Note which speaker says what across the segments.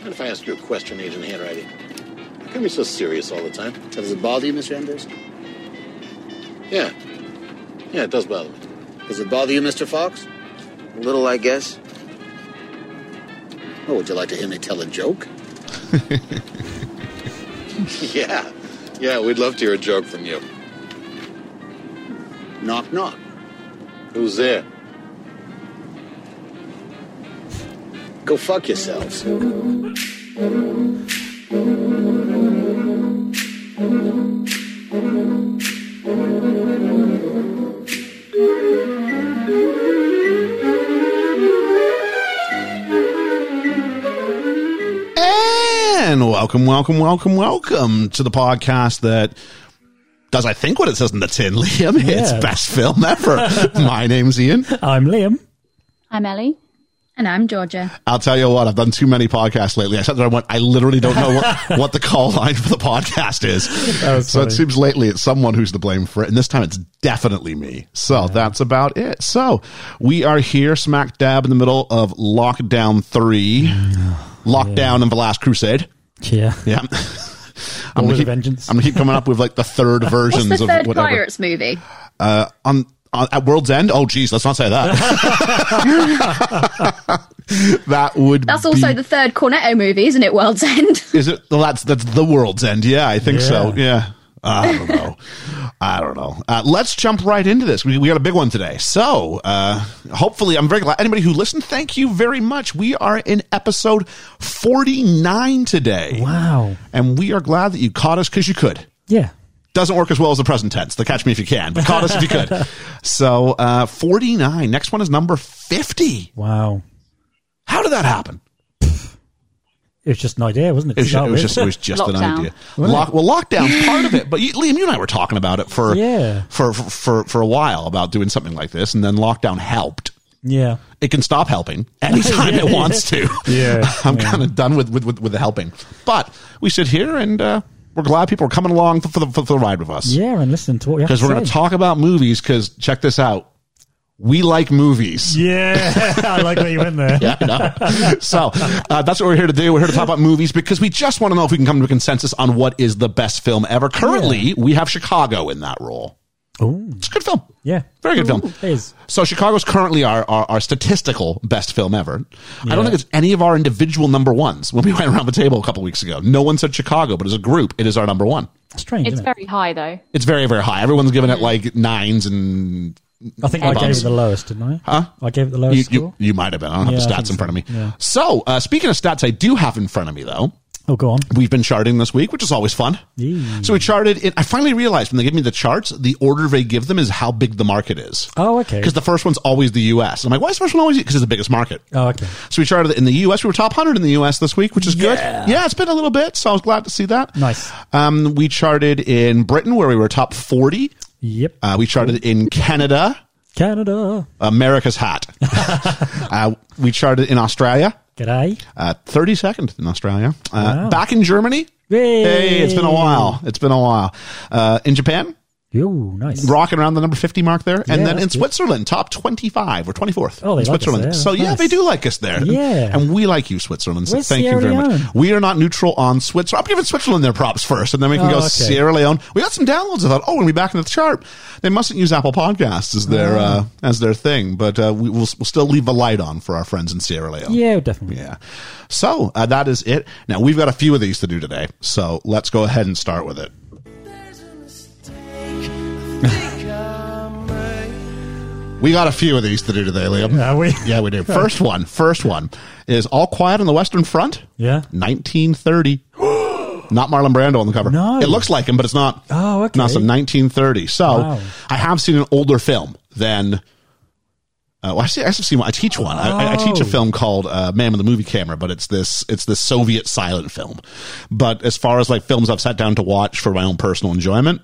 Speaker 1: Mind if I ask you a question, Agent Handwriting? How come you're so serious all the time?
Speaker 2: Does it bother you, Mr. Enders?
Speaker 1: Yeah. Yeah, it does bother me.
Speaker 2: Does it bother you, Mr. Fox?
Speaker 3: A little, I guess.
Speaker 1: Oh,
Speaker 2: Well, would you like to hear me tell a joke?
Speaker 1: yeah. Yeah, we'd love to hear a joke from you.
Speaker 2: Knock, knock.
Speaker 1: Who's there?
Speaker 2: Go fuck yourselves.
Speaker 4: And welcome, welcome, welcome, welcome to the podcast that does, I think, what it says in the tin, Liam. It's
Speaker 5: Yeah.
Speaker 4: best film ever. My name's Ian.
Speaker 5: I'm Liam.
Speaker 6: I'm Ellie.
Speaker 7: And I'm Georgia.
Speaker 4: I'll tell you what, I've done too many podcasts lately. I said that I went, I literally don't know what, what the call line for the podcast is.
Speaker 5: was
Speaker 4: So it
Speaker 5: funny.
Speaker 4: seems lately it's someone who's to blame for it. And this time it's definitely me. So that's about it. So we are here smack dab in the middle of lockdown three, lockdown and the last crusade.
Speaker 5: Yeah.
Speaker 4: Yeah. I'm
Speaker 5: War with a
Speaker 4: keep,
Speaker 5: vengeance.
Speaker 4: I'm gonna keep coming up with like the third versions
Speaker 7: What's the
Speaker 4: of
Speaker 7: third
Speaker 4: whatever.
Speaker 7: Pirates movie?
Speaker 4: On, on at World's End. Oh, geez, let's not say that. that would.
Speaker 7: That's also
Speaker 4: be-
Speaker 7: the third Cornetto movie, isn't it? World's End.
Speaker 4: Is it? Well, that's that's the World's End. Yeah, I think so.
Speaker 5: Yeah.
Speaker 4: Yeah. I don't know. I don't know. Uh, let's jump right into this. We, we got a big one today. So, uh, hopefully, I'm very glad. Anybody who listened, thank you very much. We are in episode 49 today.
Speaker 5: Wow.
Speaker 4: And we are glad that you caught us because you could.
Speaker 5: Yeah.
Speaker 4: doesn't work as well as the present tense. The catch me if you can, but caught us if you could. So uh, 49. Next one is number 50.
Speaker 5: Wow.
Speaker 4: How did that happen?
Speaker 5: It was just an idea, wasn't it?
Speaker 4: It was,
Speaker 5: to
Speaker 4: ju- it was just
Speaker 5: start
Speaker 4: it
Speaker 5: with?
Speaker 4: was just an
Speaker 6: Lockdown.
Speaker 4: idea. Lock, well, lockdown's part of it, but you, Liam, you and I were talking about it for,
Speaker 5: Yeah.
Speaker 4: for for for for a while about doing something like this, and then lockdown helped.
Speaker 5: yeah.
Speaker 4: It can stop helping anytime
Speaker 5: Yeah,
Speaker 4: it wants to.
Speaker 5: Yeah,
Speaker 4: I'm
Speaker 5: yeah.
Speaker 4: kind of done with, with with with the helping, but we sit here and uh, we're glad people are coming along for, for the for the ride with us.
Speaker 5: Yeah, and listen to what we have
Speaker 4: because we're going to
Speaker 5: say.
Speaker 4: talk about movies. Because check this out, we like movies.
Speaker 5: Yeah, I like where you went there.
Speaker 4: Yeah, I know. so uh, that's what we're here to do. We're here to talk about movies because we just want to know if we can come to a consensus on what is the best film ever. Currently, we have Chicago in that role.
Speaker 5: Ooh.
Speaker 4: It's a good film.
Speaker 5: Yeah.
Speaker 4: Very good film.
Speaker 5: It is.
Speaker 4: So Chicago's currently our, our, our statistical best film ever. I don't
Speaker 5: Yeah.
Speaker 4: think it's any of our individual number ones. When we went around the table a couple weeks ago, no one said Chicago, but as a group, it is our number one.
Speaker 5: Strange,
Speaker 6: It's
Speaker 5: isn't it?
Speaker 6: very high though.
Speaker 4: It's very, very high. Everyone's giving it like nines and
Speaker 5: I think I gave it the lowest, didn't I? Huh? I gave it the lowest
Speaker 4: you, you,
Speaker 5: score.
Speaker 4: you might have been. I don't have
Speaker 5: Yeah,
Speaker 4: the
Speaker 5: I think
Speaker 4: stats in front of me.
Speaker 5: so. Yeah.
Speaker 4: So, uh, speaking of stats, I do have in front of me though.
Speaker 5: Oh, go on.
Speaker 4: We've been charting this week, which is always fun. So we charted. It, I finally realized when they give me the charts, the order they give them is how big the market is.
Speaker 5: Oh, okay.
Speaker 4: Because the first one's always the U.S. I'm like, why is the first one always? Because it's the biggest market.
Speaker 5: Oh, okay.
Speaker 4: So we charted it in the U.S. We were top 100 in the U.S. this week, which is good. Yeah, it's been a little bit, so I was glad to see that.
Speaker 5: Nice.
Speaker 4: Um, we charted in Britain, where we were top 40.
Speaker 5: Yep.
Speaker 4: Uh, we charted in Canada,
Speaker 5: Canada.
Speaker 4: America's hat. uh, we charted in Australia,
Speaker 5: G'day.
Speaker 4: uh, 32nd in Australia. Uh,
Speaker 5: Wow.
Speaker 4: Back in Germany.
Speaker 5: Hey.
Speaker 4: Hey, it's been a while. It's been a while. Uh, in Japan,
Speaker 5: Ooh, nice.
Speaker 4: rocking around the number 50 mark there. And
Speaker 5: Yeah,
Speaker 4: then
Speaker 5: that's
Speaker 4: in
Speaker 5: good.
Speaker 4: Switzerland, top 25 or 24th.
Speaker 5: Oh, they
Speaker 4: in
Speaker 5: like us
Speaker 4: Switzerland.
Speaker 5: there.
Speaker 4: So, yeah,
Speaker 5: Nice.
Speaker 4: they do like us there.
Speaker 5: Yeah.
Speaker 4: And we like you, Switzerland. So,
Speaker 5: Where's
Speaker 4: thank you
Speaker 5: Sierra
Speaker 4: very much.
Speaker 5: Leone?
Speaker 4: We are not neutral on Switzerland. I'm giving Switzerland their props first, and then we can
Speaker 5: Oh,
Speaker 4: go
Speaker 5: okay.
Speaker 4: Sierra Leone. We got some downloads. I thought, oh, when we back into the chart, they mustn't use Apple Podcasts as their, uh, as their thing, but uh, we will we'll still leave the light on for our friends in Sierra Leone.
Speaker 5: Yeah, definitely.
Speaker 4: Yeah. So uh, that is it. Now we've got a few of these to do today. So let's go ahead and start with it. we got a few of these to do today, Liam.
Speaker 5: Are we?
Speaker 4: Yeah, we do. First one, first one is All Quiet on the Western Front,
Speaker 5: Yeah.
Speaker 4: 1930. Not Marlon Brando on the cover.
Speaker 5: No.
Speaker 4: It looks like him, but it's not.
Speaker 5: Oh, okay.
Speaker 4: Not some 1930. So
Speaker 5: Wow.
Speaker 4: I have seen an older film than. Uh, well, I see. I actually seen one. I teach one. I, I, I teach a
Speaker 5: Oh.
Speaker 4: film called uh, "Man with the Movie Camera," but it's this it's this Soviet silent film. But as far as like films I've sat down to watch for my own personal enjoyment,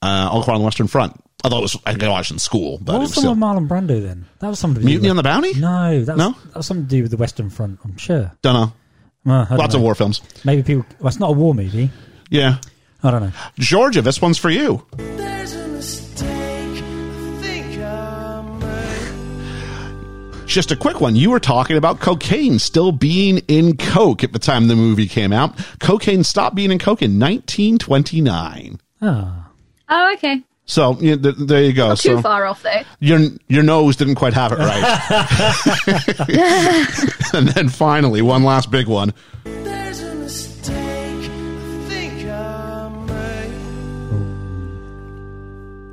Speaker 4: uh, all on the Western Front. Although it was I think I watched it in school, but
Speaker 5: What
Speaker 4: it
Speaker 5: was
Speaker 4: was
Speaker 5: the
Speaker 4: still,
Speaker 5: one with Marlon Brando then? That was something to do
Speaker 4: Mutiny
Speaker 5: with-
Speaker 4: on the Bounty.
Speaker 5: No, that was,
Speaker 4: No?
Speaker 5: that was something to do with the Western Front, I'm sure.
Speaker 4: Don't know.
Speaker 5: Well, I don't
Speaker 4: Lots
Speaker 5: know.
Speaker 4: of war films.
Speaker 5: Maybe people. Well, it's not a war movie.
Speaker 4: Yeah,
Speaker 5: I don't know.
Speaker 4: Georgia, this one's for you. just a quick one. You were talking about cocaine still being in Coke at the time the movie came out. Cocaine stopped being in Coke in 1929.
Speaker 5: Ah,
Speaker 7: Oh, okay.
Speaker 4: So you know, th- there you go.
Speaker 7: Not too
Speaker 4: so
Speaker 7: far off though.
Speaker 4: your your nose didn't quite have it right. and then finally, one last big one.
Speaker 6: There's a mistake I think I made.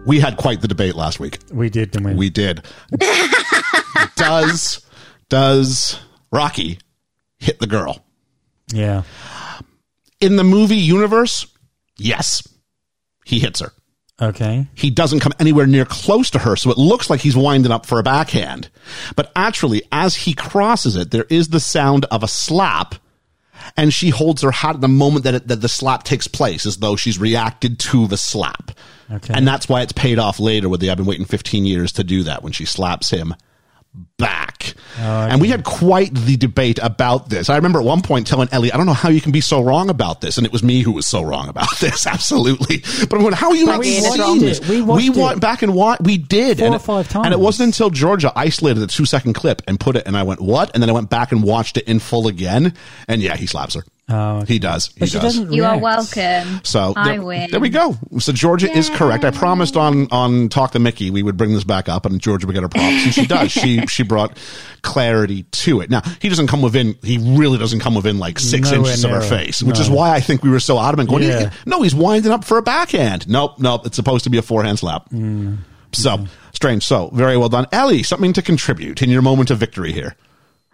Speaker 4: We had quite the debate last week.
Speaker 5: we did, didn't we?
Speaker 4: We did. does does Rocky hit the girl
Speaker 5: yeah.
Speaker 4: in the movie universe? Yes, he hits her.
Speaker 5: Okay.
Speaker 4: He doesn't come anywhere near close to her, so it looks like he's winding up for a backhand. But actually, as he crosses it, there is the sound of a slap, and she holds her hat at the moment that, it, that the slap takes place, as though she's reacted to the slap.
Speaker 5: Okay.
Speaker 4: And that's why it's paid off later with the I've been waiting 15 years to do that when she slaps him back.
Speaker 5: Oh,
Speaker 4: And we had quite the debate about this. I remember at one point telling Ellie, I don't know how you can be so wrong about this. And it was me who was so wrong about this. Absolutely. But I'm going, how are you
Speaker 5: But
Speaker 4: not
Speaker 5: we
Speaker 4: seeing
Speaker 5: watched
Speaker 4: this?
Speaker 5: it. We watched
Speaker 4: went
Speaker 5: it.
Speaker 4: back and watched, we did.
Speaker 5: Four
Speaker 4: and
Speaker 5: or five
Speaker 4: it, And it
Speaker 5: times.
Speaker 4: wasn't until Georgia isolated the two second clip and put it, and I went, what? And then I went back and watched it in full again. And yeah, he slaps her.
Speaker 5: Oh, okay.
Speaker 4: He does. He
Speaker 5: But she
Speaker 4: does.
Speaker 5: doesn't.
Speaker 7: You are
Speaker 5: react.
Speaker 7: welcome.
Speaker 4: So
Speaker 7: I
Speaker 4: there,
Speaker 7: win.
Speaker 4: there we go. So Georgia is correct. I promised on on Talk to Mickey we would bring this back up, and Georgia would get her props, and she does. she she brought clarity to it. Now he doesn't come within. He really doesn't come within like six
Speaker 5: Nowhere
Speaker 4: inches of her
Speaker 5: near it.
Speaker 4: face, which is
Speaker 5: No.
Speaker 4: why I think we were so adamant. Going,
Speaker 5: Yeah.
Speaker 4: no, he's winding up for a backhand. Nope, nope. It's supposed to be a forehand slap.
Speaker 5: Mm.
Speaker 4: So strange. So very well done, Ellie. Something to contribute in your moment of victory here.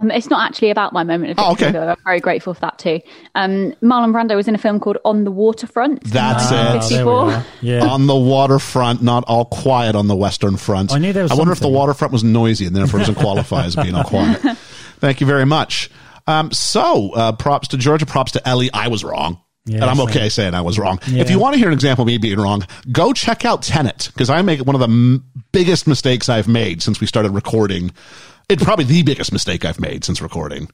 Speaker 8: Um, it's not actually about my moment of
Speaker 4: Oh,
Speaker 8: victory,
Speaker 4: okay.
Speaker 8: though. I'm very grateful for that too. Um, Marlon Brando was in a film called On the Waterfront.
Speaker 4: That's it.
Speaker 5: Oh, there we are. Yeah.
Speaker 4: on the waterfront, not all quiet on the Western Front.
Speaker 5: I knew there was
Speaker 4: wonder if the
Speaker 5: something.
Speaker 4: waterfront was noisy and therefore doesn't qualify as being all quiet. Thank you very much. Um, so, uh, props to Georgia, props to Ellie. I was wrong.
Speaker 5: Yeah,
Speaker 4: and I'm
Speaker 5: so-
Speaker 4: okay saying I was wrong. If
Speaker 5: Yeah.
Speaker 4: you want to hear an example of me being wrong, go check out Tenet because I make one of the m- biggest mistakes I've made since we started recording. It's probably the biggest mistake I've made since recording.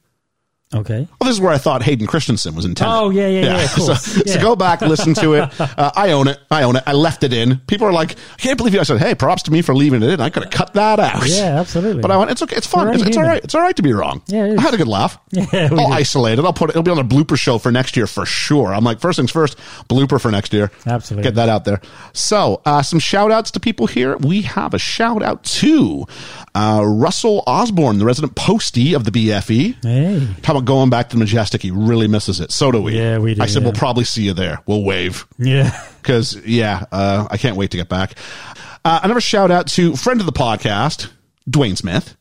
Speaker 5: okay.
Speaker 4: Well, this is where I thought Hayden Christensen was intended.
Speaker 5: Oh, yeah, yeah, yeah, of course.
Speaker 4: So, so
Speaker 5: Yeah.
Speaker 4: go back, listen to it. Uh, I own it. I own it. I left it in. People are like, I can't believe you. I said, hey, props to me for leaving it in. I could have cut that out.
Speaker 5: Yeah, absolutely.
Speaker 4: But I went, it's okay. It's
Speaker 5: We're
Speaker 4: fun. It's,
Speaker 5: only
Speaker 4: it's all
Speaker 5: human.
Speaker 4: right. It's all right to be wrong.
Speaker 5: Yeah, it is.
Speaker 4: I had a good laugh.
Speaker 5: Yeah, we
Speaker 4: I'll
Speaker 5: did.
Speaker 4: isolate it. I'll put it. It'll be on a blooper show for next year for sure. I'm like, first things first, blooper for next year.
Speaker 5: Absolutely.
Speaker 4: Get that out there. So, uh, some shout outs to people here. We have a shout out to uh, Russell Osborne, the resident postie of the E. BFE.
Speaker 5: Hey.
Speaker 4: How about going back to the Majestic? He really misses it. So do we.
Speaker 5: Yeah, we do,
Speaker 4: I said,
Speaker 5: yeah.
Speaker 4: we'll probably see you there. We'll wave.
Speaker 5: Yeah.
Speaker 4: Because, yeah, uh, I can't wait to get back. Uh, another shout out to friend of the podcast, Dwayne Smith.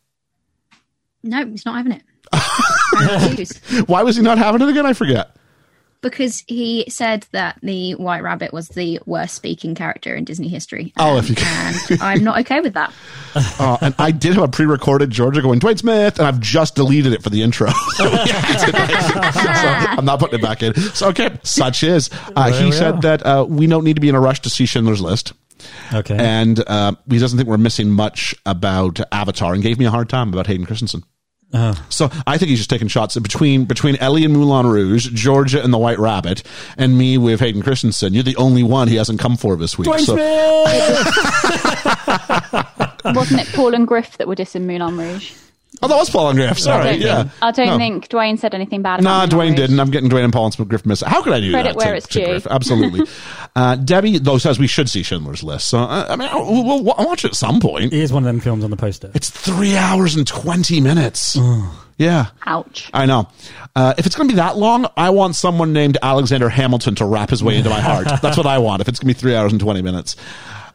Speaker 7: No, he's not having it. I refuse.
Speaker 4: Why was he not having it again? I forget.
Speaker 7: Because he said that the White Rabbit was the worst speaking character in Disney history.
Speaker 4: Oh,
Speaker 7: Um,
Speaker 4: if you can.
Speaker 7: and I'm not okay with that.
Speaker 4: Uh, and I did have a pre recorded Georgia going, Dwayne Smith, and I've just deleted it for the intro. so I'm not putting it back in. So, okay, such is. Uh,
Speaker 5: There
Speaker 4: he
Speaker 5: we
Speaker 4: said
Speaker 5: are.
Speaker 4: that uh, we don't need to be in a rush to see Schindler's List.
Speaker 5: Okay.
Speaker 4: and uh, he doesn't think we're missing much about Avatar, and gave me a hard time about Hayden Christensen.
Speaker 5: Uh-huh.
Speaker 4: So I think he's just taking shots between between Ellie and Moulin Rouge, Georgia and the White Rabbit, and me with Hayden Christensen. You're the only one he hasn't come for this week.
Speaker 5: Dwayne
Speaker 4: so
Speaker 5: Smith!
Speaker 8: Wasn't it Paul and Griff that were dissing Moulin Rouge?
Speaker 4: oh, that was Paul and Griff.
Speaker 8: I
Speaker 4: Sorry,
Speaker 8: don't,
Speaker 4: yeah.
Speaker 8: think, I don't
Speaker 4: No.
Speaker 8: think Dwayne said anything bad
Speaker 4: Nah,
Speaker 8: about Moulin
Speaker 4: Dwayne
Speaker 8: Rouge.
Speaker 4: didn't. I'm getting Dwayne and Paul and Griff miss. How could I do
Speaker 8: Credit
Speaker 4: that?
Speaker 8: where it's due.
Speaker 4: Absolutely. uh, Debbie, though, says we should see Schindler's List. So uh, I mean, we'll, we'll watch it at some point.
Speaker 5: Here's one of them films on the poster.
Speaker 4: It's three hours and twenty minutes. Yeah.
Speaker 8: Ouch.
Speaker 4: I know. Uh, if it's going to be that long, I want someone named Alexander Hamilton to wrap his way into my heart. That's what I want. If it's going to be three hours and 20 minutes.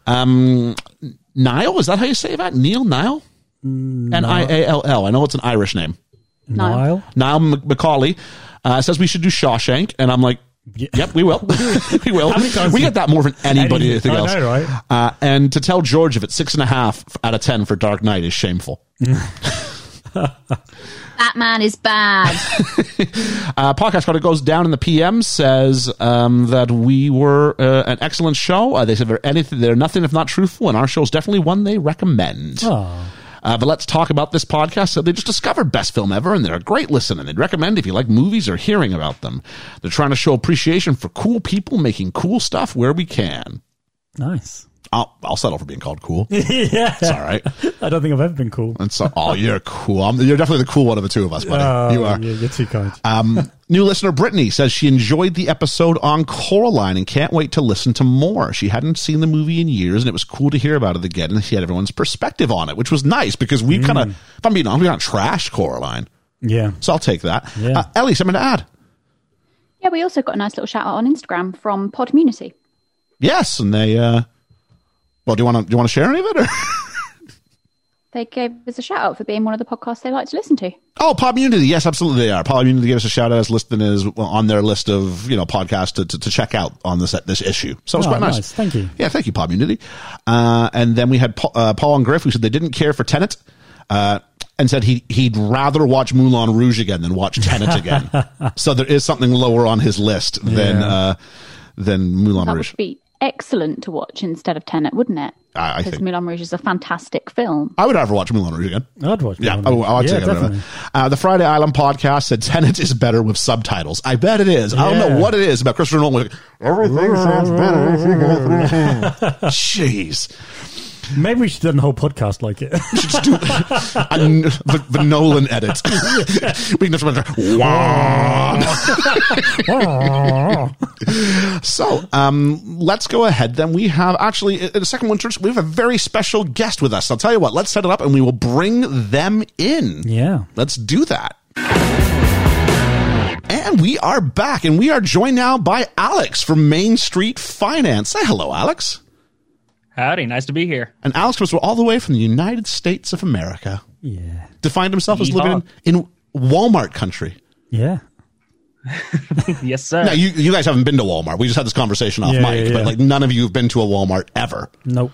Speaker 4: Um, Niall, is that how you say that? Neil Niall?
Speaker 5: Mm,
Speaker 4: N I A L L. I know it's an Irish name.
Speaker 8: Niall.
Speaker 5: Nile.
Speaker 4: Niall Mc- Macaulay uh, says we should do Shawshank. And I'm like, Yep, we will. we will.
Speaker 5: How many times
Speaker 4: We
Speaker 5: do-
Speaker 4: get that more than anybody
Speaker 5: Any-
Speaker 4: anything
Speaker 5: I
Speaker 4: else.
Speaker 5: know, right?
Speaker 4: Uh, and to tell George if it's six and a half out of ten for Dark Knight is shameful.
Speaker 7: Batman is bad.
Speaker 4: Uh, podcast card goes down in the PM says um, that we were uh, an excellent show. Uh, they said they're anything, they're nothing if not truthful, and our show is definitely one they recommend.
Speaker 5: Oh.
Speaker 4: Uh, but let's talk about this podcast. So they just discovered best film ever, and they're a great listen, and they'd recommend if you like movies or hearing about them. They're trying to show appreciation for cool people making cool stuff where we can.
Speaker 5: Nice.
Speaker 4: I'll, I'll settle for being called cool. It's
Speaker 5: yeah.
Speaker 4: all right.
Speaker 5: I don't think I've ever been cool.
Speaker 4: And so, oh, you're cool. I'm, you're definitely the cool one of the two of us, buddy.
Speaker 5: Oh,
Speaker 4: you are.
Speaker 5: yeah, you're too kind.
Speaker 4: Um, new listener Brittany says she enjoyed the episode on Coraline and can't wait to listen to more. She hadn't seen the movie in years, and it was cool to hear about it again. And she had everyone's perspective on it, which was nice because we kind of,
Speaker 5: Mm.
Speaker 4: if I'm being honest, we kind of trashed Coraline.
Speaker 5: yeah.
Speaker 4: So I'll take that.
Speaker 5: Yeah.
Speaker 4: Uh, Ellie, something to add?
Speaker 8: Yeah, we also got a nice little shout out on Instagram from Podmunity.
Speaker 4: Yes, and they. Uh, well, do you want to do you want to share any of it? Or?
Speaker 8: They gave us a shout out for being one of the podcasts they like to listen to.
Speaker 4: Oh, Podmunity. Yes, absolutely they are. Podmunity gave us a shout out as listed as well, on their list of, you know, podcasts to, to, to check out on this this issue. So it's
Speaker 5: Oh,
Speaker 4: quite nice.
Speaker 5: nice. Thank you.
Speaker 4: Yeah, thank you, Podmunity. Uh, and then we had Paul, uh, Paul and Griff who said they didn't care for Tenet uh, and said he, he'd rather watch Moulin Rouge again than watch Tenet again. so there is something lower on his list than,
Speaker 5: Yeah.
Speaker 4: uh, than Moulin
Speaker 8: That
Speaker 4: Rouge.
Speaker 8: would be excellent to watch instead of Tenet, wouldn't it?
Speaker 4: I, I
Speaker 8: Because
Speaker 4: think.
Speaker 8: Moulin Rouge is a fantastic film.
Speaker 4: I would rather watch Moulin Rouge again.
Speaker 5: I'd watch
Speaker 4: Yeah,
Speaker 5: Moulin
Speaker 4: oh,
Speaker 5: Rouge.
Speaker 4: I'll
Speaker 5: yeah,
Speaker 4: take it.
Speaker 5: definitely.
Speaker 4: Uh, the Friday Island podcast said Tenet is better with subtitles. I bet it is. I don't know
Speaker 5: Yeah.
Speaker 4: what it is about Christopher Nolan. Like, Everything sounds better. if you go through." Jeez,
Speaker 5: Maybe we should do a whole podcast like it.
Speaker 4: just do a n- the, the Nolan edit. we can just wow. So um, let's go ahead. Then we have actually in the second winter we have a very special guest with us. I'll tell you what. Let's set it up and we will bring them in.
Speaker 5: yeah.
Speaker 4: Let's do that. And we are back, and we are joined now by Alex from Main Street Finance. Say hello, Alex.
Speaker 9: Howdy, nice to be here.
Speaker 4: And Alex comes all the way from the United States of America,
Speaker 5: Yeah.
Speaker 4: defined himself as living in, in Walmart country.
Speaker 5: Yeah.
Speaker 9: Yes, sir.
Speaker 4: Now, you, you guys haven't been to Walmart. We just had this conversation off
Speaker 5: Yeah,
Speaker 4: mic,
Speaker 5: yeah,
Speaker 4: but
Speaker 5: yeah.
Speaker 4: like none of you have been to a Walmart ever.
Speaker 5: Nope.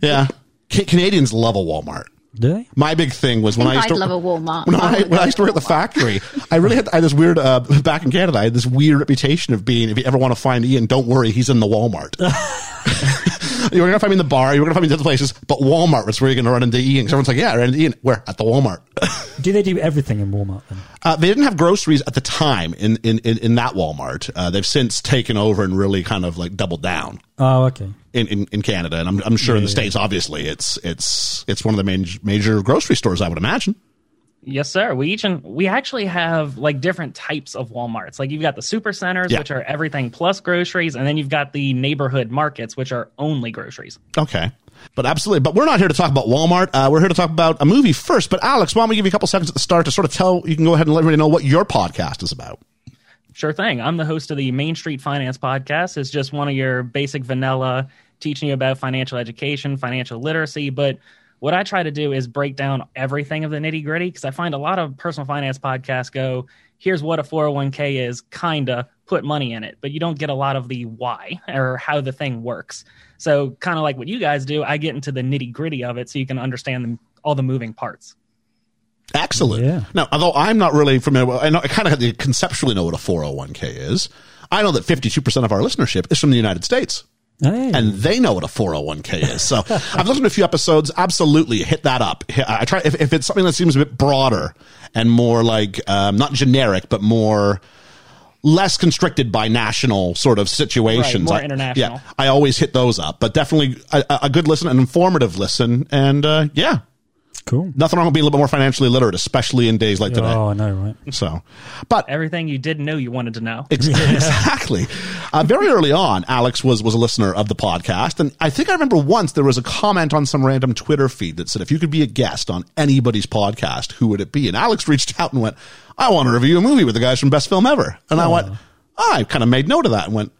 Speaker 4: Yeah. Ca- Canadians love a Walmart.
Speaker 5: Do they?
Speaker 4: My big thing was when I
Speaker 7: I
Speaker 4: used
Speaker 7: think
Speaker 4: to
Speaker 7: I'd love a Walmart.
Speaker 4: When
Speaker 7: I
Speaker 4: I,
Speaker 7: would
Speaker 4: when I
Speaker 7: love
Speaker 4: used to work at the
Speaker 7: Walmart.
Speaker 4: factory, I really had, I had this weird uh, back in Canada. I had this weird reputation of being. If you ever want to find Ian, don't worry, he's in the Walmart. you were going to find me in the bar. You were going to find me in other places, but Walmart was where you're going to run into Ian. 'Cause everyone's like, "Yeah, I ran into Ian. Where at the Walmart?"
Speaker 5: Do they do everything in Walmart then?
Speaker 4: Uh, they didn't have groceries at the time in in in, in that Walmart. Uh, they've since taken over and really kind of like doubled down
Speaker 5: Oh, okay.
Speaker 4: in, in, in Canada, and I'm I'm sure in the states, obviously, it's it's it's one of the main, major grocery stores. I would imagine.
Speaker 9: Yes, sir. We each and we actually have like different types of WalMarts. Like you've got the super centers,
Speaker 4: Yeah.
Speaker 9: which are everything plus groceries, and then you've got the neighborhood markets, which are only groceries.
Speaker 4: Okay. But absolutely. But we're not here to talk about Walmart. Uh, we're here to talk about a movie first. But Alex, why don't we give you a couple seconds at the start to sort of tell you can go ahead and let everybody know what your podcast is about.
Speaker 9: Sure thing. I'm the host of the Main Street Finance podcast. It's just one of your basic vanilla teaching you about financial education, financial literacy. But what I try to do is break down everything of the nitty gritty because I find a lot of personal finance podcasts go, here's what a 401k is, kinda put money in it, but you don't get a lot of the why or how the thing works. So, kind of like what you guys do, I get into the nitty gritty of it so you can understand the, all the moving parts.
Speaker 4: Excellent.
Speaker 5: Yeah.
Speaker 4: Now, although I'm not really familiar, well, I, know, I kind of conceptually know what a 401k is. I know that 52% of our listenership is from the United States.
Speaker 5: Hey.
Speaker 4: and they know what a 401k is. So I've listened to a few episodes. Absolutely, hit that up. Hi- I try if, if it's something that seems a bit broader and more like um, not generic, but more less constricted by national sort of situations.
Speaker 9: more
Speaker 4: I-
Speaker 9: international.
Speaker 4: Yeah, I always hit those up, but definitely a, a- a good listen, an informative listen, and uh, yeah,
Speaker 5: cool.
Speaker 4: nothing wrong with being a little bit more financially literate, especially in days like today.
Speaker 5: Oh, I know, right?
Speaker 4: So, but
Speaker 9: Everything you didn't know you wanted to know.
Speaker 4: Ex- Exactly. Uh, very early on, Alex was was a listener of the podcast, and I think I remember once there was a comment on some random Twitter feed that said, "If you could be a guest on anybody's podcast, who would it be?" And Alex reached out and went, "I want to review a movie with the guys from Best Film Ever," and I went, "I kind of made note of that and went,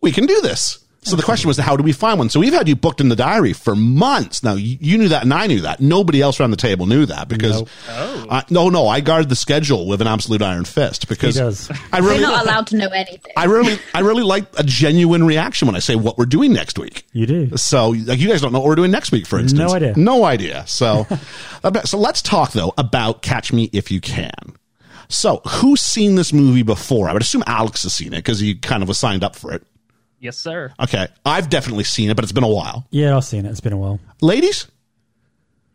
Speaker 4: we can do this." So the question was, how do we find one? So we've had you booked in the diary for months. Now you you knew that, and I knew that. Nobody else around the table knew that because I- no, no, I guard the schedule with an absolute iron fist because
Speaker 5: does.
Speaker 4: I really
Speaker 7: We're not allowed to know anything.
Speaker 4: I really, I really like a genuine reaction when I say what we're doing next week.
Speaker 5: You do.
Speaker 4: So, like, you guys don't know what we're doing next week, for instance.
Speaker 5: idea.
Speaker 4: No idea. So, about- so let's talk though about Catch Me If You Can. So, who's seen this movie before? I would assume Alex has seen it because he kind of was signed up for it.
Speaker 9: Yes, sir.
Speaker 4: Okay, I've definitely seen it, but it's been a while.
Speaker 5: Yeah, I've seen it. It's been a while.
Speaker 4: Ladies,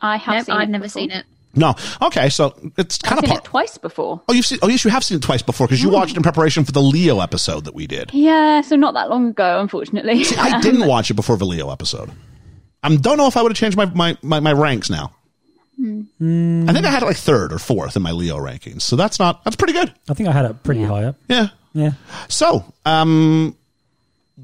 Speaker 8: I have
Speaker 7: Nope,
Speaker 8: seen it
Speaker 7: I've never
Speaker 8: before.
Speaker 7: seen it.
Speaker 4: no. Okay, so it's kind of
Speaker 8: I've seen it Mm.
Speaker 4: part.
Speaker 8: twice before.
Speaker 4: Oh, you've seen. Oh, yes, you have seen it twice before because you watched it in preparation for the Leo episode that we did.
Speaker 8: Yeah, so not that long ago, unfortunately.
Speaker 4: I didn't watch it before the Leo episode. I don't know if I would have changed my, my, my, my ranks now. I think I had it like third or fourth in my Leo rankings. So that's not, that's pretty good.
Speaker 5: I think I had it pretty
Speaker 8: Yeah.
Speaker 5: high up.
Speaker 4: Yeah.
Speaker 5: Yeah.
Speaker 4: So, um,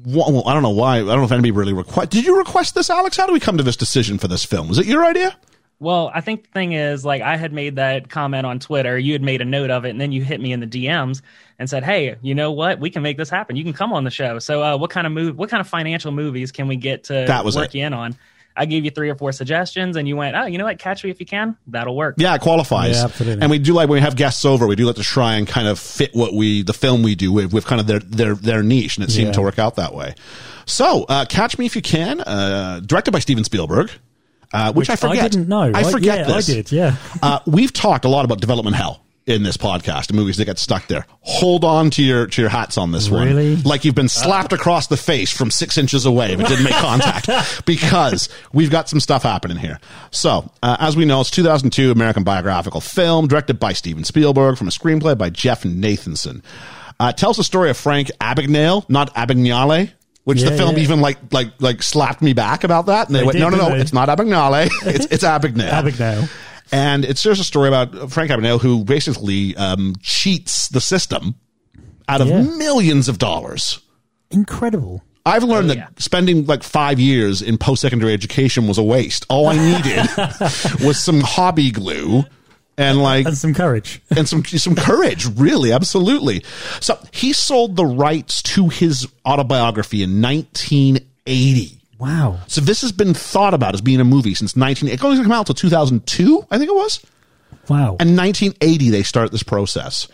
Speaker 4: wha- well, I don't know why. I don't know if anybody really request. Did you request this, Alex? How do we come to this decision for this film? Was it your idea?
Speaker 9: Well, I think the thing is, like, I had made that comment on Twitter. You had made a note of it, and then you hit me in the DMs and said, "Hey, you know what? We can make this happen. You can come on the show. So, uh, what kind of move? What kind of financial movies can we get to
Speaker 4: That was
Speaker 9: work
Speaker 4: it.
Speaker 9: you in on?" I gave you three or four suggestions, and you went, "Oh, you know what? Catch me if you can. That'll work."
Speaker 4: Yeah, it qualifies.
Speaker 5: Yeah, absolutely.
Speaker 4: And we do like when we have guests over, we do like to try and kind of fit what we the film we do with with kind of their their their niche, and it seemed
Speaker 5: Yeah.
Speaker 4: to work out that way. So, uh, Catch Me If You Can, uh, directed by Steven Spielberg, uh, which, I forget.
Speaker 5: I didn't know.
Speaker 4: I
Speaker 5: right?
Speaker 4: forget
Speaker 5: yeah,
Speaker 4: this.
Speaker 5: I did, yeah.
Speaker 4: uh, we've talked a lot about development hell in this podcast and movies that get stuck there. Hold on to your to your hats on this one,
Speaker 5: Really?
Speaker 4: like you've been slapped across the face from six inches away but didn't make contact, because we've got some stuff happening here. So, uh, as we know, it's 2002 American biographical film directed by Steven Spielberg from a screenplay by Jeff Nathanson. Uh, tells the story of Frank Abagnale, not Abagnale. Which the
Speaker 5: Yeah,
Speaker 4: film
Speaker 5: yeah.
Speaker 4: even like like like slapped me back about that, and they,
Speaker 5: They
Speaker 4: went,
Speaker 5: did,
Speaker 4: "No, no,
Speaker 5: didn't
Speaker 4: no,
Speaker 5: they?
Speaker 4: it's not Abagnale, it's it's Abagnale."
Speaker 5: Abagnale.
Speaker 4: And it's just a story about Frank Abagnale who basically um, cheats the system out of
Speaker 5: Yeah.
Speaker 4: millions of dollars.
Speaker 5: Incredible.
Speaker 4: I've learned
Speaker 9: yeah.
Speaker 4: that spending like five years in post secondary education was a waste. All I needed was some hobby glue and like
Speaker 5: And some courage.
Speaker 4: and some some courage, really, absolutely. So he sold the rights to his autobiography in 1980.
Speaker 5: Wow.
Speaker 4: So this has been thought about as being a movie since 19. It only came out until 2002, I think it was.
Speaker 5: Wow.
Speaker 4: In 1980, they start this process.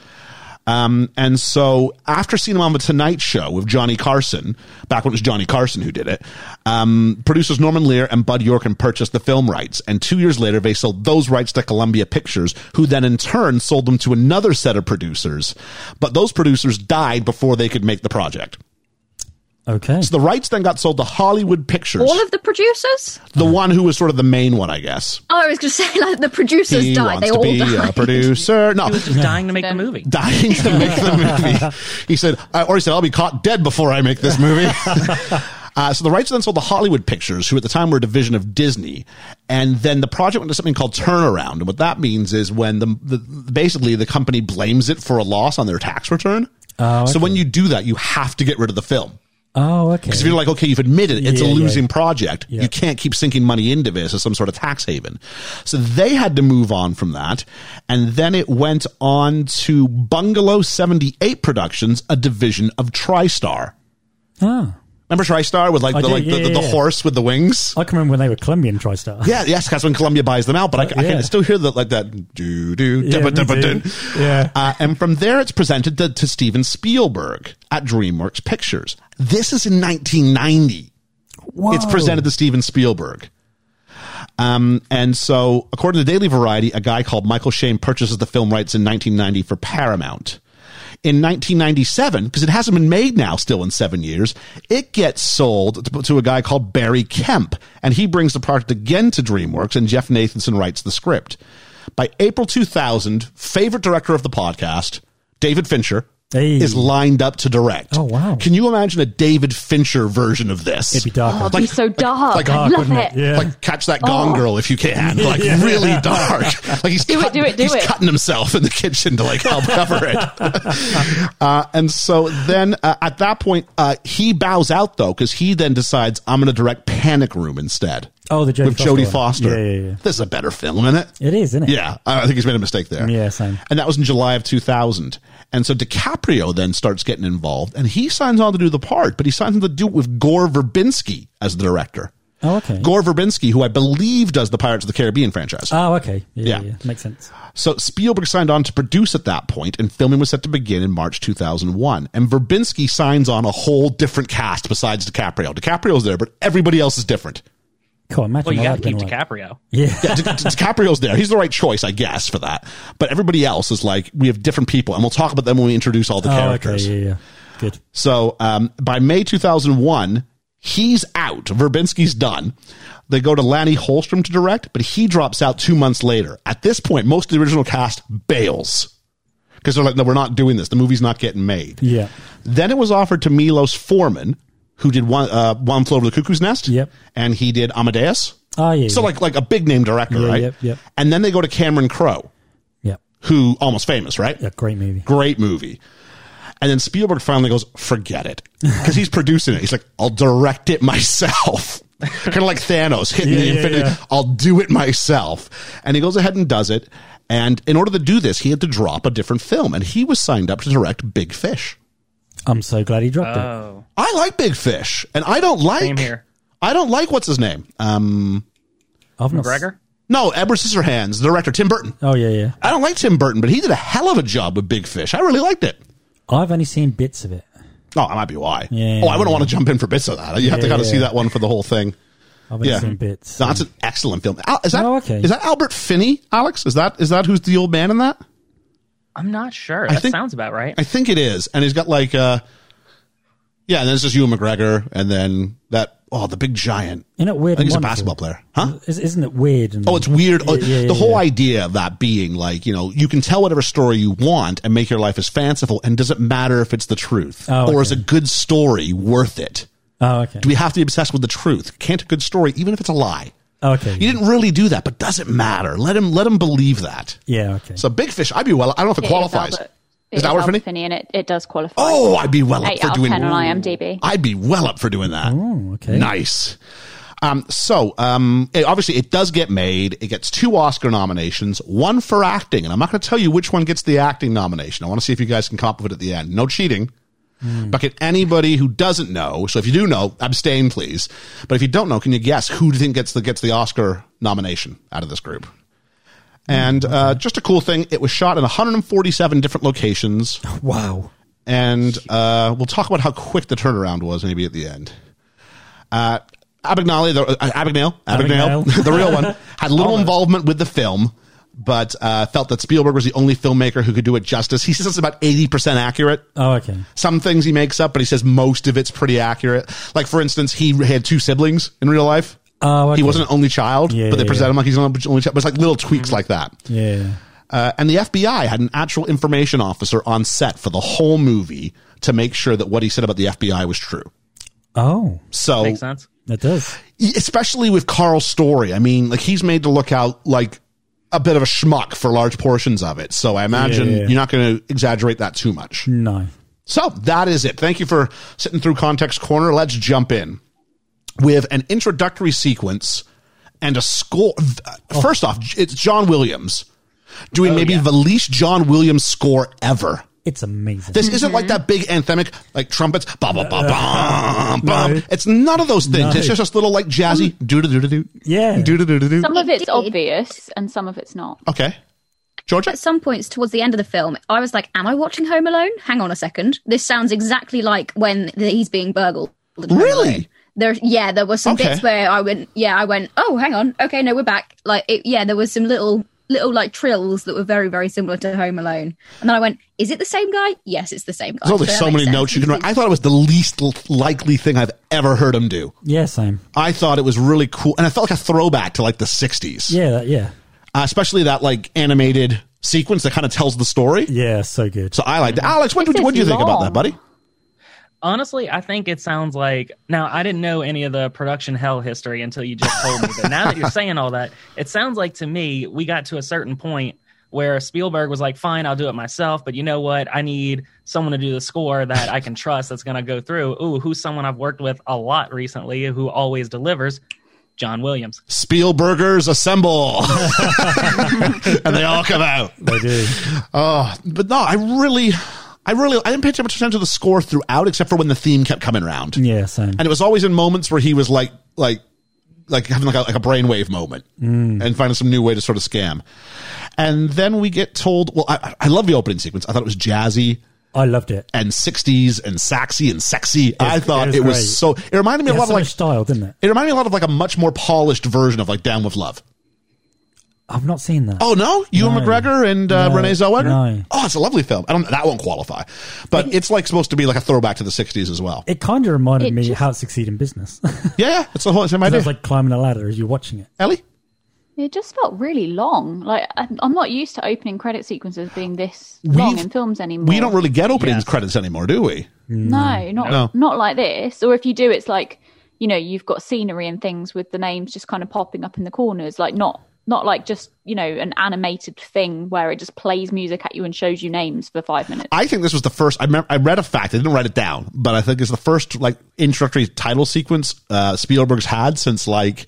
Speaker 4: Um, and so after seeing him on the Tonight Show with Johnny Carson, back when it was Johnny Carson who did it, um, producers Norman Lear and Bud Yorkin purchased the film rights. And two years later, they sold those rights to Columbia Pictures, who then in turn sold them to another set of producers. But those producers died before they could make the project.
Speaker 5: okay.
Speaker 4: So the rights then got sold to Hollywood Pictures,
Speaker 7: All of the producers?
Speaker 4: the one who was sort of the main one, I guess.
Speaker 7: Oh, I was going to say, like, the producers
Speaker 4: He wants
Speaker 7: died. They
Speaker 4: to
Speaker 7: all
Speaker 4: be uh,
Speaker 7: died.
Speaker 4: a producer. No,
Speaker 9: He was just dying to make the movie.
Speaker 4: dying to make the movie. He said, uh, or he said, I'll be caught dead before I make this movie. Uh, so the rights then sold to Hollywood Pictures, who at the time were a division of Disney, and then the project went to something called turnaround. And what that means is when the, the basically the company blames it for a loss on their tax return. So when you do that, you have to get rid of the film.
Speaker 5: oh, okay.
Speaker 4: Because if you're like, okay, you've admitted it's a
Speaker 5: Yeah, yeah.
Speaker 4: losing project,
Speaker 5: Yeah.
Speaker 4: you can't keep sinking money into this as some sort of tax haven. So they had to move on from that. And then it went on to Bungalow 78 Productions, a division of TriStar.
Speaker 5: Ah.
Speaker 4: Remember TriStar with like,
Speaker 5: I
Speaker 4: the,
Speaker 5: do,
Speaker 4: like the,
Speaker 5: yeah,
Speaker 4: the, the
Speaker 5: yeah. Oh.
Speaker 4: horse with the wings?
Speaker 5: I can remember when they were Colombian TriStar.
Speaker 4: Yeah, yes, that's when Columbia buys them out, but I, I
Speaker 5: yeah.
Speaker 4: can still hear that like that do do
Speaker 5: Yeah,
Speaker 4: dippa,
Speaker 5: me
Speaker 4: dippa,
Speaker 5: too.
Speaker 4: dun.
Speaker 5: Yeah.
Speaker 4: Uh, and from there, it's presented to, to Steven Spielberg at DreamWorks Pictures. This is in 1990.
Speaker 5: Whoa.
Speaker 4: It's presented to Steven Spielberg. Um, and so, according to Daily Variety, a guy called Michael Shane purchases the film rights in 1990 for Paramount. In 1997, because it hasn't been made now, still in seven years, it gets sold to, to a guy called Barry Kemp, and he brings the project again to DreamWorks, and Jeff Nathanson writes the script. By April 2000, favorite director of the podcast, David Fincher,
Speaker 5: Hey.
Speaker 4: is lined up to direct.
Speaker 5: Oh, wow.
Speaker 4: Can you imagine a David Fincher version of this?
Speaker 5: It'd be darker.
Speaker 4: Oh,
Speaker 8: It'd be so dark.
Speaker 4: like-
Speaker 8: Oh, I love it.
Speaker 5: oh,
Speaker 8: Oh.
Speaker 5: Yeah.
Speaker 4: Like catch that Gone Girl if you can, like
Speaker 5: Yeah.
Speaker 4: really dark. Like he's
Speaker 8: Do it,
Speaker 4: cut-
Speaker 8: do it, do
Speaker 4: he's
Speaker 8: it.
Speaker 4: cutting himself in the kitchen to like help cover it. uh, and so then uh, at that point, uh, he bows out though because he then decides I'm going to direct Panic Room instead.
Speaker 5: Oh, the Jodie
Speaker 4: with
Speaker 5: Foster
Speaker 4: Jodie
Speaker 5: one.
Speaker 4: Foster.
Speaker 5: Yeah, yeah, yeah.
Speaker 4: This is a better film, isn't it?
Speaker 5: It is, isn't it?
Speaker 4: Yeah, I I think he's made a mistake there.
Speaker 5: Yeah, same.
Speaker 4: And that was in July of 2000. And so DiCaprio then starts getting involved, and he signs on to do the part, but he signs on to do it with Gore Verbinski as the director.
Speaker 5: Oh, okay.
Speaker 4: Gore Verbinski, who I believe does the Pirates of the Caribbean franchise.
Speaker 5: Oh, okay. Yeah,
Speaker 4: Yeah.
Speaker 5: yeah. yeah. Makes sense.
Speaker 4: so Spielberg signed on to produce at that point, and filming was set to begin in March 2001. And Verbinski signs on a whole different cast besides DiCaprio. DiCaprio's there, but everybody else is different.
Speaker 5: Cool. Imagine
Speaker 9: Well, you
Speaker 5: what
Speaker 9: got to
Speaker 5: that'd been
Speaker 9: keep
Speaker 5: like.
Speaker 9: DiCaprio.
Speaker 5: Yeah.
Speaker 4: Yeah, Di- Di- DiCaprio's there. He's the right choice, I guess, for that. But everybody else is like, we have different people, and we'll talk about them when we introduce all the
Speaker 5: Oh, okay.
Speaker 4: characters.
Speaker 5: Yeah, yeah. Good.
Speaker 4: So um, by May 2001, he's out. Verbinski's done. They go to Lanny Holstrom to direct, but he drops out two months later. At this point, most of the original cast bails because they're like, no, we're not doing this. The movie's not getting made.
Speaker 5: Yeah.
Speaker 4: Then it was offered to Milos Forman, who did one uh, one flew over the cuckoo's nest.
Speaker 5: Yep.
Speaker 4: and he did Amadeus.
Speaker 5: Ah, yeah.
Speaker 4: So
Speaker 5: yeah,
Speaker 4: like like a big name director,
Speaker 5: Yeah,
Speaker 4: right?
Speaker 5: yep, yep.
Speaker 4: And then they go to Cameron Crowe,
Speaker 5: yeah,
Speaker 4: who almost famous, right?
Speaker 5: yeah, great movie.
Speaker 4: Great movie. And then Spielberg finally goes, forget it. Because he's producing it. He's like, I'll direct it myself. kind of like Thanos hitting
Speaker 5: Yeah,
Speaker 4: the
Speaker 5: yeah,
Speaker 4: infinity.
Speaker 5: yeah.
Speaker 4: I'll do it myself. And he goes ahead and does it. And in order to do this, he had to drop a different film. And he was signed up to direct Big Fish.
Speaker 5: I'm so glad he dropped it.
Speaker 9: Oh,
Speaker 4: I like Big Fish. And I don't like.
Speaker 9: Same here.
Speaker 4: I don't like what's his name. Um,
Speaker 5: I've not s-
Speaker 9: McGregor.
Speaker 4: no, Edward Scissorhands, the director, Tim Burton.
Speaker 5: Oh yeah, yeah.
Speaker 4: I don't like Tim Burton, but he did a hell of a job with Big Fish. I really liked it.
Speaker 5: I've only seen bits of it.
Speaker 4: Oh, I might be why.
Speaker 5: Yeah.
Speaker 4: oh, I wouldn't want to jump in for bits of that. You have to
Speaker 5: Yeah,
Speaker 4: kind of
Speaker 5: yeah.
Speaker 4: see that one for the whole thing.
Speaker 5: I've only
Speaker 4: Yeah.
Speaker 5: seen bits.
Speaker 4: No, that's an excellent film. Al, is that
Speaker 5: Oh, okay.
Speaker 4: is that Albert Finney? Alex, is that is that who's the old man in that?
Speaker 9: I'm not sure.
Speaker 4: I
Speaker 9: That
Speaker 4: think-
Speaker 9: sounds about right.
Speaker 4: I think it is. And he's got like uh yeah, and then it's just Ewan McGregor, and then that oh the big giant.
Speaker 5: Isn't it
Speaker 4: I
Speaker 5: weird?
Speaker 4: think he's a
Speaker 5: and wonderful?
Speaker 4: basketball player, huh?
Speaker 5: Is- Isn't it weird? And,
Speaker 4: Oh, it's weird. Oh,
Speaker 5: Yeah, yeah, yeah,
Speaker 4: the whole
Speaker 5: yeah.
Speaker 4: idea of that being like, you know, you can tell whatever story you want and make your life as fanciful, and does it matter if it's the truth?
Speaker 5: Oh,
Speaker 4: Or
Speaker 5: okay.
Speaker 4: is a good story worth it?
Speaker 5: Oh, okay.
Speaker 4: Do we have to be obsessed with the truth? Can't a good story, even if it's a lie?
Speaker 5: okay.
Speaker 4: He didn't really do that, but does it matter? Let him let him believe that.
Speaker 5: yeah. Okay.
Speaker 4: So big fish, I'd be well. I don't know if it,
Speaker 8: It is
Speaker 4: qualifies.
Speaker 8: Albert-
Speaker 4: Is
Speaker 8: it
Speaker 4: Albert Finney?
Speaker 8: and it, it does qualify.
Speaker 4: Oh, I'd be well up
Speaker 8: Eight
Speaker 4: for
Speaker 8: out of
Speaker 4: doing.
Speaker 8: 10 on IMDb.
Speaker 4: I'd be well up for doing that.
Speaker 5: Oh, okay.
Speaker 4: Nice. Um, so um, it- obviously it does get made. It gets two Oscar nominations, one for acting, and I'm not going to tell you which one gets the acting nomination. I want to see if you guys can come up with it at the end. No cheating.
Speaker 5: Hmm.
Speaker 4: But can anybody who doesn't know? So if you do know, abstain, please. But if you don't know, can you guess who do you think gets the gets the Oscar nomination out of this group? And uh, just a cool thing, it was shot in 147 different locations
Speaker 5: wow.
Speaker 4: and uh, we'll talk about how quick the turnaround was maybe at the end. Uh, Abagnale, the, uh, Abagnale, Abagnale,
Speaker 5: Abagnale.
Speaker 4: the real one, had little involvement with the film, but uh, felt that Spielberg was the only filmmaker who could do it justice. He says it's about 80% accurate.
Speaker 5: Oh, okay.
Speaker 4: Some things he makes up, but he says most of it's pretty accurate. Like, for instance, he had two siblings in real life.
Speaker 5: Oh, okay.
Speaker 4: He wasn't an only child,
Speaker 5: Yeah,
Speaker 4: but they
Speaker 5: yeah,
Speaker 4: present
Speaker 5: yeah.
Speaker 4: him like he's an only child. But it's like little tweaks like that.
Speaker 5: Yeah.
Speaker 4: Uh, and the FBI had an actual information officer on set for the whole movie to make sure that what he said about the FBI was true.
Speaker 5: Oh,
Speaker 4: So, e,
Speaker 9: Makes sense.
Speaker 5: that does.
Speaker 4: especially with Carl's story, I mean, like he's made to look out like a bit of a schmuck for large portions of it. So I imagine
Speaker 5: Yeah, yeah.
Speaker 4: you're not going to exaggerate that too much.
Speaker 5: No.
Speaker 4: So that is it. Thank you for sitting through Context Corner. Let's jump in with an introductory sequence and a score.
Speaker 5: Oh.
Speaker 4: First off, it's John Williams doing maybe the least John Williams score ever.
Speaker 5: It's amazing.
Speaker 4: This isn't
Speaker 5: Mm-hmm.
Speaker 4: like that big anthemic, like trumpets, ba ba ba bum bum.
Speaker 5: Uh, No.
Speaker 4: It's none of those things.
Speaker 5: No. Um,
Speaker 4: It's just this little like jazzy do do do do do.
Speaker 5: Yeah.
Speaker 4: do do do do do.
Speaker 8: Some of
Speaker 7: It
Speaker 8: it's
Speaker 7: did.
Speaker 8: obvious and some of it's not.
Speaker 4: Okay, Georgia.
Speaker 7: At some points towards the end of the film, I was like, "Am I watching Home Alone? Hang on a second. This sounds exactly like when the, he's being burgled." in Home
Speaker 4: Really?
Speaker 7: Alone. There, yeah, there were some
Speaker 4: Okay.
Speaker 7: bits where I went, yeah, I went, oh, hang on, okay, no, we're back. Like, it, yeah, there was some little, little like trills that were very, very similar to Home Alone. And then I went, is it the same guy? Yes, it's the same guy.
Speaker 4: There's only
Speaker 7: So that
Speaker 4: so
Speaker 7: makes
Speaker 4: many
Speaker 7: sense.
Speaker 4: notes you can write. I thought it was the least l- likely thing I've ever heard him do.
Speaker 5: Yeah. Same.
Speaker 4: I thought it was really cool, and I felt like a throwback to like the '60s,
Speaker 5: Yeah. That, yeah.
Speaker 4: uh, especially that like animated sequence that kind of tells the story.
Speaker 5: Yeah. So good.
Speaker 4: So I liked it. Alex, what
Speaker 8: This
Speaker 4: do what do you
Speaker 8: is
Speaker 4: think about
Speaker 8: long.
Speaker 4: that, buddy?
Speaker 9: Honestly, I think it sounds like now I didn't know any of the production hell history until you just told me. But now that you're saying all that, it sounds like to me we got to a certain point where Spielberg was like, "Fine, I'll do it myself." But you know what? I need someone to do the score that I can trust. That's going to go through. Ooh, who's someone I've worked with a lot recently who always delivers? John Williams.
Speaker 4: Spielbergers assemble, and they all come out.
Speaker 5: they do.
Speaker 4: Oh, but no, I really, I really, I didn't pay too much attention to the score throughout, except for when the theme kept coming around,
Speaker 5: Yeah. Same.
Speaker 4: and it was always in moments where he was like, like, like having like a, like a brainwave moment,
Speaker 5: Mm.
Speaker 4: and finding some new way to sort of scam. And then we get told, well, I, I love the opening sequence. I thought it was jazzy
Speaker 5: I loved it.
Speaker 4: and '60s and saxy and sexy. I thought
Speaker 5: it
Speaker 4: it was,
Speaker 5: was great.
Speaker 4: so. It reminded me
Speaker 5: It
Speaker 4: a
Speaker 5: had
Speaker 4: lot
Speaker 5: so
Speaker 4: of like.
Speaker 5: much style, didn't it?
Speaker 4: It reminded me a lot of like a much more polished version of like Down with Love.
Speaker 5: I've not seen that.
Speaker 4: Oh no, Ewan
Speaker 5: No.
Speaker 4: McGregor and uh,
Speaker 5: No.
Speaker 4: Renee Zellweger.
Speaker 5: No.
Speaker 4: Oh, it's a lovely film. I don't. That won't qualify, but it's like supposed to be like a throwback to the '60s as well.
Speaker 5: It kind of reminded
Speaker 8: It
Speaker 5: me
Speaker 8: just-
Speaker 5: how to succeed in business.
Speaker 4: yeah, yeah, it's the whole same
Speaker 5: I
Speaker 4: idea.
Speaker 5: was like climbing a ladder as you're watching it.
Speaker 4: Ellie,
Speaker 8: It just felt really long. Like I- I'm not used to opening credit sequences being this
Speaker 4: We've-
Speaker 8: long in films anymore.
Speaker 4: We don't really get opening
Speaker 9: Yes.
Speaker 4: credits anymore, do we?
Speaker 8: No, not
Speaker 4: No.
Speaker 8: not like this. Or if you do, it's like you know you've got scenery and things with the names just kind of popping up in the corners, like not not like just you know an animated thing where it just plays music at you and shows you names for five minutes.
Speaker 4: I think this was the first. I remember, I read a fact. I didn't write it down, but I think it's the first like introductory title sequence uh, Spielberg's had since like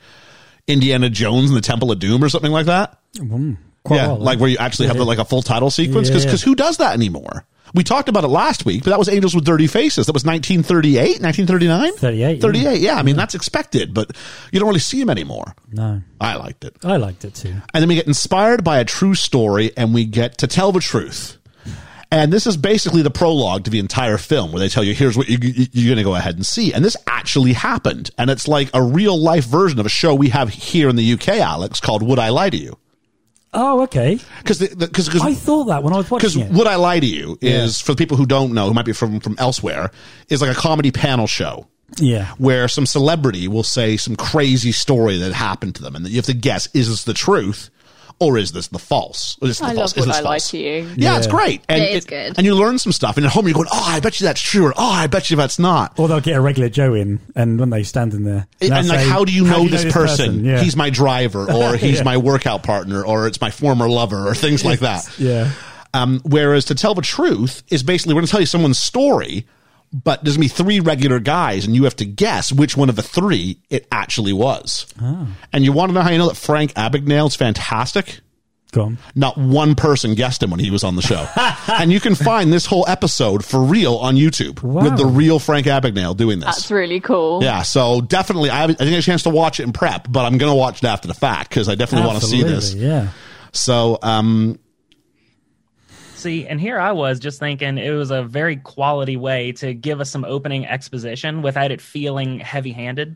Speaker 4: Indiana Jones and the Temple of Doom or something like that.
Speaker 5: Quite
Speaker 4: yeah,
Speaker 5: well,
Speaker 4: like
Speaker 5: eh?
Speaker 4: where you actually have like a full title sequence because
Speaker 5: Yeah.
Speaker 4: who does that anymore? We talked about it last week, but that was Angels with Dirty Faces. That was 1938, 1939?
Speaker 5: 38, yeah.
Speaker 4: 38, yeah. I mean, that's expected, but you don't really see him anymore.
Speaker 5: No,
Speaker 4: I liked it.
Speaker 5: I liked it too.
Speaker 4: And then we get inspired by a true story and we get to tell the truth. And this is basically the prologue to the entire film where they tell you, here's what you, you- you're going to go ahead and see. And this actually happened. And it's like a real life version of a show we have here in the UK, Alex, called Would I Lie to You?
Speaker 5: Oh, okay.
Speaker 4: Because because
Speaker 5: I thought that when I was
Speaker 4: because
Speaker 5: watching it.
Speaker 4: would I lie to you is for the people who don't know who might be from from elsewhere is like a comedy panel show
Speaker 5: yeah.
Speaker 4: where some celebrity will say some crazy story that happened to them and that you have to guess is this the truth or is this the false? Or is this the
Speaker 8: I
Speaker 4: false?
Speaker 8: love
Speaker 4: Is
Speaker 8: Would
Speaker 4: this
Speaker 8: I Lie
Speaker 4: false?
Speaker 8: to You.
Speaker 4: Yeah, it's great. And
Speaker 7: It is good.
Speaker 4: And you learn some stuff. And at home, you're going, oh, I bet you that's true. Or, oh, I bet you that's not.
Speaker 5: Or they'll get a regular Joe in, and when they stand in there,
Speaker 4: And,
Speaker 5: they'll
Speaker 4: like,
Speaker 5: say,
Speaker 4: how do you know this, person?
Speaker 5: Yeah.
Speaker 4: He's my driver, or he's
Speaker 5: Yeah.
Speaker 4: my workout partner, or it's my former lover, or things like that.
Speaker 5: yeah.
Speaker 4: Um, whereas to tell the truth is basically we're going to tell you someone's story, but there's going to be three regular guys, and you have to guess which one of the three it actually was.
Speaker 5: Ah.
Speaker 4: And you want to know how you know that Frank Abagnale's fantastic?
Speaker 5: Go on.
Speaker 4: Not one person guessed him when he was on the show. and you can find this whole episode for real on YouTube with
Speaker 5: Wow.
Speaker 4: the real Frank Abagnale doing this.
Speaker 8: That's really cool.
Speaker 4: Yeah, so definitely, I, haven't- I didn't get a chance to watch it in prep, but I'm going to watch it after the fact because I definitely want to see this.
Speaker 5: Absolutely, Yeah.
Speaker 4: So, um,
Speaker 9: See, and here I was just thinking it was a very quality way to give us some opening exposition without it feeling heavy handed.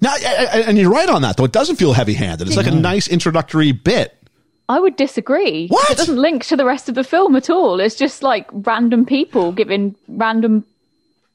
Speaker 4: now, I- I- and you're right on that, though. It doesn't feel heavy handed. It's like a
Speaker 8: Mm-hmm.
Speaker 4: nice introductory bit.
Speaker 8: I would disagree.
Speaker 4: What?
Speaker 8: It doesn't link to the rest of the film at all. It's just like random people giving random.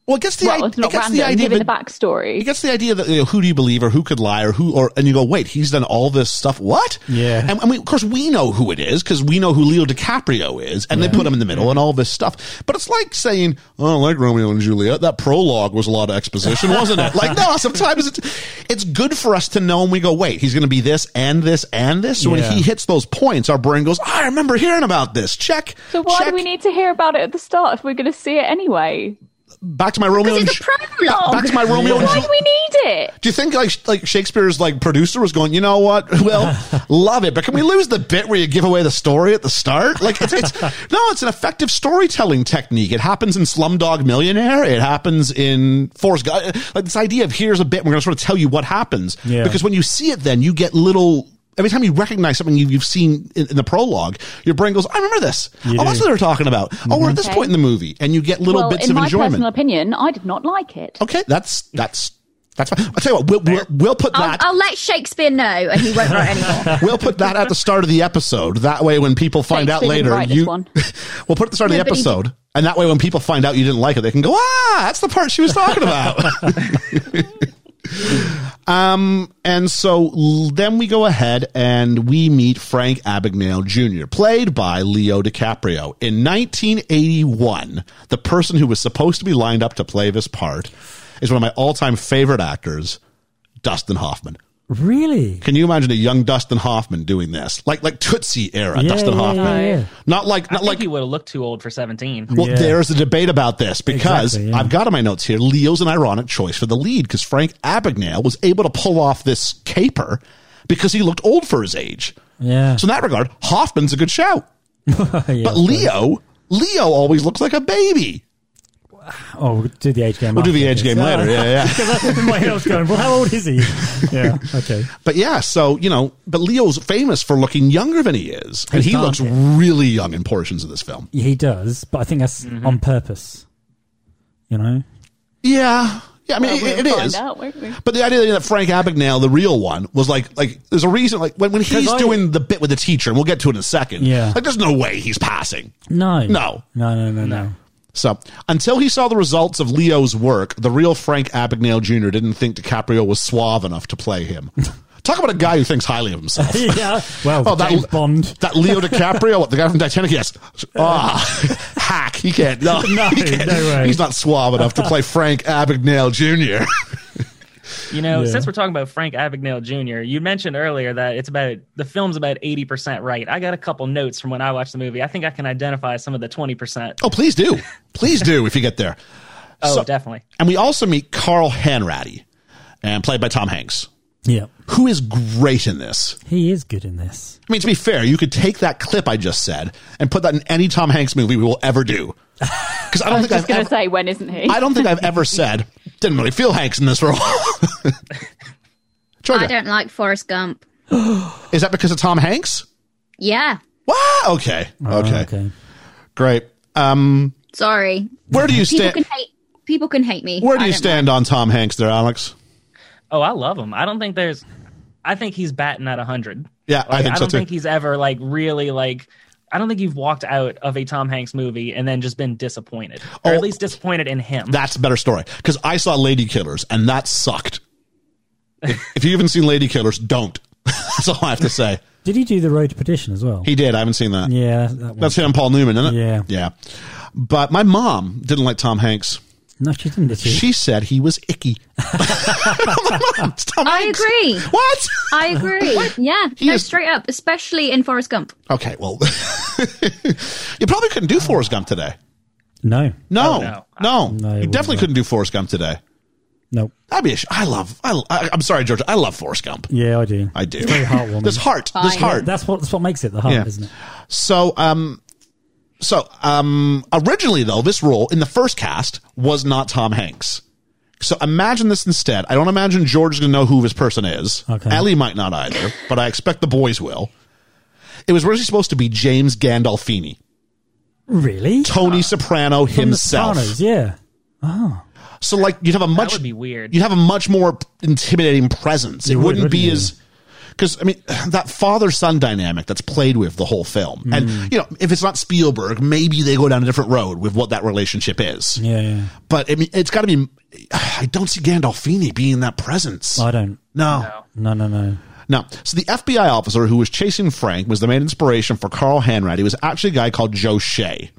Speaker 4: Well, it gets the,
Speaker 8: Well,
Speaker 4: i-
Speaker 8: it's not
Speaker 4: it gets
Speaker 8: random.
Speaker 4: the idea
Speaker 8: giving
Speaker 4: that,
Speaker 8: the backstory.
Speaker 4: it gets the idea that you know, who do you believe or who could lie or who or and you go wait he's done all this stuff what
Speaker 5: Yeah.
Speaker 4: and, and we, of course we know who it is because we know who Leo DiCaprio is and they put him in the middle and all this stuff but it's like saying oh I like Romeo and Juliet that prologue was a lot of exposition wasn't it like no sometimes it's it's good for us to know and we go wait he's going to be this and this and this so
Speaker 5: Yeah.
Speaker 4: when he hits those points our brain goes I remember hearing about this check
Speaker 8: so why
Speaker 4: check.
Speaker 8: do we need to hear about it at the start if we're going to see it anyway?
Speaker 4: back to my Romeo and
Speaker 7: Because it's a
Speaker 4: Ju-
Speaker 7: prologue.
Speaker 4: back to my Romeo and
Speaker 8: Why
Speaker 4: Juliet
Speaker 8: do we need it?
Speaker 4: Do you think like like Shakespeare's like producer was going? You know what? Well, love it, but can we lose the bit where you give away the story at the start? Like it's, it's no, it's an effective storytelling technique. It happens in Slumdog Millionaire. It happens in Forrest Gump. Like this idea of here's a bit. We're going to sort of tell you what happens
Speaker 5: Yeah.
Speaker 4: because when you see it, then you get little. Every time you recognize something you, you've seen in, in the prologue, your brain goes, "I remember this. oh, that's
Speaker 5: do.
Speaker 4: what they were talking about. Oh, we're at this
Speaker 8: Okay.
Speaker 4: point in the movie," and you get little
Speaker 8: well,
Speaker 4: bits
Speaker 8: in
Speaker 4: of
Speaker 8: my
Speaker 4: enjoyment.
Speaker 8: personal opinion, I did not like it.
Speaker 4: Okay, that's that's that's fine. I'll tell you what, we'll we'll, we'll put
Speaker 7: I'll,
Speaker 4: that
Speaker 7: I'll let Shakespeare know, and he won't write anymore.
Speaker 4: we'll put that at the start of the episode. That way, when people find out
Speaker 8: Shakespeare didn't
Speaker 4: later,
Speaker 8: write this
Speaker 4: you
Speaker 8: one.
Speaker 4: we'll put it at the start of the
Speaker 7: Yeah, but he
Speaker 4: episode, and that way, when people find out you didn't like it, they can go, ah, that's the part she was talking about. um, and so l- then we go ahead and we meet Frank Abagnale Jr., played by Leo DiCaprio. In 1981, the person who was supposed to be lined up to play this part is one of my all-time favorite actors, Dustin Hoffman.
Speaker 5: Really?
Speaker 4: Can you imagine a young Dustin Hoffman doing this? Like like Tootsie era
Speaker 5: Yeah,
Speaker 4: Dustin
Speaker 5: yeah,
Speaker 4: Hoffman.
Speaker 5: yeah, yeah.
Speaker 4: Not like
Speaker 9: I
Speaker 4: not
Speaker 9: think
Speaker 4: like
Speaker 9: he would have looked too old for 17.
Speaker 4: well,
Speaker 5: Yeah.
Speaker 4: there's a debate about this because
Speaker 5: Exactly, yeah.
Speaker 4: I've got in my notes here Leo's an ironic choice for the lead because Frank Abagnale was able to pull off this caper because he looked old for his age.
Speaker 5: Yeah.
Speaker 4: So in that regard, Hoffman's a good shout.
Speaker 5: Yeah.
Speaker 4: But Leo, Leo always looks like a baby.
Speaker 5: oh, we'll do the age game.
Speaker 4: We'll do the age game later. Yeah, yeah.
Speaker 5: My head's going. Well, how old is he? Yeah. Okay.
Speaker 4: But yeah, so you know, but Leo's famous for looking younger than he is, and
Speaker 5: He's
Speaker 4: he looks
Speaker 5: daunting.
Speaker 4: really young in portions of this film.
Speaker 5: He does, but I think that's on purpose. You know.
Speaker 4: Yeah. Yeah, I mean,
Speaker 8: Well,
Speaker 4: it,
Speaker 8: we'll
Speaker 4: it
Speaker 8: find
Speaker 4: is.
Speaker 8: out, won't we?
Speaker 4: But the idea that Frank Abagnale, the real one, was like, like there's a reason, like when, when he's
Speaker 5: I-
Speaker 4: doing the bit with the teacher, and we'll get to it in a second.
Speaker 5: Yeah.
Speaker 4: like there's no way he's passing.
Speaker 5: No.
Speaker 4: No.
Speaker 5: No. No. No. No.
Speaker 4: So until he saw the results of Leo's work, the real Frank Abagnale Jr. didn't think DiCaprio was suave enough to play him. Talk about a guy who thinks highly of himself.
Speaker 5: yeah. Well,
Speaker 4: Oh, that-
Speaker 5: James Bond.
Speaker 4: That Leo DiCaprio, what, the guy from Titanic, yes. Ah, hack. He can't. No,
Speaker 5: No,
Speaker 4: he can't.
Speaker 5: no way.
Speaker 4: He's not suave enough to play Frank Abagnale Jr.
Speaker 9: You know,
Speaker 5: Yeah.
Speaker 9: since we're talking about Frank Abagnale Jr., you mentioned earlier that it's about the film's about eighty percent right. I got a couple notes from when I watched the movie. I think I can identify some of the twenty percent.
Speaker 4: oh, please do. Please do if you get there.
Speaker 9: Oh,
Speaker 4: So-
Speaker 9: definitely.
Speaker 4: And we also meet Carl Hanratty, and played by Tom Hanks,
Speaker 5: Yeah.
Speaker 4: who is great in this.
Speaker 5: He is good in this.
Speaker 4: I mean, to be fair, you could take that clip I just said and put that in any Tom Hanks movie we will ever do. Because I don't think
Speaker 8: Just
Speaker 4: I've
Speaker 8: gonna
Speaker 4: ever,
Speaker 8: say, when isn't he?
Speaker 4: I don't think I've ever said didn't really feel Hanks in this role.
Speaker 7: I
Speaker 4: Georgia,
Speaker 7: don't like Forrest Gump.
Speaker 4: is that because of Tom Hanks?
Speaker 7: Yeah,
Speaker 4: Wow. Okay. Okay.
Speaker 5: Ah, okay.
Speaker 4: Great. Um,
Speaker 7: sorry.
Speaker 4: where do you
Speaker 7: People
Speaker 4: stand?
Speaker 7: can hate. People can hate me.
Speaker 4: Where do
Speaker 7: I
Speaker 4: you
Speaker 7: don't
Speaker 4: stand on Tom Hanks there, Alex?
Speaker 9: Oh, I love him. I don't think there's. I think he's batting at hundred.
Speaker 4: Yeah, I think so
Speaker 9: don't
Speaker 4: too.
Speaker 9: think he's ever like really like. I don't think you've walked out of a Tom Hanks movie and then just been disappointed, or
Speaker 4: Oh.
Speaker 9: at least disappointed in him.
Speaker 4: That's a better story because I saw Lady Killers and that sucked. If, if you haven't seen Lady Killers, don't. That's all I have to say.
Speaker 5: Did he do the Road to Perdition as well?
Speaker 4: He did. I haven't seen that.
Speaker 5: yeah. That one.
Speaker 4: That's him, and Paul Newman, isn't it?
Speaker 5: Yeah.
Speaker 4: Yeah. But my mom didn't like Tom Hanks.
Speaker 5: No, she didn't. Did she?
Speaker 4: She said he was icky. It's Tom
Speaker 7: I
Speaker 4: Hanks.
Speaker 7: agree.
Speaker 4: What?
Speaker 7: I agree. yeah,
Speaker 4: He
Speaker 7: no,
Speaker 4: is-
Speaker 7: straight up, especially in Forrest Gump.
Speaker 4: Okay, well, you probably couldn't do Forrest Gump today.
Speaker 5: no.
Speaker 4: No,
Speaker 9: Oh, no.
Speaker 4: no,
Speaker 5: No, it
Speaker 4: you
Speaker 5: wouldn't
Speaker 4: definitely
Speaker 5: work.
Speaker 4: couldn't do Forrest Gump today.
Speaker 5: No.
Speaker 4: That'd be a sh- I love. I, I, am sorry, George. I love Forrest Gump.
Speaker 5: Yeah, I do.
Speaker 4: I do.
Speaker 5: Very heartwarming.
Speaker 4: This heart. This
Speaker 7: Fine.
Speaker 4: heart.
Speaker 5: That's what. That's what makes it the heart,
Speaker 4: Oh, Yeah.
Speaker 5: isn't it?
Speaker 4: So, um, so um, originally though, this role in the first cast was not Tom Hanks. So imagine this instead. I don't imagine George is going to know who this person is.
Speaker 5: Okay.
Speaker 4: Ellie might not either, but I expect the boys will. It was originally supposed to be James Gandolfini,
Speaker 5: Really?
Speaker 4: Tony Soprano
Speaker 5: Ah. From the
Speaker 4: himself.
Speaker 5: Sopranos, yeah.
Speaker 4: So like you'd have a much
Speaker 9: would be weird.
Speaker 4: You'd have a much more intimidating presence. It
Speaker 5: would,
Speaker 4: wouldn't be
Speaker 5: wouldn't you?
Speaker 4: as because I mean that father son dynamic that's played with the whole film, and you know if it's not Spielberg, maybe they go down a different road with what that relationship is.
Speaker 5: Yeah, yeah.
Speaker 4: But I mean, it's got to be. I don't see Gandolfini being that presence.
Speaker 5: I don't.
Speaker 4: no.
Speaker 5: No, no, no.
Speaker 4: Now, so the FBI officer who was chasing Frank was the main inspiration for Carl Hanratty was actually a guy called Joe Shea.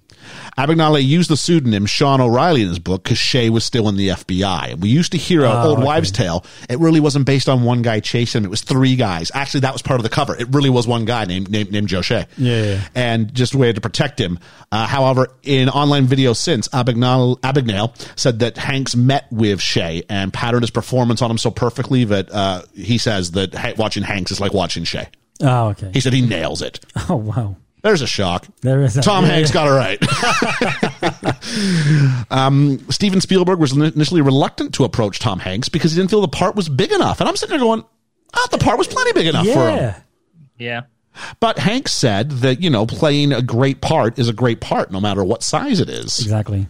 Speaker 4: Abagnale used the pseudonym Sean O'Reilly in his book because Shea was still in the FBI. And we used to hear an old
Speaker 5: Oh, okay.
Speaker 4: wives' tale. It really wasn't based on one guy chasing him. It was three guys. Actually, that was part of the cover. It really was one guy named named, named Joe Shea.
Speaker 5: Yeah, yeah.
Speaker 4: And just a way to protect him. Uh, however, in online video since, Abagnale, Abagnale said that Hanks met with Shea and patterned his performance on him so perfectly that uh, he says that ha- watching Hanks is like watching Shea.
Speaker 5: Oh, okay.
Speaker 4: He said he nails it.
Speaker 5: Oh, wow.
Speaker 4: There's a shock.
Speaker 5: There is. that-
Speaker 4: Tom
Speaker 5: yeah,
Speaker 4: Hanks got it right. um, Steven Spielberg was initially reluctant to approach Tom Hanks because he didn't feel the part was big enough. And I'm sitting there going, oh, the part was plenty big enough
Speaker 5: Yeah.
Speaker 4: for him.
Speaker 9: Yeah.
Speaker 4: But Hanks said that, you know, playing a great part is a great part no matter what size it is.
Speaker 5: Exactly.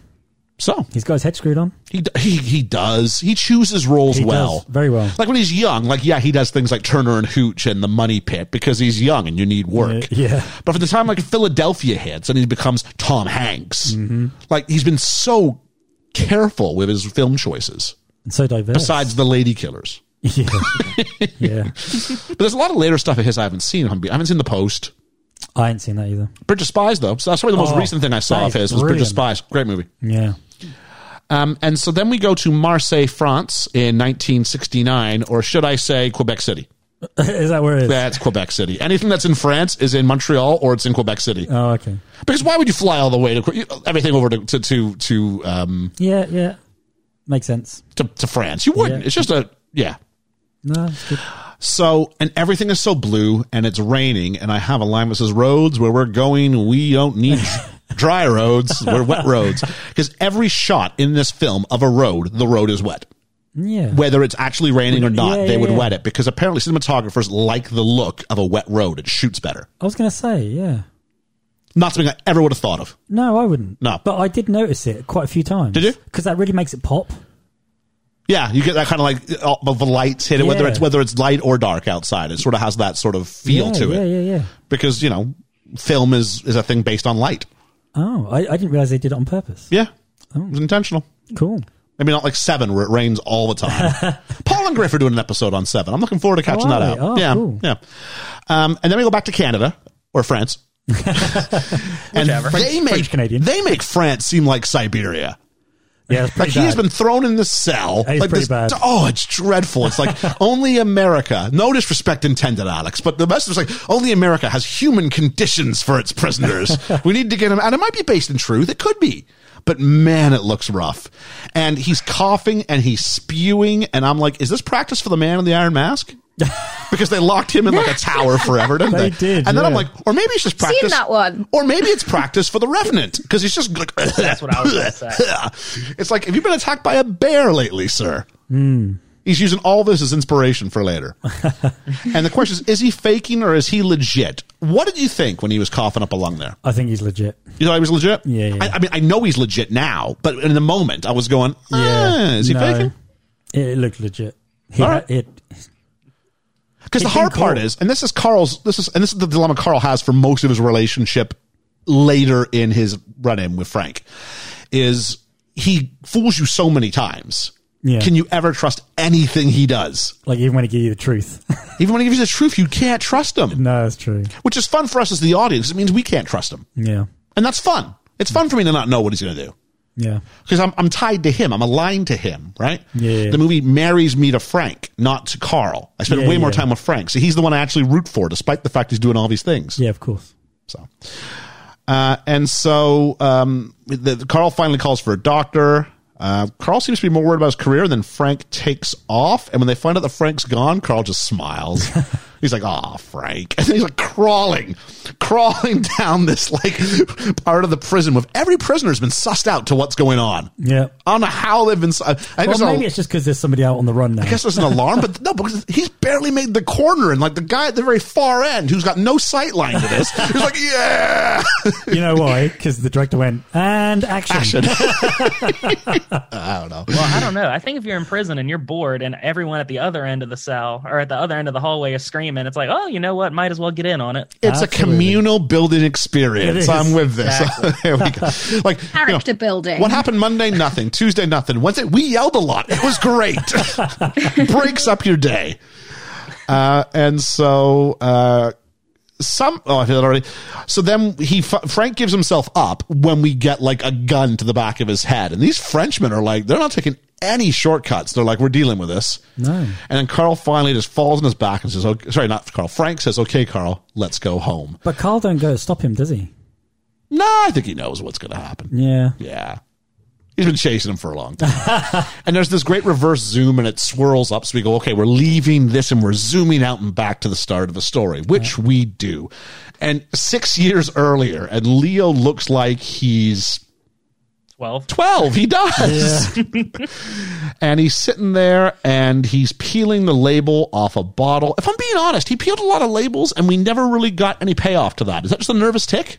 Speaker 4: So
Speaker 5: He's got his head screwed on.
Speaker 4: he, d- he, he does. He chooses roles
Speaker 5: He
Speaker 4: well.
Speaker 5: does very well.
Speaker 4: Like when he's young, like, yeah, he does things like Turner and Hooch and the money pit because he's young and you need work.
Speaker 5: Yeah.
Speaker 4: But from the time like Philadelphia hits and he becomes Tom Hanks,
Speaker 5: Mm-hmm.
Speaker 4: like he's been so careful with his film choices.
Speaker 5: And so diverse.
Speaker 4: Besides the Lady Killers,
Speaker 5: Yeah. yeah.
Speaker 4: but there's a lot of later stuff of his I haven't seen. if I'm be- I haven't seen The Post,
Speaker 5: I ain't seen that either.
Speaker 4: Bridge of Spies though. So that's probably the most
Speaker 5: Oh,
Speaker 4: recent thing I saw
Speaker 5: that
Speaker 4: of
Speaker 5: is
Speaker 4: his was Bridge of
Speaker 5: brilliant.
Speaker 4: Spies. Great movie.
Speaker 5: Yeah.
Speaker 4: Um, and so then we go to Marseille, France, in 1969, or should I say Quebec City?
Speaker 5: is that where it is?
Speaker 4: That's Quebec City. Anything that's in France is in Montreal or it's in Quebec City.
Speaker 5: Oh, okay.
Speaker 4: Because why would you fly all the way to Que- everything over to to to, to um,
Speaker 5: Yeah, yeah. Makes sense.
Speaker 4: to, to France. You wouldn't.
Speaker 5: Yeah.
Speaker 4: It's just a yeah.
Speaker 5: No, it's good.
Speaker 4: So and everything is so blue and it's raining and I have a line that says roads where we're going we don't need dry roads we're wet roads because every shot in this film of a road the road is wet
Speaker 5: Yeah.
Speaker 4: whether it's actually raining or not
Speaker 5: Yeah,
Speaker 4: they
Speaker 5: yeah,
Speaker 4: would
Speaker 5: yeah.
Speaker 4: wet it because apparently cinematographers like the look of a wet road it shoots better
Speaker 5: I was going to say, yeah.
Speaker 4: not something I ever would have thought of
Speaker 5: No, I wouldn't.
Speaker 4: No.
Speaker 5: But I did notice it quite a few times.
Speaker 4: Did you?
Speaker 5: Because that really makes it pop.
Speaker 4: yeah you get that kind of like all of the lights hit it whether
Speaker 5: Yeah.
Speaker 4: it's whether it's light or dark outside it sort of has that sort of feel
Speaker 5: yeah,
Speaker 4: to it
Speaker 5: yeah, Yeah, yeah,
Speaker 4: because you know film is is a thing based on light
Speaker 5: Oh, I, I didn't realize they did it on purpose. Oh.
Speaker 4: yeah it was intentional
Speaker 5: Cool.
Speaker 4: maybe not like seven where it rains all the time paul and Griff are doing an episode on Seven. I'm looking forward to catching
Speaker 5: Oh,
Speaker 4: that out.
Speaker 5: are they? Oh,
Speaker 4: yeah,
Speaker 5: cool.
Speaker 4: yeah. Um, and then we go back to Canada or France. and they make
Speaker 5: French Canadian.
Speaker 4: They make France seem like Siberia.
Speaker 5: Yeah, it's
Speaker 4: Like
Speaker 5: pretty
Speaker 4: he has
Speaker 5: bad.
Speaker 4: been thrown in this cell.
Speaker 5: That is
Speaker 4: like
Speaker 5: pretty
Speaker 4: this,
Speaker 5: bad.
Speaker 4: Oh, it's dreadful. It's like only America. No disrespect intended, Alex, but the best is like only America has human conditions for its prisoners. we need to get him, and it might be based in truth. It could be, but man, it looks rough. And he's coughing and he's spewing, and I'm like, is this practice for the man in the iron mask? because they locked him in like a tower forever, didn't they?
Speaker 5: They did,
Speaker 4: And then I'm
Speaker 5: yeah.
Speaker 4: like, or maybe it's just practice.
Speaker 7: that one.
Speaker 4: Or maybe it's practice for the revenant because he's just like. That's
Speaker 9: what I was gonna say.
Speaker 4: it's like, have you been attacked by a bear lately, sir?
Speaker 9: Hmm.
Speaker 4: He's using all this as inspiration for later. and the question is, is he faking or is he legit? What did you think when he was coughing up a lung there?
Speaker 5: I think he's legit.
Speaker 4: You thought he was legit?
Speaker 5: Yeah, yeah.
Speaker 4: I, I mean, I know he's legit now, but in the moment, I was going, ah, is he
Speaker 5: no.
Speaker 4: faking?
Speaker 5: It, it looked legit. He,
Speaker 4: All right.
Speaker 5: it,
Speaker 4: Because the
Speaker 5: It can
Speaker 4: hard part
Speaker 5: go.
Speaker 4: is, and this is Carl's, this is, and this is the dilemma Carl has for most of his relationship later in his run in with Frank, is he fools you so many times.
Speaker 5: Yeah.
Speaker 4: Can you ever trust anything he does?
Speaker 5: like even when he give you the truth.
Speaker 4: Even when he gives you the truth, you can't trust him,
Speaker 5: no, that's true.
Speaker 4: which is fun for us as the audience. It means we can't trust him.
Speaker 5: Yeah,
Speaker 4: And that's fun. It's fun for me to not know what he's going to do
Speaker 5: yeah.
Speaker 4: because I'm, I'm tied to him. I'm aligned to him, right?
Speaker 5: Yeah.
Speaker 4: The movie marries me to Frank, not to Carl. I spent
Speaker 5: Yeah,
Speaker 4: way more
Speaker 5: yeah.
Speaker 4: time with Frank. So he's the one I actually root for, despite the fact he's doing all these things.
Speaker 5: Yeah, of course.
Speaker 4: So, uh, and so um, the, the- Carl finally calls for a doctor. Uh, Carl seems to be more worried about his career than Frank takes off. And when they find out that Frank's gone, Carl just smiles. he's like, "Ah, Frank!" And then he's like crawling, crawling down this like part of the prison with every prisoner's been sussed out to what's going on.
Speaker 5: Yeah.
Speaker 4: I don't know how they've been. su- I, think
Speaker 5: Well,
Speaker 4: it's a-
Speaker 5: maybe it's just because there's somebody out on the run now.
Speaker 4: I guess there's an alarm, but no, because he's barely made the corner, and like the guy at the very far end who's got no sight line to this, he's like, yeah,
Speaker 5: you know why? Because the director went and action.
Speaker 4: I don't know.
Speaker 9: Well, I don't know. I think if you're in prison and you're bored and everyone at the other end of the cell or at the other end of the hallway is screaming, it's like, oh, you know what? Might as well get in on it.
Speaker 4: It's a
Speaker 5: Absolutely.
Speaker 4: communal building experience.
Speaker 5: It is.
Speaker 4: I'm with this. there we go. Like you know,
Speaker 7: Character building.
Speaker 4: What happened Monday? Nothing. Tuesday? Nothing. Wednesday? We yelled a lot. It was great. Breaks up your day. Uh, and so uh, some. Oh, I feel it already. So then he Frank gives himself up when we get like a gun to the back of his head, and these Frenchmen are like they're not taking any shortcuts. They're like we're dealing with this. No. And then Carl finally just falls on his back and says, "Okay, sorry, not Carl." Frank says, "Okay, Carl, let's go home."
Speaker 5: But Carl don't go to stop him, does he?
Speaker 4: No, I think he knows what's going to happen.
Speaker 5: Yeah.
Speaker 4: Yeah. He's been chasing him for a long time. and there's this great reverse zoom and it swirls up. So we go, okay, we're leaving this and we're zooming out and back to the start of the story, which we do. And six years earlier, and Leo looks like he's
Speaker 9: 12.
Speaker 4: 12 he does and he's sitting there and he's peeling the label off a bottle if i'm being honest he peeled a lot of labels and we never really got any payoff to that is that just a nervous tick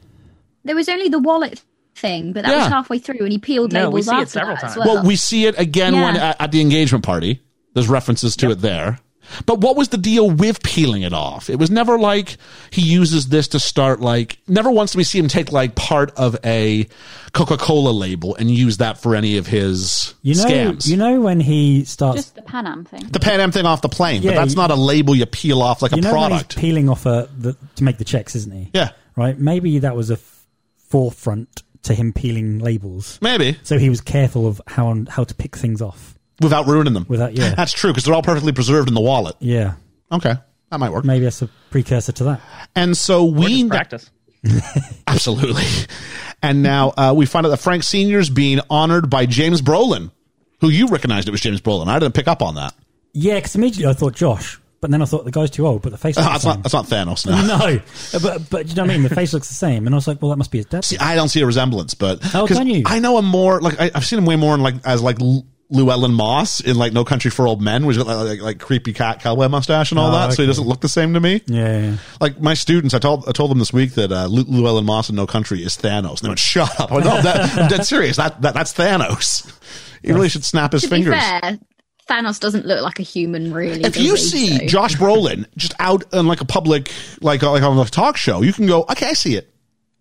Speaker 7: There was only the wallet thing, but that
Speaker 4: Yeah.
Speaker 7: was halfway through, and he peeled
Speaker 9: No, we
Speaker 7: labels
Speaker 9: see it
Speaker 7: after
Speaker 9: several
Speaker 7: that as
Speaker 9: times.
Speaker 7: well.
Speaker 5: Uh,
Speaker 4: Well, we see it again
Speaker 7: Yeah.
Speaker 4: when at, at the engagement party. There's references to it there. But what was the deal with peeling it off? It was never like he uses this to start like never once did we see him take like part of a Coca-Cola label and use that for any of his
Speaker 5: You know,
Speaker 4: scams.
Speaker 5: you know when he starts.
Speaker 8: Just the Pan Am thing.
Speaker 4: the Pan Am thing off the plane, but
Speaker 5: Yeah,
Speaker 4: that's
Speaker 5: you-
Speaker 4: not a label you peel off like
Speaker 5: you
Speaker 4: a
Speaker 5: know when he's
Speaker 4: product.
Speaker 5: peeling off a the, to make the checks, isn't he?
Speaker 4: yeah,
Speaker 5: Right. Maybe that was a f- forefront to him peeling labels.
Speaker 4: maybe
Speaker 5: So he was careful of how on, how to pick things off.
Speaker 4: without ruining them.
Speaker 5: Without- yeah.
Speaker 4: that's true because they're all perfectly preserved in the wallet.
Speaker 5: Yeah.
Speaker 4: Okay, that might work.
Speaker 5: Maybe that's a precursor to that.
Speaker 4: And so we
Speaker 9: Just practice.
Speaker 4: Absolutely. And now uh, we find out that Frank Sr.'s being honored by James Brolin, who you recognized it was James Brolin. I didn't pick up on that.
Speaker 5: Yeah, because immediately I thought Josh, but then I thought the guy's too old, but the face looks
Speaker 4: that's,
Speaker 5: the same.
Speaker 4: not, that's not Thanos now.
Speaker 5: no, but but you know what I mean. The face looks the same, and I was like, well, that must be his dad.
Speaker 4: See, I don't see a resemblance, but
Speaker 5: Oh,
Speaker 4: 'cause
Speaker 5: can you?
Speaker 4: I know him more. Like I, I've seen him way more in like as like L- Llewellyn Moss in like No Country for Old Men, which is like, like, like creepy cat cowboy mustache and all
Speaker 5: Oh,
Speaker 4: that. So he
Speaker 5: okay.
Speaker 4: doesn't look the same to me.
Speaker 5: Yeah, yeah, yeah.
Speaker 4: Like my students, I told I told them this week that uh, Lu- Llewellyn Moss in No Country is Thanos. And they went, "Shut up!" I went, no, that, I'm dead serious. That, that that's Thanos. He really should snap his
Speaker 7: to
Speaker 4: fingers.
Speaker 7: be fair, Thanos doesn't look like a human, really.
Speaker 4: if
Speaker 7: does
Speaker 4: you
Speaker 7: he?
Speaker 4: see
Speaker 7: So-
Speaker 4: Josh Brolin just out on like a public, like like on a talk show, you can go, okay, I see it.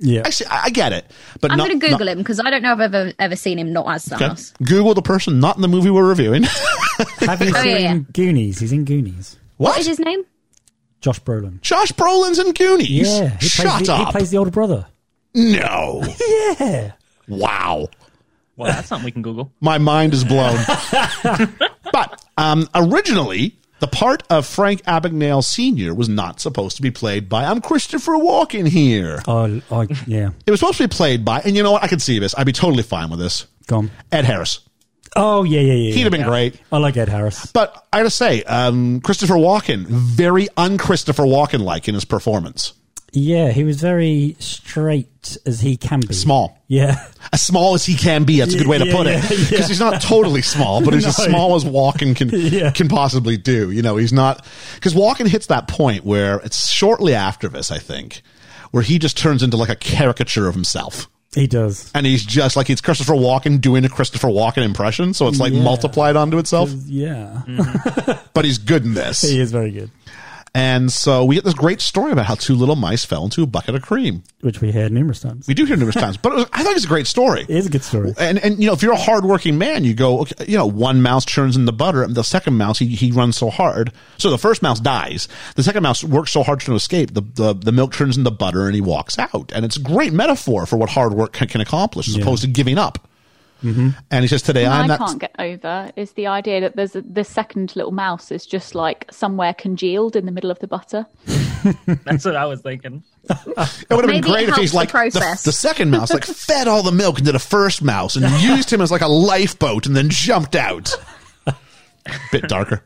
Speaker 5: Yeah.
Speaker 4: I see. I I get it, but
Speaker 7: I'm
Speaker 4: not-
Speaker 7: going to Google
Speaker 4: not-
Speaker 7: him because I don't know if I've ever ever seen him not as
Speaker 4: Okay.
Speaker 7: Thanos.
Speaker 4: Google the person not in the movie we're reviewing.
Speaker 5: Have you
Speaker 7: Oh,
Speaker 5: seen
Speaker 7: yeah, yeah.
Speaker 5: Goonies? He's in Goonies.
Speaker 4: what?
Speaker 7: What is his name?
Speaker 5: Josh Brolin.
Speaker 4: Josh Brolin's in Goonies.
Speaker 5: Yeah. He plays
Speaker 4: Shut
Speaker 5: the,
Speaker 4: up.
Speaker 5: He plays the older brother.
Speaker 4: no.
Speaker 5: Yeah.
Speaker 4: wow.
Speaker 9: Well, that's something we can Google.
Speaker 4: My mind is blown. but um, originally, the part of Frank Abagnale Sr. was not supposed to be played by, I'm Christopher Walken here.
Speaker 5: Oh, I, yeah.
Speaker 4: It was supposed to be played by, and you know what? I could see this. I'd be totally fine with this.
Speaker 5: Gone.
Speaker 4: Ed Harris.
Speaker 5: Oh, yeah, yeah, yeah.
Speaker 4: He'd have been great.
Speaker 5: I like Ed Harris.
Speaker 4: But I gotta say, um, Christopher Walken, very un Christopher Walken like in his performance.
Speaker 5: Yeah, he was very straight as he can be.
Speaker 4: Small.
Speaker 5: Yeah.
Speaker 4: As small as he can be, that's a good way to
Speaker 5: Yeah,
Speaker 4: put it.
Speaker 5: yeah,
Speaker 4: Because
Speaker 5: yeah.
Speaker 4: he's not totally small, but he's as
Speaker 5: No.
Speaker 4: small as Walken can
Speaker 5: Yeah.
Speaker 4: can possibly do. You know, he's not because Walken hits that point where it's shortly after this, I think, where he just turns into like a caricature of himself.
Speaker 5: He does.
Speaker 4: And he's just like it's Christopher Walken doing a Christopher Walken impression, so it's like
Speaker 5: Yeah.
Speaker 4: multiplied onto itself.
Speaker 5: Yeah.
Speaker 4: Mm. But he's good in this.
Speaker 5: He is very good,
Speaker 4: And so we get this great story about how two little mice fell into a bucket of cream.
Speaker 5: which we heard numerous times.
Speaker 4: We do hear numerous times, but it was, I think it's a great story.
Speaker 5: It is a good story.
Speaker 4: And and you know, if you're a hardworking man, you go, okay, you know, one mouse churns in the butter, and the second mouse he, he runs so hard, so the first mouse dies. The second mouse works so hard to escape. The, the the milk turns into butter, and he walks out. And it's a great metaphor for what hard work can, can accomplish, as opposed to giving up. And he says, "Today I'm
Speaker 8: I
Speaker 4: not."
Speaker 8: can't get over is the idea that there's a, the second little mouse is just like somewhere congealed in the middle of the butter.
Speaker 9: That's what I was thinking.
Speaker 4: It would have been
Speaker 7: Maybe it
Speaker 4: great if
Speaker 7: helps
Speaker 4: he's
Speaker 7: the
Speaker 4: like the,
Speaker 7: process.
Speaker 4: the second mouse, like fed all the milk into the first mouse and used him as like a lifeboat and then jumped out. Bit darker.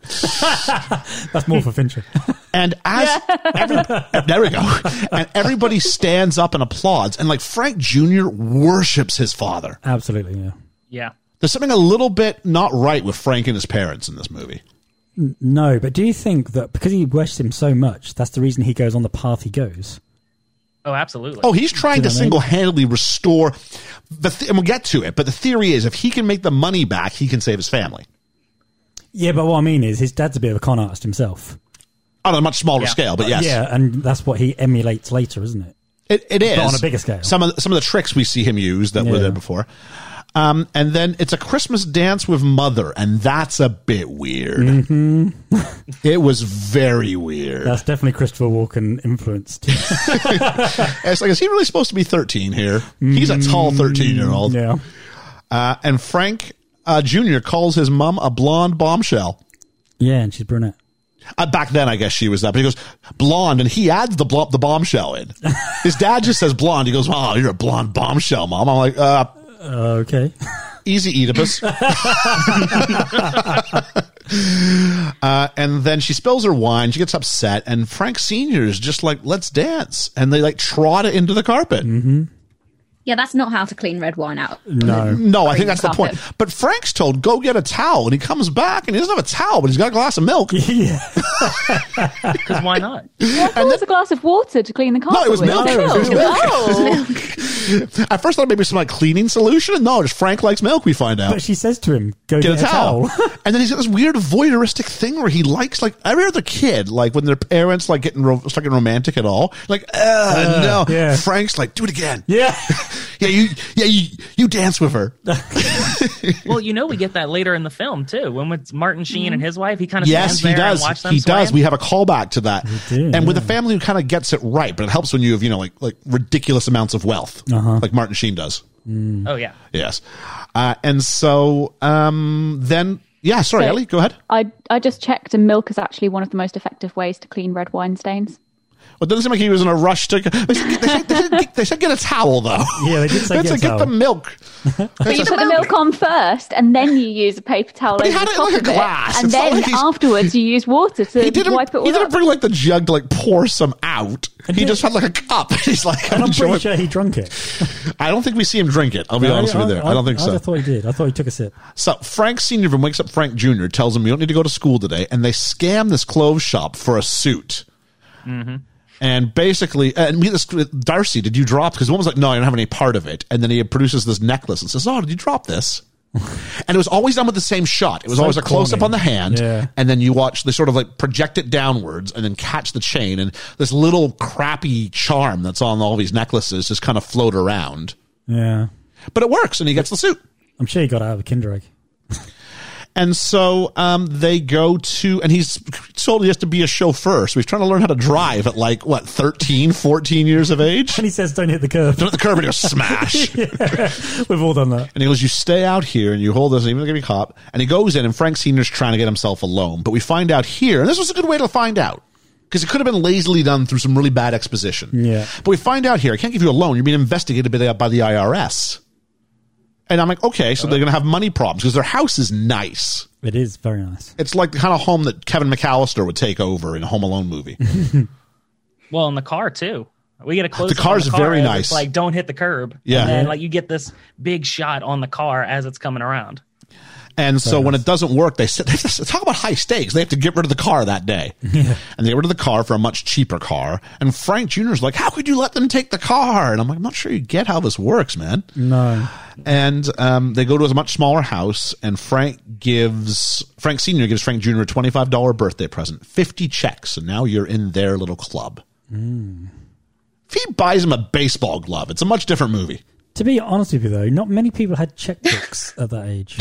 Speaker 5: That's more for Fincher.
Speaker 4: And as every, there we go, and everybody stands up and applauds, and like Frank Jr. worships his father.
Speaker 5: Absolutely, yeah.
Speaker 9: Yeah.
Speaker 4: There's something a little bit not right with Frank and his parents in this movie.
Speaker 5: No, but do you think that because he worships him so much, that's the reason he goes on the path he goes?
Speaker 9: Oh, absolutely.
Speaker 4: Oh, he's trying to
Speaker 5: what I mean?
Speaker 4: single handedly restore the, th- and we'll get to it. But the theory is, if he can make the money back, he can save his family.
Speaker 5: Yeah, but what I mean is his dad's a bit of a con artist himself.
Speaker 4: on a much smaller
Speaker 9: Yeah.
Speaker 4: scale, but yes,
Speaker 5: Yeah, and that's what he emulates later, isn't it?
Speaker 4: it, it is
Speaker 5: on a bigger scale.
Speaker 4: Some of the, some of the tricks we see him use that were
Speaker 5: Yeah.
Speaker 4: there before, um, and then it's a Christmas dance with mother, and that's a bit weird. it was very weird.
Speaker 5: Mm-hmm. That's definitely Christopher Walken influenced.
Speaker 4: it's like, is he really supposed to be thirteen here? He's a tall thirteen year old,
Speaker 5: Mm, yeah.
Speaker 4: uh, and Frank uh, Junior calls his mom a blonde bombshell.
Speaker 5: Yeah, and she's brunette.
Speaker 4: Uh, back then, I guess she was that, but he goes blonde, and he adds the blo- the bombshell in. His dad just says blonde. He goes, "Oh, you're a blonde bombshell, mom." I'm like, uh,
Speaker 5: Okay.
Speaker 4: easy Oedipus. uh, Uh, and then she spills her wine. She gets upset, and Frank Senior is just like, "Let's dance," and they like trot it into the carpet.
Speaker 5: Mm-hmm.
Speaker 7: Yeah, that's not how to clean red wine out.
Speaker 5: No.
Speaker 4: No, I think that's the
Speaker 8: Carpet.
Speaker 4: point. But Frank's told, "Go get a towel," and he comes back, and he doesn't have a towel, but he's got a glass of milk.
Speaker 5: yeah.
Speaker 9: Because why not?
Speaker 8: I thought it was a glass of water to clean the carpet.
Speaker 4: it was
Speaker 8: with.
Speaker 4: milk.
Speaker 8: Oh,
Speaker 4: It was milk.
Speaker 8: oh.
Speaker 4: At first, I thought maybe some like cleaning solution. No, just Frank likes milk. We find out.
Speaker 5: But she says to him, go
Speaker 4: get,
Speaker 5: get,
Speaker 4: a towel.
Speaker 5: towel.
Speaker 4: and then he's got this weird voyeuristic thing where he likes like every other kid, like when their parents like getting ro- start getting romantic at all. Like, uh, no,
Speaker 5: yeah.
Speaker 4: Frank's like, do it again.
Speaker 5: yeah.
Speaker 4: yeah, you, yeah, you, you dance with her.
Speaker 9: Well, you know, we get that later in the film too. When with Martin Sheen and his wife, he kind of
Speaker 4: yes,
Speaker 9: stands there
Speaker 4: he
Speaker 9: and watch
Speaker 4: does.
Speaker 9: them
Speaker 4: He
Speaker 9: sway.
Speaker 4: does. We have a callback to that.
Speaker 5: do,
Speaker 4: and with a
Speaker 5: yeah.
Speaker 4: family who kind of gets it right, but it helps when you have you know like like ridiculous amounts of wealth,
Speaker 5: Uh-huh.
Speaker 4: like Martin Sheen does.
Speaker 9: oh yeah.
Speaker 4: Yes, uh, and so um, then yeah, sorry,
Speaker 8: So-
Speaker 4: Ellie, go ahead.
Speaker 8: I I just checked, and milk is actually one of the most effective ways to clean red wine stains.
Speaker 4: Well, it doesn't seem like he was in a rush to. They said, they said, they said, they said get a towel though.
Speaker 5: Yeah, they did say
Speaker 4: That's
Speaker 5: get a
Speaker 4: like, get
Speaker 5: towel.
Speaker 4: the milk.
Speaker 8: But you put the milk on first, and then you use a paper towel
Speaker 4: But he
Speaker 8: over
Speaker 4: had
Speaker 8: the
Speaker 4: it
Speaker 8: top
Speaker 4: like a
Speaker 8: of it,
Speaker 4: glass.
Speaker 8: and
Speaker 4: It's not
Speaker 8: then
Speaker 4: like he's-
Speaker 8: afterwards you use water to
Speaker 4: He didn't.
Speaker 8: wipe it all
Speaker 4: he didn't
Speaker 8: up.
Speaker 4: bring like the jug to like pour some out. He just had like a cup. He's like,
Speaker 5: And
Speaker 4: I'm
Speaker 5: I'm
Speaker 4: enjoying.
Speaker 5: pretty sure he drunk it.
Speaker 4: I don't think we see him drink it. I'll be honest with you. There, I, don't think
Speaker 5: I
Speaker 4: so.
Speaker 5: thought he did. I thought he took a sip.
Speaker 4: So Frank Senior from wakes up Frank Junior tells him you don't need to go to school today, and they scam this clothes shop for a suit.
Speaker 5: Mm-hmm.
Speaker 4: And basically, and we this Darcy, did you drop? Because one was like, no, I don't have any part of it. And then he produces this necklace and says, oh, did you drop this? And it was always done with the same shot. It was
Speaker 5: So
Speaker 4: always a close up
Speaker 5: cloning.
Speaker 4: on the hand,
Speaker 5: Yeah.
Speaker 4: and then you watch they sort of like project it downwards and then catch the chain, and this little crappy charm that's on all these necklaces just kind of float around.
Speaker 5: Yeah.
Speaker 4: But it works, and he gets the suit.
Speaker 5: I'm sure he got it out of a Kinder Egg.
Speaker 4: And so um, they go to, and he's told he has to be a chauffeur. So he's trying to learn how to drive at like, what, 13, 14 years of age?
Speaker 5: And he says, don't hit the curb.
Speaker 4: Don't hit the curb and you smash.
Speaker 5: We've all done that.
Speaker 4: And he goes, You stay out here and you hold this, and even going to be cop. And he goes in, and Frank Sr.'s trying to get himself a loan. But we find out here, and this was a good way to find out. Because it could have been lazily done through some really bad exposition.
Speaker 5: Yeah.
Speaker 4: But we find out here, I can't give you a loan. You're being investigated by the, by the IRS. And I'm like, okay, so they're going to have money problems because their house is nice.
Speaker 5: It is very nice.
Speaker 4: It's like the kind of home that Kevin McAllister would take over in a Home Alone movie.
Speaker 9: Well, in the car too. We get a close.
Speaker 4: car's very
Speaker 9: as
Speaker 4: nice.
Speaker 9: It's like don't hit the curb.
Speaker 4: Yeah.
Speaker 9: and then, like you get this big shot on the car as it's coming around.
Speaker 4: And so when it doesn't work, they sit, talk about high stakes. They have to get rid of the car that day. And they get rid of the car for a much cheaper car. And Frank Jr.'s like, how could you let them take the car? And I'm like, I'm not sure you get how this works, man.
Speaker 5: No.
Speaker 4: And um, they go to a much smaller house. And Frank gives, Frank Sr. gives Frank Jr. a $25 birthday present, 50 checks. And now you're in their little club. If he buys him a baseball glove, it's a much different movie.
Speaker 5: To be honest with you, though, not many people had checkbooks at that age.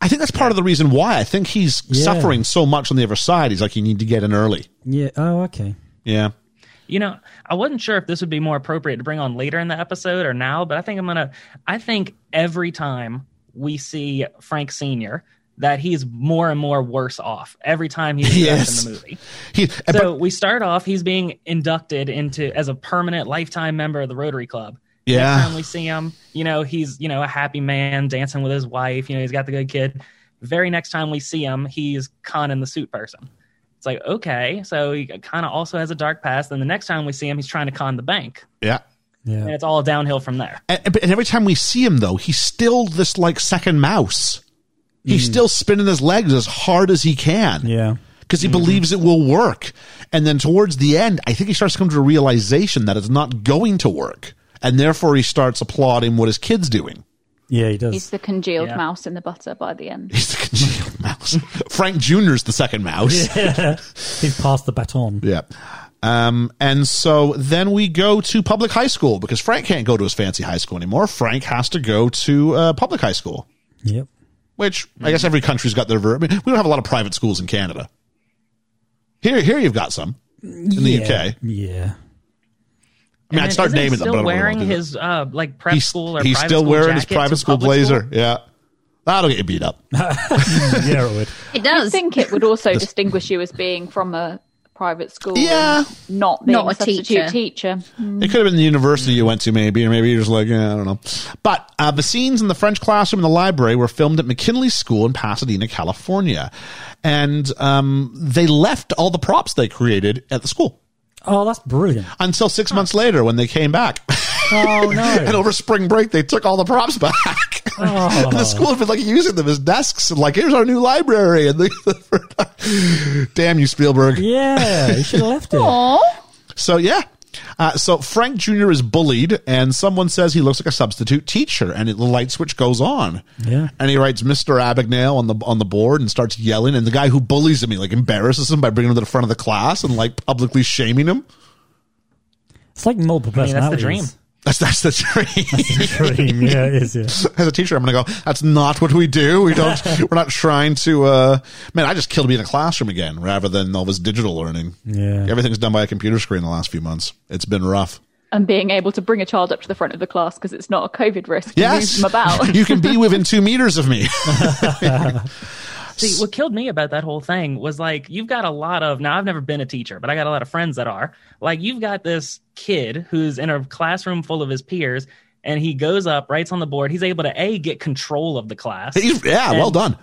Speaker 4: I think that's part of the reason why I think he's
Speaker 5: Yeah.
Speaker 4: suffering so much on the other side. He's like, you need to get in early.
Speaker 5: Yeah. Oh, okay.
Speaker 4: Yeah.
Speaker 9: You know, I wasn't sure if this would be more appropriate to bring on later in the episode or now, but I think I'm gonna. I think every time we see Frank Senior, that he's more and more worse off every time he's
Speaker 4: Yes.
Speaker 9: in the movie.
Speaker 4: He,
Speaker 9: So
Speaker 4: but,
Speaker 9: we start off. He's being inducted into as a permanent lifetime member of the Rotary Club. Next time
Speaker 4: yeah.
Speaker 9: we see him, you know, he's you know a happy man dancing with his wife. You know, he's got the good kid. Very next time we see him, he's conning the suit person. It's like okay, so he kind of also has a dark past. Then the next time we see him, he's trying to con the bank,
Speaker 4: Yeah.
Speaker 9: and
Speaker 5: Yeah.
Speaker 9: it's all downhill from there.
Speaker 4: And, and- but- and every time we see him, though, he's still this like second mouse. He's still spinning his legs as hard as he can.
Speaker 5: Mm. Yeah. Mm-hmm.
Speaker 4: Because he believes it will work. And then towards the end, I think he starts to come to a realization that it's not going to work. And therefore, he starts applauding what his kid's doing.
Speaker 5: Yeah, he does.
Speaker 8: He's the congealed
Speaker 9: Yeah.
Speaker 8: mouse in the butter by the end.
Speaker 4: He's the congealed mouse. Frank Jr.'s the second mouse.
Speaker 5: He's passed the baton.
Speaker 4: Yeah. Um, and so then we go to public high school because Frank can't go to his fancy high school anymore. Frank has to go to uh, public high school,
Speaker 5: Yep.
Speaker 4: which I
Speaker 9: Mm-hmm.
Speaker 4: guess every country's got their. Ver- I mean, we don't have a lot of private schools in Canada. Here, here you've got some in the
Speaker 5: yeah.
Speaker 4: UK.
Speaker 5: Yeah.
Speaker 4: I mean,
Speaker 9: And
Speaker 4: I'd start
Speaker 9: isn't he
Speaker 4: naming them,
Speaker 9: still
Speaker 4: but I don't really
Speaker 9: wearing
Speaker 4: wanna do that.
Speaker 9: his uh, like prep
Speaker 4: He's,
Speaker 9: school or
Speaker 4: he's
Speaker 9: private
Speaker 4: still
Speaker 9: school
Speaker 4: wearing his
Speaker 9: jacket
Speaker 4: private
Speaker 9: to
Speaker 4: school
Speaker 9: public
Speaker 4: blazer. Yeah, that'll get you beat up.
Speaker 5: Yeah, it would.
Speaker 7: It
Speaker 8: I
Speaker 7: does.
Speaker 8: think it would also distinguish you as being from a private school. and
Speaker 4: Yeah.
Speaker 8: Not being
Speaker 7: Not
Speaker 8: a
Speaker 7: a
Speaker 8: substitute teacher.
Speaker 7: teacher.
Speaker 4: It could have been the university you went to, maybe, or maybe you're just like, yeah, I don't know. But uh, the scenes in the French classroom and the library were filmed at McKinley School in Pasadena, California, and um, they left all the props they created at the school
Speaker 5: Oh, that's brilliant.
Speaker 4: until six months later when they came back.
Speaker 5: Oh,
Speaker 4: and
Speaker 5: no.
Speaker 4: over spring break, they took all the props back.
Speaker 5: Oh.
Speaker 4: and the school had been like using them as desks and like, here's our new library. And they, damn you, Spielberg.
Speaker 5: Yeah, he should have left it.
Speaker 4: So yeah. Uh, so Frank Jr. is bullied, and someone says he looks like a substitute teacher, and it, the light switch goes on.
Speaker 5: Yeah.
Speaker 4: and he writes Mr. Abagnale on the on the board and starts yelling, and the guy who bullies him, he like embarrasses him by bringing him to the front of the class and like publicly shaming him.
Speaker 5: It's like multiple
Speaker 9: mean, that's the
Speaker 5: personalities.
Speaker 4: That's that's the dream.
Speaker 5: dream. Yeah, it is. Yeah.
Speaker 4: As a teacher, I'm going to go. That's not what we do. We don't. we're not trying to. uh Man, I just killed to be in a classroom again rather than all this digital learning.
Speaker 5: Yeah.
Speaker 4: everything's done by a computer screen the last few months. It's been rough.
Speaker 8: And being able to bring a child up to the front of the class because it's not a COVID risk. You Move
Speaker 4: Yes,
Speaker 8: them about.
Speaker 4: you can be within two meters of me.
Speaker 9: See, what killed me about that whole thing was like you've got a lot of now I've never been a teacher, but I got a lot of friends that are. Like you've got this kid who's in a classroom full of his peers and he goes up, writes on the board, he's able to A get control of the class.
Speaker 4: He's- yeah, well done.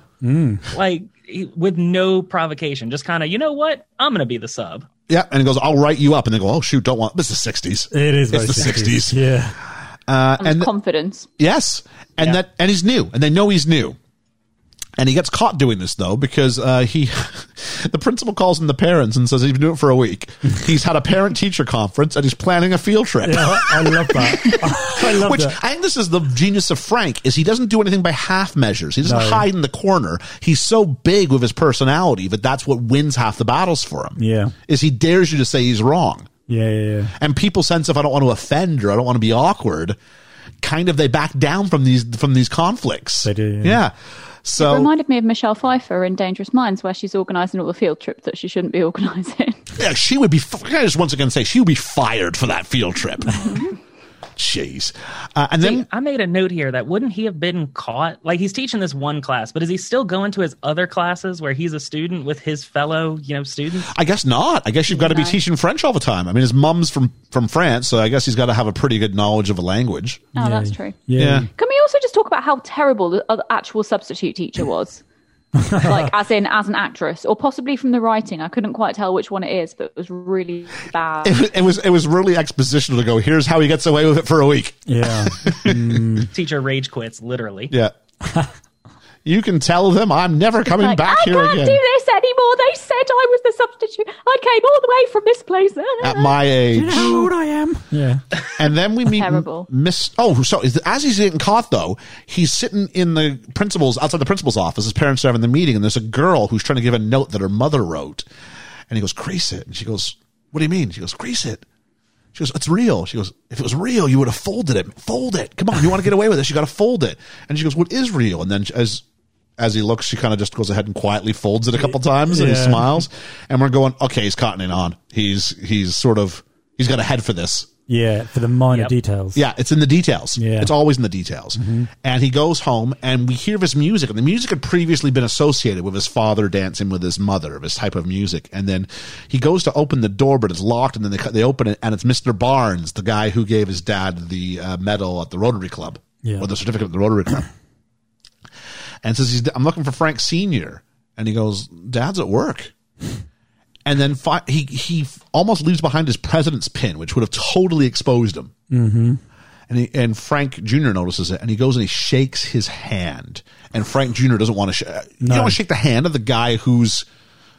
Speaker 9: like he- with no provocation, just kind of, you know what? I'm going to be the sub.
Speaker 4: Yeah, and he goes, "I'll write you up," and they go, "Oh shoot, don't want." This is the '60s.
Speaker 5: It
Speaker 4: It's
Speaker 5: is. very
Speaker 4: the '60s.
Speaker 5: Yeah.
Speaker 4: Uh, and th-
Speaker 8: Confidence.
Speaker 4: yes, and that and he's new, and they know he's new, and he gets caught doing this though because uh, he, the principal calls in the parents and says he's been doing it for a week, He's had a parent teacher conference and he's planning a field trip.
Speaker 5: Yeah, Oh, I love that. I love
Speaker 4: Which
Speaker 5: that.
Speaker 4: I think this is the genius of Frank is he doesn't do anything by half measures. He doesn't
Speaker 5: No.
Speaker 4: hide in the corner. He's so big with his personality that that's what wins half the battles for him.
Speaker 5: Yeah.
Speaker 4: is he dares you to say he's wrong,
Speaker 5: Yeah, yeah, yeah.
Speaker 4: and people sense if I don't want to offend or I don't want to be awkward, kind of they back down from these from these conflicts.
Speaker 5: They do, yeah.
Speaker 4: So
Speaker 8: Reminded me of Michelle Pfeiffer in Dangerous Minds, where she's organising all the field trips that she shouldn't be organising.
Speaker 4: Yeah, she would be. I just once again say she would be fired for that field trip. Jeez, uh, and
Speaker 9: See,
Speaker 4: then
Speaker 9: I made a note here that wouldn't he have been caught? Like he's teaching this one class, but is he still going to his other classes where he's a student with his fellow, you know, students?
Speaker 4: I guess not. I guess you've got to be
Speaker 8: No.
Speaker 4: teaching French all the time. I mean, his mum's from from France, so I guess he's got to have a pretty good knowledge of a language.
Speaker 8: Oh, that's true.
Speaker 5: Yeah.
Speaker 4: Yeah.
Speaker 8: Can we also just talk about how terrible the uh, actual substitute teacher was? like as in as an actress or possibly from the writing i couldn't quite tell which one it is but it was really bad
Speaker 4: It, was- it was it was really expositional to go. Here's how he gets away with it for a week.
Speaker 5: Yeah.
Speaker 9: Teacher rage quits, literally.
Speaker 4: Yeah, you can tell them I'm never coming
Speaker 8: Like,
Speaker 4: back
Speaker 8: i
Speaker 4: here
Speaker 8: can't
Speaker 4: again.
Speaker 8: do this anymore they said i was the substitute i came all the way from this place
Speaker 4: At my age,
Speaker 5: How old I am. Yeah.
Speaker 4: and then we meet
Speaker 8: Terrible.
Speaker 4: Miss. Oh, so is, as he's getting caught though, he's sitting in the principal's outside the principal's office. His parents are having the meeting, and there's a girl who's trying to give a note that her mother wrote, and he goes, "Crease it," and she goes, "What do you mean?" She goes, "Crease it." She goes, "It's real." She goes, "If it was real, you would have folded it. Fold it. Come on, you want to get away with this? You got to fold it." And she goes, "What is real?" And then as as he looks, she kind of just goes ahead and quietly folds it a couple times, and he
Speaker 5: Yeah.
Speaker 4: smiles. And we're going, "Okay, he's cottoning on. He's he's sort of he's got a head for this."
Speaker 5: Yeah. For the minor
Speaker 9: Yep.
Speaker 5: details.
Speaker 4: Yeah, it's in the details.
Speaker 5: Yeah. Mm-hmm.
Speaker 4: It's always in the details. And he goes home and we hear of his music. And the music had previously been associated with his father dancing with his mother, of his type of music. And then he goes to open the door, but it's locked. And then they, cut- they open it and it's Mr. Barnes, the guy who gave his dad the uh, medal at the Rotary Club
Speaker 5: Yeah.
Speaker 4: or the certificate at the Rotary Club. and says, he's, I'm looking for Frank Sr. And he goes, Dad's at work and then fi- he he almost leaves behind his president's pin, which would have totally exposed him. Mm-hmm. And he, and Frank Jr. notices it, and he goes and he shakes his hand. And Frank Jr. doesn't want to. Sh- uh, You don't want to shake the hand of the guy who's,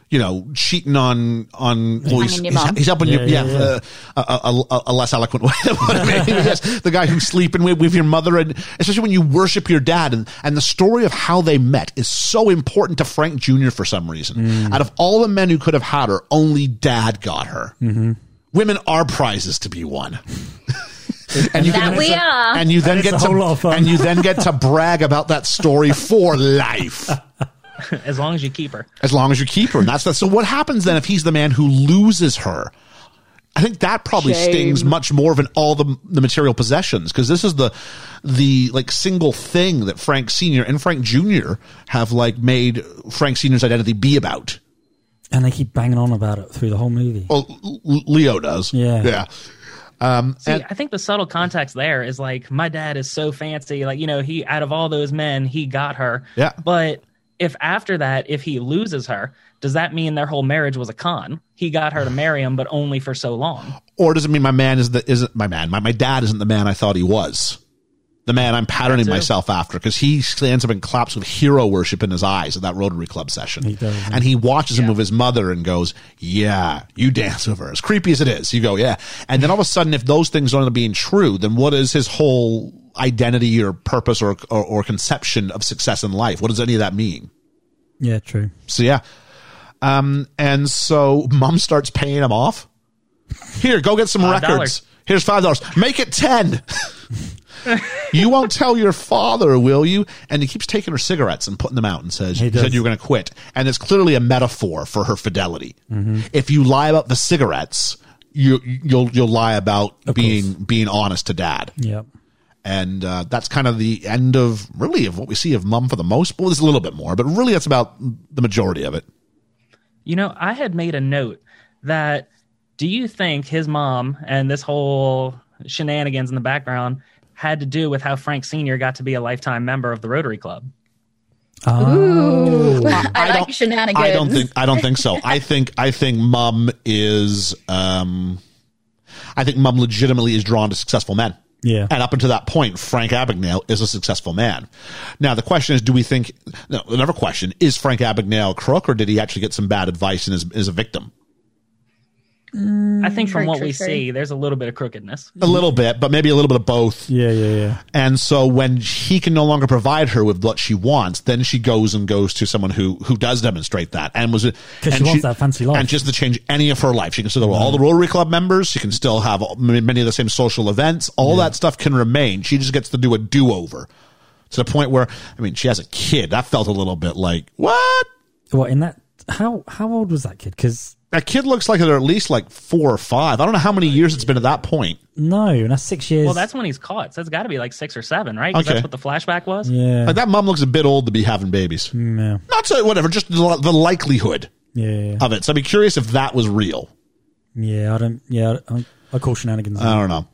Speaker 4: you know, cheating on on. Well, he's,
Speaker 8: Hanging your
Speaker 4: he's,
Speaker 8: mum.
Speaker 4: he's up on your
Speaker 5: yeah,
Speaker 4: yeah, uh, a, a- a, a less eloquent way. than what I mean. yes, the guy who's sleeping with, with your mother, and especially when you worship your dad, and and the story of how they met is so important to Frank Jr. for some reason. Out of all the men who could have had her, only Dad got her. Women are prizes to be won. and you
Speaker 7: That we are.
Speaker 4: and you then
Speaker 5: it's
Speaker 4: get
Speaker 5: a
Speaker 4: to
Speaker 5: whole lot of fun.
Speaker 4: and you then get to brag about that story for life
Speaker 9: As long as you keep her.
Speaker 4: as long as you keep her. And that's that. So what happens then if he's the man who loses her? I think that probably
Speaker 8: Shame.
Speaker 4: stings much more than all the the material possessions because this is the the like single thing that Frank Senior and Frank Junior have like made Frank Senior's identity be about.
Speaker 5: And they keep banging on about it through the whole movie.
Speaker 4: Well, L- L- Leo does.
Speaker 5: Yeah.
Speaker 4: yeah.
Speaker 9: See, I think the subtle context there is like my dad is so fancy, like you know, he out of all those men, he got her.
Speaker 4: Yeah.
Speaker 9: But if after that, if he loses her, does that mean their whole marriage was a con? He got her to marry him, but only for so long.
Speaker 4: Or does it mean my man is the isn't my man? My my dad isn't the man I thought he was. The man I'm patterning
Speaker 9: That too.
Speaker 4: myself after because he stands up and claps with hero worship in his eyes at that Rotary Club session.
Speaker 5: He does, yeah.
Speaker 4: and he watches him with his mother and goes, Yeah, you dance with her. As creepy as it is, you go, Yeah. And then all of a sudden, if those things don't end up being true, then what is his whole identity or purpose or, or, or conception of success in life? What does any of that mean?
Speaker 5: Yeah, true.
Speaker 4: So yeah. Um, and so mom starts paying him off. Here, go get some
Speaker 9: Five
Speaker 4: records.
Speaker 9: dollars.
Speaker 4: Here's five dollars. Make it ten. you won't tell your father, will you? And he keeps taking her cigarettes and putting them out and says,
Speaker 5: He
Speaker 4: "You said
Speaker 5: does.
Speaker 4: you were going to quit." And it's clearly a metaphor for her fidelity.
Speaker 5: Mm-hmm.
Speaker 4: If you lie about the cigarettes, you you'll you'll lie about
Speaker 5: Of
Speaker 4: being being honest to dad
Speaker 5: Yeah.
Speaker 4: and uh, that's kind of the end of really of what we see of Mum for the most. Well, there's a little bit more, but really that's about the majority of it.
Speaker 9: You know, I had made a note that do you think his mom and this whole shenanigans in the background had to do with how Frank Sr. got to be a lifetime member of the Rotary Club?
Speaker 5: Uh,
Speaker 7: Ooh, I,
Speaker 4: don't-
Speaker 7: like shenanigans.
Speaker 4: I don't think I don't think so. I think I think Mum is um, I think Mum legitimately is drawn to successful men.
Speaker 5: Yeah.
Speaker 4: And up until that point, Frank Abagnale is a successful man. Now the question is, do we think? No, another question is Frank Abagnale a crook, or did he actually get some bad advice and is, is a victim?
Speaker 9: I think from
Speaker 7: True,
Speaker 9: what
Speaker 7: Mm, true,
Speaker 9: we
Speaker 7: true.
Speaker 9: see, there's a little bit of crookedness.
Speaker 4: a little bit, but maybe a little bit of both.
Speaker 5: Yeah, yeah, yeah.
Speaker 4: And so when he can no longer provide her with what she wants, then she goes and goes to someone who who does demonstrate that and was and
Speaker 5: she wants that fancy life.
Speaker 4: and just to change any of her life. She can still go to all the Rotary Club members. She can still have all- m- many of the same social events. All that stuff can remain. She just gets to do a do over to the point where I mean, she has a kid. That felt a little bit like what
Speaker 5: What in that? How how old was that kid? Because
Speaker 4: that kid looks like they're at least like four or five. I don't know how many years it's been at that point.
Speaker 5: no, and that's six years.
Speaker 9: Well, that's when he's caught. So it's got to be like six or seven, right? 'Cause
Speaker 4: Okay.
Speaker 9: That's what the flashback was.
Speaker 5: yeah, Hmm.
Speaker 4: Like that mom looks a bit old to be having babies.
Speaker 5: yeah,
Speaker 4: Not so whatever. Just the li- the likelihood.
Speaker 5: yeah, yeah.
Speaker 4: of it. So I'd be curious if that was real.
Speaker 5: yeah I don't. Yeah, I, I call shenanigans.
Speaker 4: I don't know.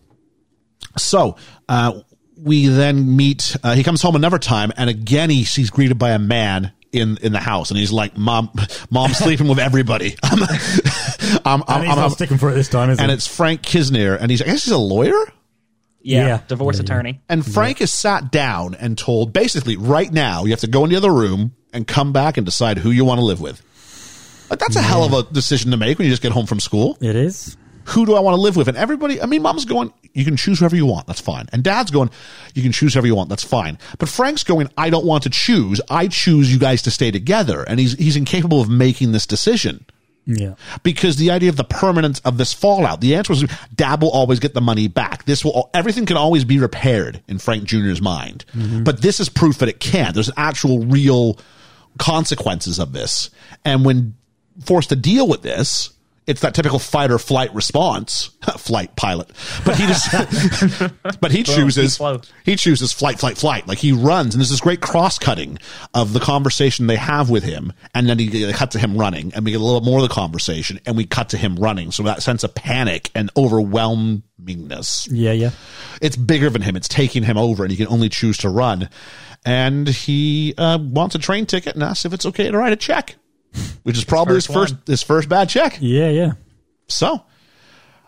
Speaker 4: So uh, we then meet. Uh, he comes home another time, and again he, he's greeted by a man in in the house, and he's like, "Mom, mom's sleeping with everybody." I'm, I'm,
Speaker 5: and
Speaker 4: I'm,
Speaker 5: he's
Speaker 4: I'm-
Speaker 5: not sticking for it this time, is
Speaker 4: and
Speaker 5: he?
Speaker 4: it's Frank Kisner, and he's I guess he's a lawyer.
Speaker 9: Yeah.
Speaker 5: Yeah.
Speaker 9: Divorce
Speaker 5: Yeah, yeah.
Speaker 9: attorney.
Speaker 4: And Frank is sat down and told, basically, right now you have to go into the other room and come back and decide who you want to live with. Like that's a hell of a decision to make when you just get home from school.
Speaker 5: it is.
Speaker 4: who do I want to live with? And everybody, I mean, mom's going, you can choose whoever you want. That's fine. And dad's going, you can choose whoever you want. That's fine. But Frank's going, I don't want to choose. I choose you guys to stay together. And he's, he's incapable of making this decision
Speaker 5: Yeah,
Speaker 4: because the idea of the permanence of this fallout, the answer was dad will always get the money back. This will, everything can always be repaired in Frank Jr.'s mind. But this is proof that it can. There's actual real consequences of this. And when forced to deal with this, it's that typical fight or flight response, flight pilot. But he just, but he chooses,
Speaker 9: floats.
Speaker 4: he chooses flight, flight, flight. Like he runs, and there's this great cross cutting of the conversation they have with him, and then he they cut to him running, and we get a little more of the conversation, and we cut to him running. So that sense of panic and overwhelmingness,
Speaker 5: yeah, yeah.
Speaker 4: it's bigger than him. It's taking him over, and he can only choose to run. And he uh, wants a train ticket and asks if it's okay to write a check, which is probably his
Speaker 9: first
Speaker 4: first
Speaker 9: one.
Speaker 4: his first bad check.
Speaker 5: Yeah, yeah.
Speaker 4: So,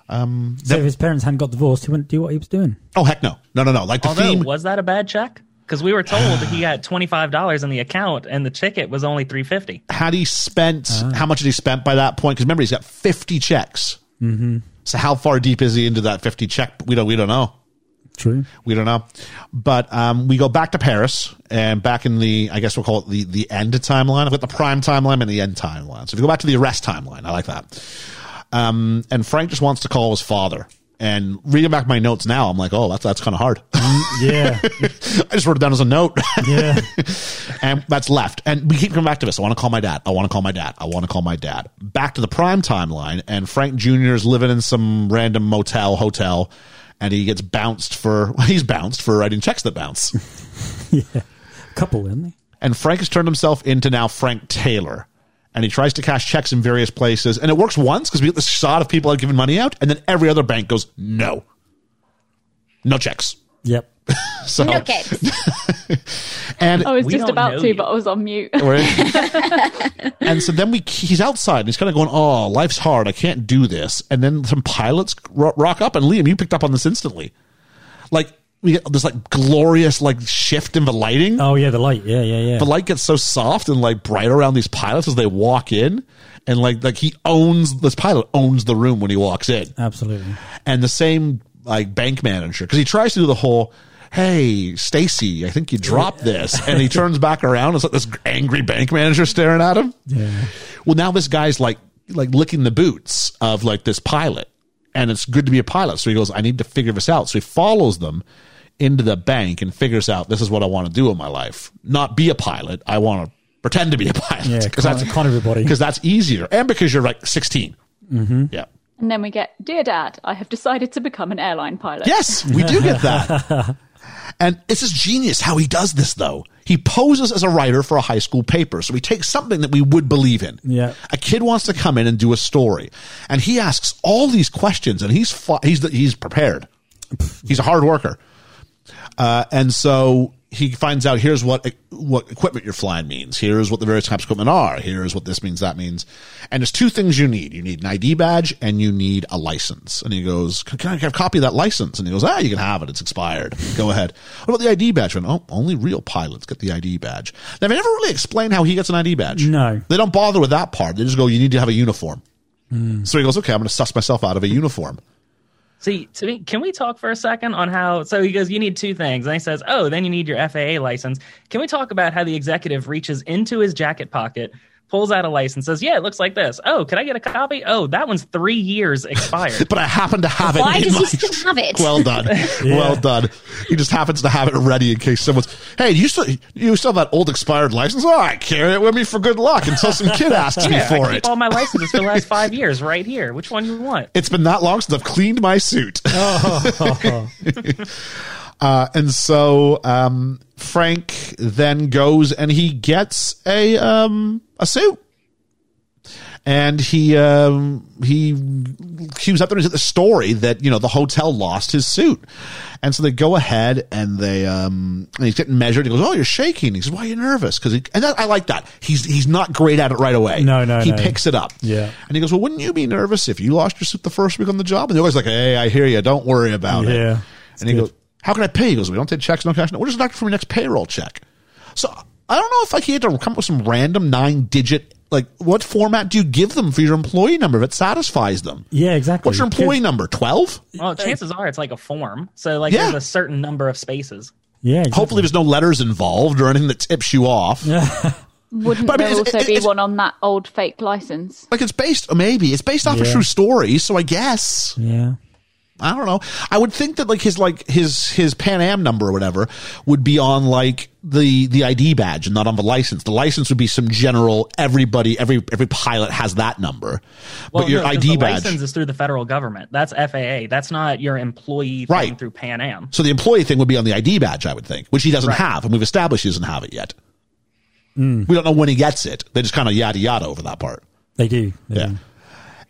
Speaker 5: So if his parents hadn't got divorced, he wouldn't do what he was doing.
Speaker 4: oh heck no, no, no, no. Like the
Speaker 9: Although,
Speaker 4: theme.
Speaker 9: was that a bad check? Because we were told he got twenty five dollars in the account, and the ticket was only three fifty.
Speaker 4: had he spent how much had he spent by that point? Because remember, he's got fifty checks. Mm-hmm. So how far deep is he into that fifty check? We don't. We don't know.
Speaker 5: True.
Speaker 4: We don't know. But um, we go back to Paris and back in the I guess we'll call it the the end timeline. I've got the prime timeline and the end timeline. So if you go back to the arrest timeline, I like that. Um, and Frank just wants to call his father. And reading back my notes now, I'm like, oh, that's that's kind of hard.
Speaker 5: Yeah,
Speaker 4: I just wrote it down as a note.
Speaker 5: yeah.
Speaker 4: and that's left. And we keep coming back to this. I want to call my dad. I want to call my dad. I want to call my dad. Back to the prime timeline, and Frank Jr. is living in some random motel hotel, and he gets bounced for he's bounced for writing checks that bounce.
Speaker 5: Couple, isn't he?
Speaker 4: and Frank has turned himself into now Frank Taylor. And he tries to cash checks in various places, and it works once because we get the shot of people out giving money out, and then every other bank goes no, no checks.
Speaker 5: Yep.
Speaker 4: So
Speaker 7: No capes.
Speaker 4: and
Speaker 8: I was
Speaker 9: We
Speaker 8: just
Speaker 9: don't
Speaker 8: about
Speaker 9: know
Speaker 8: to,
Speaker 9: you.
Speaker 8: but I was on mute.
Speaker 4: Right? and so then we he's outside and he's kind of going, "Oh, life's hard. I can't do this." And then some pilots ro- rock up and Liam, you picked up on this instantly. Like we get this like glorious like shift in the lighting.
Speaker 5: Oh yeah, the light. Yeah, yeah, yeah.
Speaker 4: The light gets so soft and like bright around these pilots as they walk in, and like like he owns this pilot owns the room when he walks in
Speaker 5: Absolutely.
Speaker 4: and the same like bank manager because he tries to do the whole hey stacy i think you dropped this and he turns back around it's like this angry bank manager staring at him
Speaker 5: Yeah.
Speaker 4: well now this guy's like like licking the boots of like this pilot and it's good to be a pilot so he goes i need to figure this out so he follows them into the bank and figures out this is what i want to do in my life not be a pilot i want to pretend to be a
Speaker 5: Yeah,
Speaker 4: pilot because
Speaker 5: con- con everybody.
Speaker 4: because that's easier and because you're like 16 mm-hmm. yeah
Speaker 8: And then we get, Dear Dad, I have decided to become an airline pilot.
Speaker 4: Yes, we do get that. and this is genius how he does this, though. He poses as a writer for a high school paper. So he takes something that we would believe in.
Speaker 5: Yeah.
Speaker 4: A kid wants to come in and do a story. And he asks all these questions and he's, fu- he's, the, he's prepared. He's a hard worker. Uh, and so he finds out here's what what equipment you're flying means. Here's what the various types of equipment are. Here's what this means, that means. And there's two things you need. You need an ID badge and you need a license. And he goes, "Can I have a copy of that license?" And he goes, "Ah, you can have it. It's expired. Go ahead." What about the ID badge? And, oh, only real pilots get the ID badge. Now they never really explain how he gets an ID badge.
Speaker 5: No.
Speaker 4: they don't bother with that part. They just go, "You need to have a uniform." So he goes, okay, I'm going to suss myself out of a uniform.
Speaker 9: See, to me, can we talk for a second on how? So he goes, you need two things. And he says, oh, then you need your FAA license. Can we talk about how the executive reaches into his jacket pocket, pulls out a license, says, yeah, it looks like this. Oh, can I get a copy? Oh, that one's three years expired.
Speaker 4: But I happen to have it.
Speaker 7: Why
Speaker 4: in
Speaker 7: does he
Speaker 4: my-
Speaker 7: still have it?
Speaker 4: Well done, well done. He just happens to have it ready in case someone's. Hey, you still you still have that old expired license? Oh, I carry it with me for good luck until some kid asks me
Speaker 9: yeah, I
Speaker 4: for
Speaker 9: keep
Speaker 4: it.
Speaker 9: all my licenses for the last five years right here. Which one you want?
Speaker 4: It's been that long since I've cleaned my suit. Uh, and so um, Frank then goes and he gets a um, a suit, and he um, he queues up and he's at the story that you know the hotel lost his suit, and so they go ahead and they um, and he's getting measured. He goes, "Oh, you're shaking." He says, "Why are you nervous?" Because and that, I like that he's he's not great at it right away.
Speaker 5: No, no,
Speaker 4: he
Speaker 5: no.
Speaker 4: picks it up.
Speaker 5: Yeah.
Speaker 4: and he goes, "Well, wouldn't you be nervous if you lost your suit the first week on the job?" And the guy's like, "Hey, I hear you. Don't worry about it."
Speaker 5: Yeah.
Speaker 4: And he
Speaker 5: good.
Speaker 4: goes, How can I pay? He goes, We don't take checks, no cash. No. We're just doctor for my next payroll check. So I don't know if like he had to come up with some random nine digit like what format do you give them for your employee number if it satisfies them?
Speaker 5: Yeah, exactly.
Speaker 4: What's your employee number? Twelve?
Speaker 9: Well, chances are it's like a form. So, like,
Speaker 4: Yeah.
Speaker 9: there's a certain number of spaces.
Speaker 5: Yeah, exactly.
Speaker 4: Hopefully there's no letters involved or anything that tips you off.
Speaker 8: Wouldn't
Speaker 4: But I mean, it's-
Speaker 8: there also
Speaker 4: it's-
Speaker 8: be
Speaker 4: it's-
Speaker 8: one on that old fake license?
Speaker 4: Like it's based maybe. It's based off a
Speaker 5: Yeah.
Speaker 4: true story, so I guess.
Speaker 5: Yeah.
Speaker 4: I don't know. I would think that like his like his his Pan Am number or whatever would be on like the the ID badge and not on the license. The license would be some general everybody every every pilot has that number.
Speaker 9: Well,
Speaker 4: but your
Speaker 9: no, 'cause
Speaker 4: ID
Speaker 9: the
Speaker 4: badge.
Speaker 9: license is through the federal government. That's FAA. That's not your employee thing
Speaker 4: Right.
Speaker 9: through Pan Am.
Speaker 4: so the employee thing would be on the ID badge, I would think, which he doesn't have, and we've established he doesn't have it yet.
Speaker 9: Hmm.
Speaker 4: We don't know when he gets it. They just kind of yada yada over that part.
Speaker 5: They do. They
Speaker 4: Yeah.
Speaker 5: do.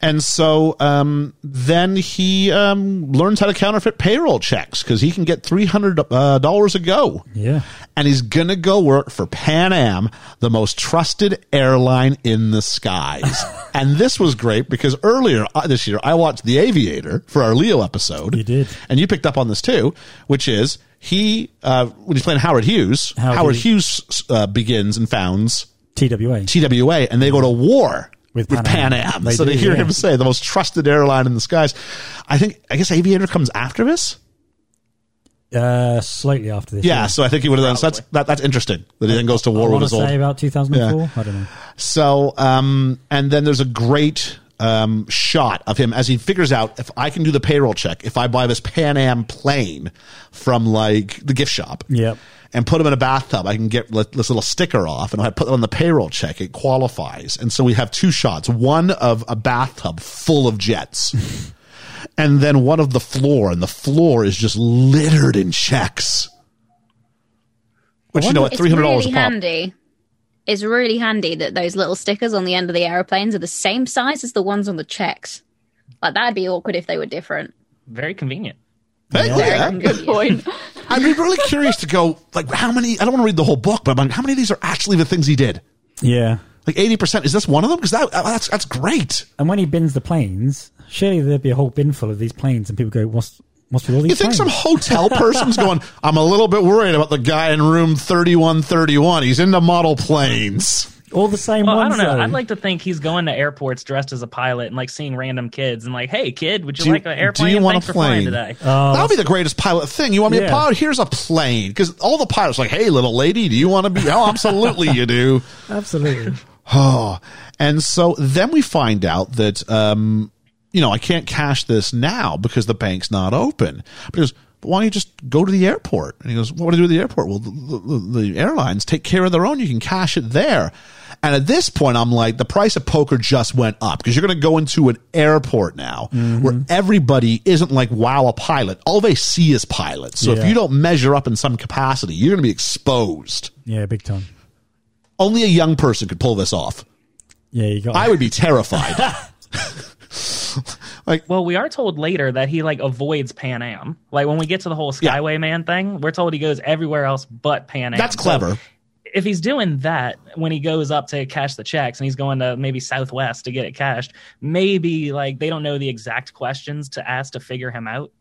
Speaker 4: And so um, then he um, learns how to counterfeit payroll checks because he can get three hundred uh, dollars a go.
Speaker 5: Yeah.
Speaker 4: and he's going to go work for Pan Am, the most trusted airline in the skies. and this was great because earlier uh, this year, I watched The Aviator for our Leo episode.
Speaker 5: You did.
Speaker 4: And you picked up on this too, which is he, uh, when he's playing Howard Hughes,
Speaker 5: Howard
Speaker 4: Howard,
Speaker 5: Hughes.
Speaker 4: Hughes, uh, begins and founds
Speaker 5: TWA.
Speaker 4: TWA and they go to war. With,
Speaker 5: With
Speaker 4: Pan
Speaker 5: Pan
Speaker 4: Am.
Speaker 5: Am. They
Speaker 4: so
Speaker 5: do,
Speaker 4: they hear
Speaker 5: yeah.
Speaker 4: him say the most trusted airline in the skies. I think, I guess Aviator comes after this.
Speaker 5: Uh, slightly after this.
Speaker 4: Yeah. So I think he would have done, so that's, that, that's interesting that he then goes to
Speaker 5: I
Speaker 4: war with
Speaker 5: want to
Speaker 4: his old
Speaker 5: say about 2004. I don't know.
Speaker 4: So, um, and then there's a great um, shot of him as he figures out if I can do the payroll check, if I buy this Pan Am plane from like the gift shop.
Speaker 5: Yep.
Speaker 4: And put him in a bathtub. I can get li- this little sticker off, and if I put it on the payroll check, it qualifies. And so we have two shots: one of a bathtub full of jets, and then one of the floor, and the floor is just littered in checks. Which you know, at
Speaker 7: It's
Speaker 4: three hundred dollars
Speaker 7: really
Speaker 4: a pop.
Speaker 7: handy. It's really handy that those little stickers on the end of the airplanes are the same size as the ones on the checks. Like that'd be awkward if they were different.
Speaker 9: Very convenient.
Speaker 4: Hey, Oh, yeah.
Speaker 7: Good
Speaker 8: Point.
Speaker 4: I'd be really curious to go like how many. I don't want to read the whole book, but I'm like, how many of these are actually the things he did?
Speaker 5: Yeah.
Speaker 4: Like eighty percent. Is this one of them? Because that uh, that's that's great.
Speaker 5: And when he bins the planes, surely there'd be a whole bin full of these planes, and people go, "What's what's with all these?"
Speaker 4: You think
Speaker 5: planes?
Speaker 4: some hotel person's going? I'm a little bit worried about the guy in room thirty one thirty one. He's into model planes.
Speaker 5: all the same
Speaker 9: Well, I
Speaker 5: ones?
Speaker 9: don't know.
Speaker 5: though.
Speaker 9: I'd like to think he's going to airports dressed as a pilot and like seeing random kids and like, hey, kid, would you
Speaker 4: Do you-
Speaker 9: like an airplane?
Speaker 4: do you want a
Speaker 9: Thanks for flying
Speaker 4: plane?
Speaker 9: today?
Speaker 4: that would be the greatest pilot thing. You want me to
Speaker 5: Oh, Yeah.
Speaker 4: pilot? Here's a plane. Because all the pilots are like, hey, little lady, do you want to be? Oh, absolutely, you do.
Speaker 5: absolutely.
Speaker 4: Oh, and so then we find out that um, you know I can't cash this now because the bank's not open. But he goes, but why don't you just go to the airport? And he goes, what do I do at the airport? Well, the, the, the airlines take care of their own. You can cash it there. And at this point, I'm like, the price of poker just went up because you're going to go into an airport now where everybody isn't like, wow, a pilot. All they see is pilots. So if
Speaker 5: Yeah.
Speaker 4: you don't measure up in some capacity, you're going to be exposed.
Speaker 5: Yeah, big time.
Speaker 4: Only a young person could pull this off.
Speaker 5: Yeah, you got.
Speaker 4: I would be terrified.
Speaker 9: Well, we are told later that he like avoids Pan Am. Like when we get to the whole
Speaker 4: Yeah.
Speaker 9: Skyway Man thing, we're told he goes everywhere else but Pan Am.
Speaker 4: That's
Speaker 9: So
Speaker 4: clever.
Speaker 9: if he's doing that when he goes up to cash the checks and he's going to maybe Southwest to get it cashed, maybe like they don't know the exact questions to ask to figure him out.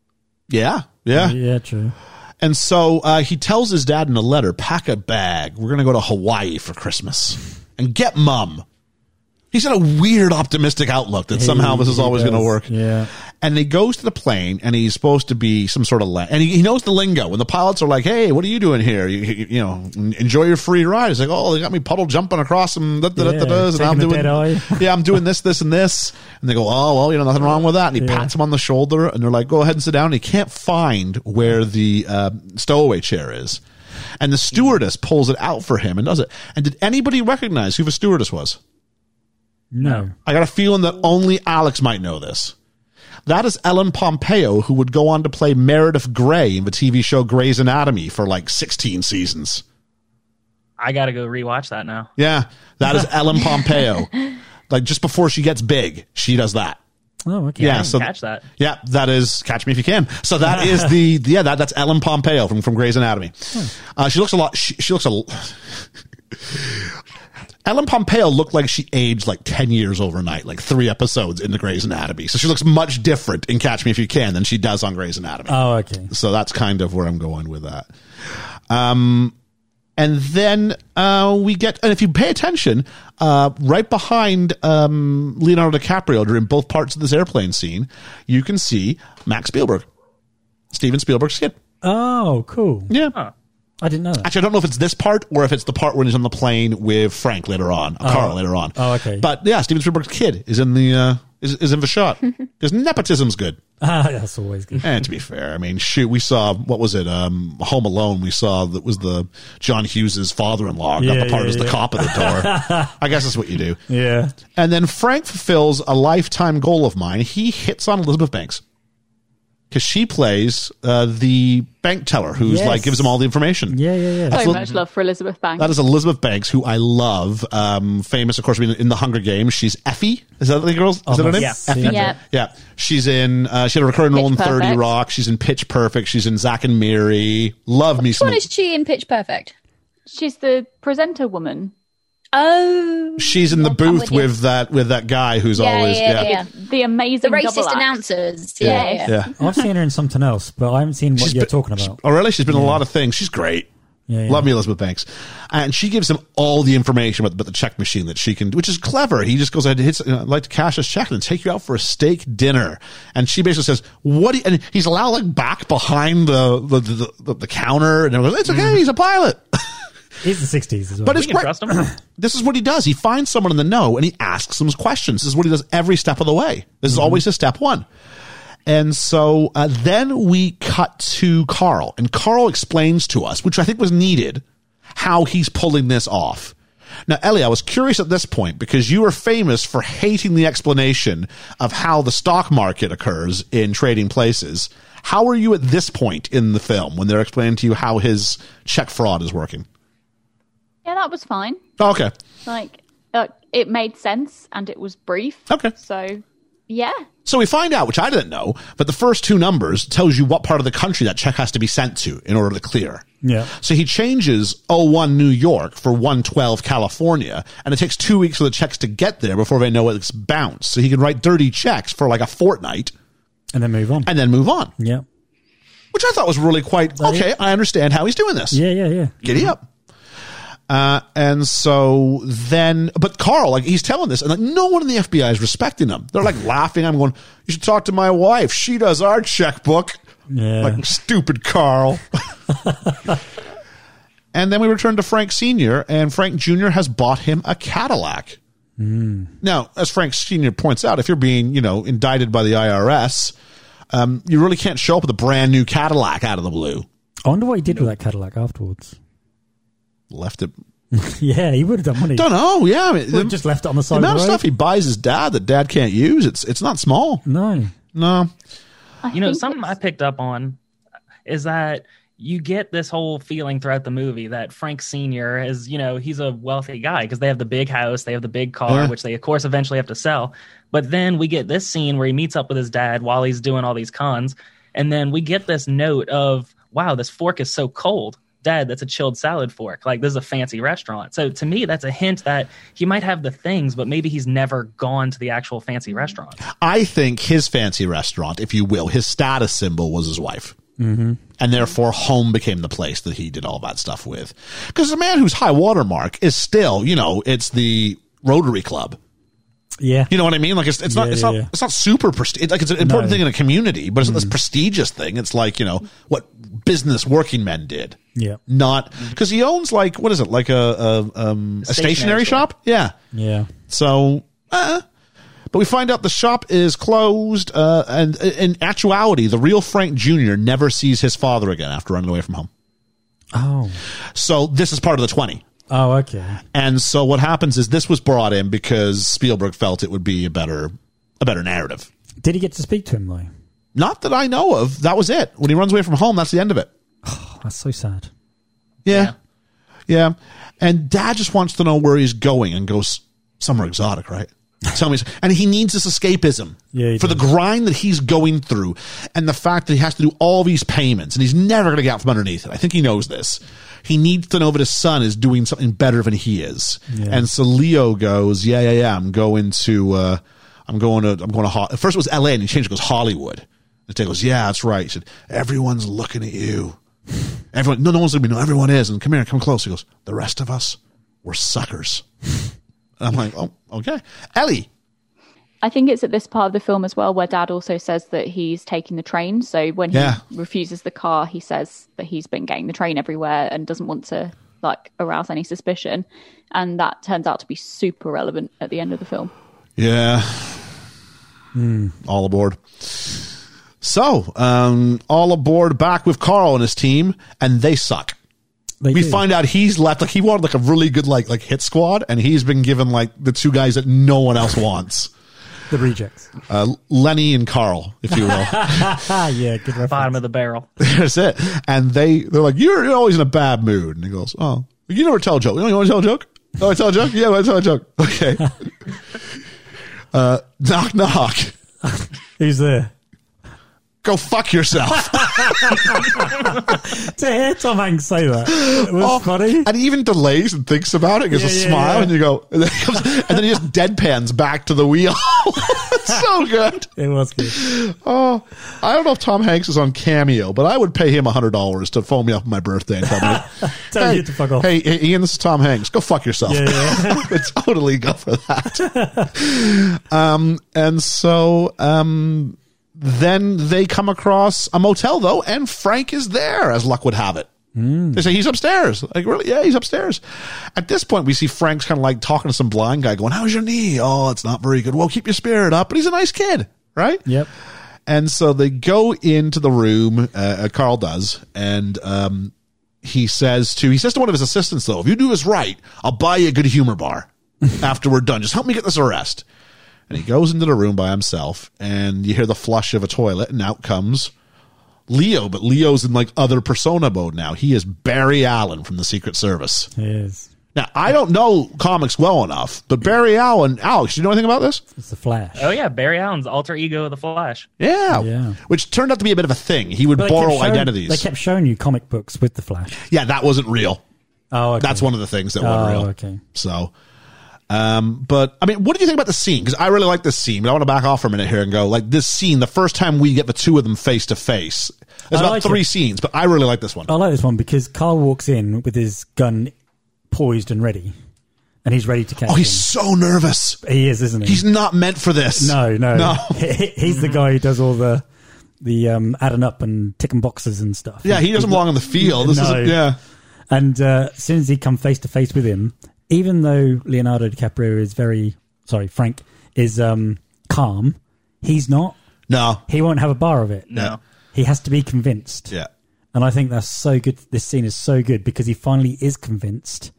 Speaker 4: Yeah, yeah.
Speaker 5: Yeah, true.
Speaker 4: And so uh, he tells his dad in a letter, "Pack a bag. We're gonna go to Hawaii for Christmas and get mum." He's got a weird optimistic outlook that somehow this is
Speaker 5: He
Speaker 4: always going to
Speaker 5: does.
Speaker 4: work.
Speaker 5: Yeah.
Speaker 4: And he goes to the plane and he's supposed to be some sort of, la- and he, he knows the lingo. And the pilots are like, hey, what are you doing here? You, you, you know, en- enjoy your free ride. He's like, oh, they got me puddle jumping across and da, da, da, da, da,
Speaker 5: Yeah,
Speaker 4: and
Speaker 5: taking
Speaker 4: I'm
Speaker 5: a
Speaker 4: doing,
Speaker 5: dead eye.
Speaker 4: yeah, I'm doing this, this, and this. And they go, oh, well, you know, nothing wrong with that. And he
Speaker 5: Yeah.
Speaker 4: pats him on the shoulder and they're like, go ahead and sit down. And he can't find where the uh, stowaway chair is. And the stewardess pulls it out for him and does it. And did anybody recognize who the stewardess was?
Speaker 5: No.
Speaker 4: I got a feeling that only Alex might know this. That is Ellen Pompeo, who would go on to play Meredith Grey in the TV show Grey's Anatomy for like 16 seasons.
Speaker 9: I got to go rewatch that now.
Speaker 4: Yeah, that is Ellen Pompeo. Like just before she gets big, she does that.
Speaker 5: Oh, okay.
Speaker 4: Yeah, so
Speaker 9: catch that.
Speaker 4: Yeah, that is Catch Me If You Can. So that is the yeah that that's Ellen Pompeo from from Grey's Anatomy. Uh, she looks a lot. She, she looks a. l- Ellen Pompeo looked like she aged like ten years overnight, like three episodes into Grey's Anatomy. So she looks much different in Catch Me If You Can than she does on Grey's Anatomy.
Speaker 5: Oh, okay.
Speaker 4: So that's kind of where I'm going with that. Um, and then uh, we get, and if you pay attention, uh, right behind um, Leonardo DiCaprio during both parts of this airplane scene, you can see Max Spielberg, Steven Spielberg's kid.
Speaker 5: Oh, cool.
Speaker 4: Yeah.
Speaker 5: I didn't know that.
Speaker 4: Actually, I don't know if it's this part or if it's the part when he's on the plane with Frank later on, uh, Carl later on.
Speaker 5: Oh, okay.
Speaker 4: But yeah, Steven Spielberg's kid is in the uh, is, is in the shot because nepotism's good.
Speaker 5: Ah, that's always good.
Speaker 4: And Eh, to be fair, I mean, shoot, we saw what was it? Um, Home Alone. We saw that was the John Hughes's father-in-law got
Speaker 5: Yeah,
Speaker 4: the part
Speaker 5: yeah,
Speaker 4: as the
Speaker 5: yeah.
Speaker 4: cop at the door. I guess that's what you do.
Speaker 5: Yeah.
Speaker 4: And then Frank fulfills a lifetime goal of mine. He hits on Elizabeth Banks because she plays uh, the bank teller who's
Speaker 5: Yes.
Speaker 4: like gives him all the information.
Speaker 5: Yeah, yeah, yeah.
Speaker 4: That's
Speaker 8: So
Speaker 4: a-
Speaker 8: much love for Elizabeth Banks.
Speaker 4: That is Elizabeth Banks, who I love. Um, famous, of course, being in the Hunger Games. She's Effie. Is that the girl's? Is that her name?
Speaker 9: yeah.
Speaker 4: Effie.
Speaker 8: Yeah.
Speaker 4: Yeah, she's in. Uh, she had a recurring role in
Speaker 8: Pitch
Speaker 4: Thirty
Speaker 8: Perfect.
Speaker 4: Rock. She's in Pitch Perfect. She's in Zack and Miri. Love me
Speaker 7: Which
Speaker 4: some.
Speaker 7: one is she in Pitch Perfect?
Speaker 8: She's the presenter woman.
Speaker 7: Oh,
Speaker 4: She's in the
Speaker 7: I'm
Speaker 4: booth
Speaker 7: with
Speaker 4: with,
Speaker 7: you.
Speaker 4: that with that guy who's
Speaker 7: Yeah,
Speaker 4: always
Speaker 7: yeah,
Speaker 4: yeah.
Speaker 7: yeah.
Speaker 8: The amazing
Speaker 7: the racist
Speaker 8: double act.
Speaker 7: announcers. Yeah, yeah.
Speaker 4: Yeah.
Speaker 5: I've seen her in something else, but I haven't seen what
Speaker 4: She's
Speaker 5: you're
Speaker 4: been-
Speaker 5: talking
Speaker 4: she's-
Speaker 5: about.
Speaker 4: oh, really? She's been in a lot of things. She's great.
Speaker 5: Yeah, yeah.
Speaker 4: Love me, Elizabeth Banks. And she gives him all the information about, about the check machine that she can, which is clever. He just goes ahead and hits, you know, I'd like to cash this check and take you out for a steak dinner. And she basically says, what? do you-" and he's allowed like back behind the, the, the, the, the counter and everyone goes, it's okay. He's a pilot.
Speaker 5: It's the 60s as well.
Speaker 4: But it's
Speaker 9: We can
Speaker 4: great.
Speaker 9: trust him.
Speaker 4: This is what he does. He finds someone in the know and he asks them questions. This is what he does every step of the way. This is always his step one. And so uh, then we cut to Carl, and Carl explains to us, which I think was needed, how he's pulling this off. Now, Ellie, I was curious at this point because you are famous for hating the explanation of how the stock market occurs in trading places. How are you at this point in the film when they're explaining to you how his check fraud is working? Oh,
Speaker 8: Yeah, that was fine.
Speaker 4: Okay.
Speaker 8: Like, uh, it made sense and it was brief.
Speaker 4: Okay.
Speaker 8: So, yeah.
Speaker 4: So we find out, which I didn't know, but the first two numbers tells you what part of the country that check has to be sent to in order to clear.
Speaker 5: Yeah.
Speaker 4: So he changes 01 New York for 112 California, and it takes two weeks for the checks to get there before they know it's bounced. So he can write dirty checks for like a fortnight
Speaker 5: and then move on.
Speaker 4: and then move on,
Speaker 5: yeah.
Speaker 4: which I thought was really quite okay. I understand how he's doing this.
Speaker 5: Yeah, yeah, yeah.
Speaker 4: Giddy up. Uh, and so then, but Carl, like he's telling this, and like no one in the FBI is respecting him. They're like laughing. I'm going, you should talk to my wife. She does our checkbook.
Speaker 5: Yeah.
Speaker 4: Like stupid Carl. and then we return to Frank Sr., and Frank Jr. has bought him a Cadillac. Now, as Frank Sr. points out, if you're being, you know, indicted by the IRS, um, you really can't show up with a brand new Cadillac out of the blue.
Speaker 5: I wonder what he did with that Cadillac afterwards.
Speaker 4: Left it
Speaker 5: yeah, he would have done money.
Speaker 4: Don't know. Yeah, I mean,
Speaker 5: Would
Speaker 4: the,
Speaker 5: have just left it on the
Speaker 4: the
Speaker 5: side
Speaker 4: amount
Speaker 5: of
Speaker 4: of
Speaker 5: the road.
Speaker 4: stuff he buys his dad that dad can't use, it's it's not small.
Speaker 5: no.
Speaker 4: No,
Speaker 8: I
Speaker 9: You know,
Speaker 8: think
Speaker 9: something I
Speaker 8: it's-
Speaker 9: picked up on is that you get this whole feeling throughout the movie that Frank Sr. is, you know, he's a wealthy guy because they have the big house, they have the big car,
Speaker 4: Yeah.
Speaker 9: which they, of course, eventually have to sell. But then we get this scene where he meets up with his dad while he's doing all these cons. And then we get this note of, wow, this fork is so cold. Dad, that's a chilled salad fork. Like, this is a fancy restaurant. So to me, that's a hint that he might have the things, but maybe he's never gone to the actual fancy restaurant.
Speaker 4: I think his fancy restaurant, if you will, his status symbol was his wife, mm-hmm. and therefore home became the place that he did all that stuff with. Because the man whose high watermark is still, you know, it's the Rotary Club.
Speaker 5: Yeah.
Speaker 4: You know what I mean? Like it's it's not
Speaker 5: Yeah,
Speaker 4: it's
Speaker 5: yeah,
Speaker 4: not
Speaker 5: yeah.
Speaker 4: it's not super prestige. Like it's an important
Speaker 5: No. Mm-hmm.
Speaker 4: thing in a community, but it's not this prestigious thing. It's like you know what business working men did.
Speaker 5: Yeah.
Speaker 4: Not because he owns like what is it like a a, um, a stationery,
Speaker 9: stationery store.
Speaker 4: shop? Yeah.
Speaker 5: Yeah.
Speaker 4: So, uh, but we find out the shop is closed, uh, and in actuality, the real Frank Jr. never sees his father again after running away from home.
Speaker 5: Oh.
Speaker 4: So this is part of the twenty.
Speaker 5: Oh, okay.
Speaker 4: And so what happens is this was brought in because Spielberg felt it would be a better a better narrative.
Speaker 5: Did he get to speak to him though?
Speaker 4: Not that I know of. That was it. When he runs away from home, that's the end of it.
Speaker 5: Oh, That's so sad.
Speaker 4: Yeah. Yeah. And dad just wants to know where he's going and goes somewhere exotic, right? Tell me. And he needs this escapism
Speaker 5: Yeah, he
Speaker 4: for the grind that he's going through and the fact that he has to do all these payments and he's never going to get out from underneath it. I think he knows this. He needs to know that his son is doing something better than he is. And so Leo goes, yeah, yeah, yeah. I'm going to, uh, I'm going to, I'm going to, Ho-. at first it was LA and he changed it goes Hollywood. And Ted goes, yeah, that's right. He said, everyone's looking at you. Everyone, no, no one's gonna be. No, everyone is. And come here, come close. He goes. The rest of us, we're suckers. And I'm like, oh, okay. Ellie,
Speaker 8: I think it's at this part of the film as well where Dad also says that he's taking the train. So when he
Speaker 4: Yeah.
Speaker 8: refuses the car, he says that he's been getting the train everywhere and doesn't want to like arouse any suspicion. And that turns out to be super relevant at the end of the film.
Speaker 4: yeah, Hmm. all aboard. So, um, all aboard, back with Carl and his team, and they suck.
Speaker 5: They
Speaker 4: we
Speaker 5: do.
Speaker 4: find out he's left like he wanted like a really good like like hit squad, and he's been given like the two guys that no one else wants,
Speaker 5: the rejects.
Speaker 4: uh, Lenny and Carl, if you will.
Speaker 5: Ah, yeah. Good reference.
Speaker 9: Bottom of the barrel.
Speaker 4: That's it. And they they're like, you're, you're always in a bad mood. And he goes, oh, you never tell a joke. You, know, you want to tell a joke? Oh, I tell a joke. Yeah, I tell a joke. Okay. uh, knock knock.
Speaker 5: Who's there?
Speaker 4: Go fuck yourself.
Speaker 5: To hear Tom Hanks say that it was
Speaker 4: Oh,
Speaker 5: funny.
Speaker 4: And he even delays and thinks about it, gives
Speaker 5: Yeah,
Speaker 4: a
Speaker 5: yeah,
Speaker 4: smile,
Speaker 5: yeah.
Speaker 4: and you go, and then, he comes, and then he just deadpans back to the wheel. it's so good.
Speaker 5: It was good.
Speaker 4: Oh, I don't know if Tom Hanks is on Cameo, but I would pay him hundred dollars to phone me up on my birthday and tell me,
Speaker 5: Tell
Speaker 4: hey,
Speaker 5: you to fuck off.
Speaker 4: Hey, I- Ian, this is Tom Hanks. Go fuck yourself.
Speaker 5: Yeah, yeah.
Speaker 4: It's totally go for that. um, and so um, then they come across a motel though, and Frank is there, as luck would have it.
Speaker 5: Hmm.
Speaker 4: They say he's upstairs. Like really? Yeah, he's upstairs. At this point, we see Frank's kind of like talking to some blind guy, going, "How's your knee? Oh, it's not very good. Well, keep your spirit up." But he's a nice kid, right?
Speaker 5: Yep.
Speaker 4: And so they go into the room. Uh, uh, Carl does, and um, he says to he says to one of his assistants, though, if you do this right, I'll buy you a good humor bar after we're done. Just help me get this arrest. And he goes into the room by himself, and you hear the flush of a toilet, and out comes Leo. But Leo's in like other persona mode now. He is Barry Allen from the Secret Service.
Speaker 5: It is.
Speaker 4: Now I don't know comics well enough, but Barry Allen, Alex, you know anything about this?
Speaker 5: It's the Flash.
Speaker 9: Oh yeah, Barry Allen's alter ego of the Flash.
Speaker 4: Yeah.
Speaker 5: Yeah.
Speaker 4: Which turned out to be a bit of a thing. He would
Speaker 5: But they kept
Speaker 4: borrow
Speaker 5: showing-
Speaker 4: identities.
Speaker 5: They kept showing you comic books with the Flash.
Speaker 4: yeah, that wasn't real.
Speaker 5: Oh, okay.
Speaker 4: That's one of the things that
Speaker 5: Oh,
Speaker 4: wasn't real.
Speaker 5: okay.
Speaker 4: So, um, but I mean, what did you think about the scene? Because I really like this scene, but I want to back off for a minute here and go like this scene. The first time we get the two of them face to face, there's
Speaker 5: I
Speaker 4: about
Speaker 5: like
Speaker 4: three
Speaker 5: it. Oh,
Speaker 4: scenes, but I really like this one.
Speaker 5: I like this one because Carl walks in with his gun poised and ready, and he's ready to catch
Speaker 4: Oh, he's
Speaker 5: him.
Speaker 4: so nervous.
Speaker 5: He is, isn't he?
Speaker 4: He's not meant for this.
Speaker 5: no, no,
Speaker 4: no.
Speaker 5: He- he's the guy who does all the the um, adding up and ticking boxes and stuff.
Speaker 4: Yeah, he doesn't belong on the field. This
Speaker 5: No.
Speaker 4: is yeah.
Speaker 5: And uh, as soon as he come face to face with him, even though Leonardo DiCaprio is very sorry, Frank is um, calm, he's not.
Speaker 4: No.
Speaker 5: He won't have a bar of it.
Speaker 4: No.
Speaker 5: He has to be convinced.
Speaker 4: Yeah.
Speaker 5: And I think that's so good. This scene is so good because he finally is convinced,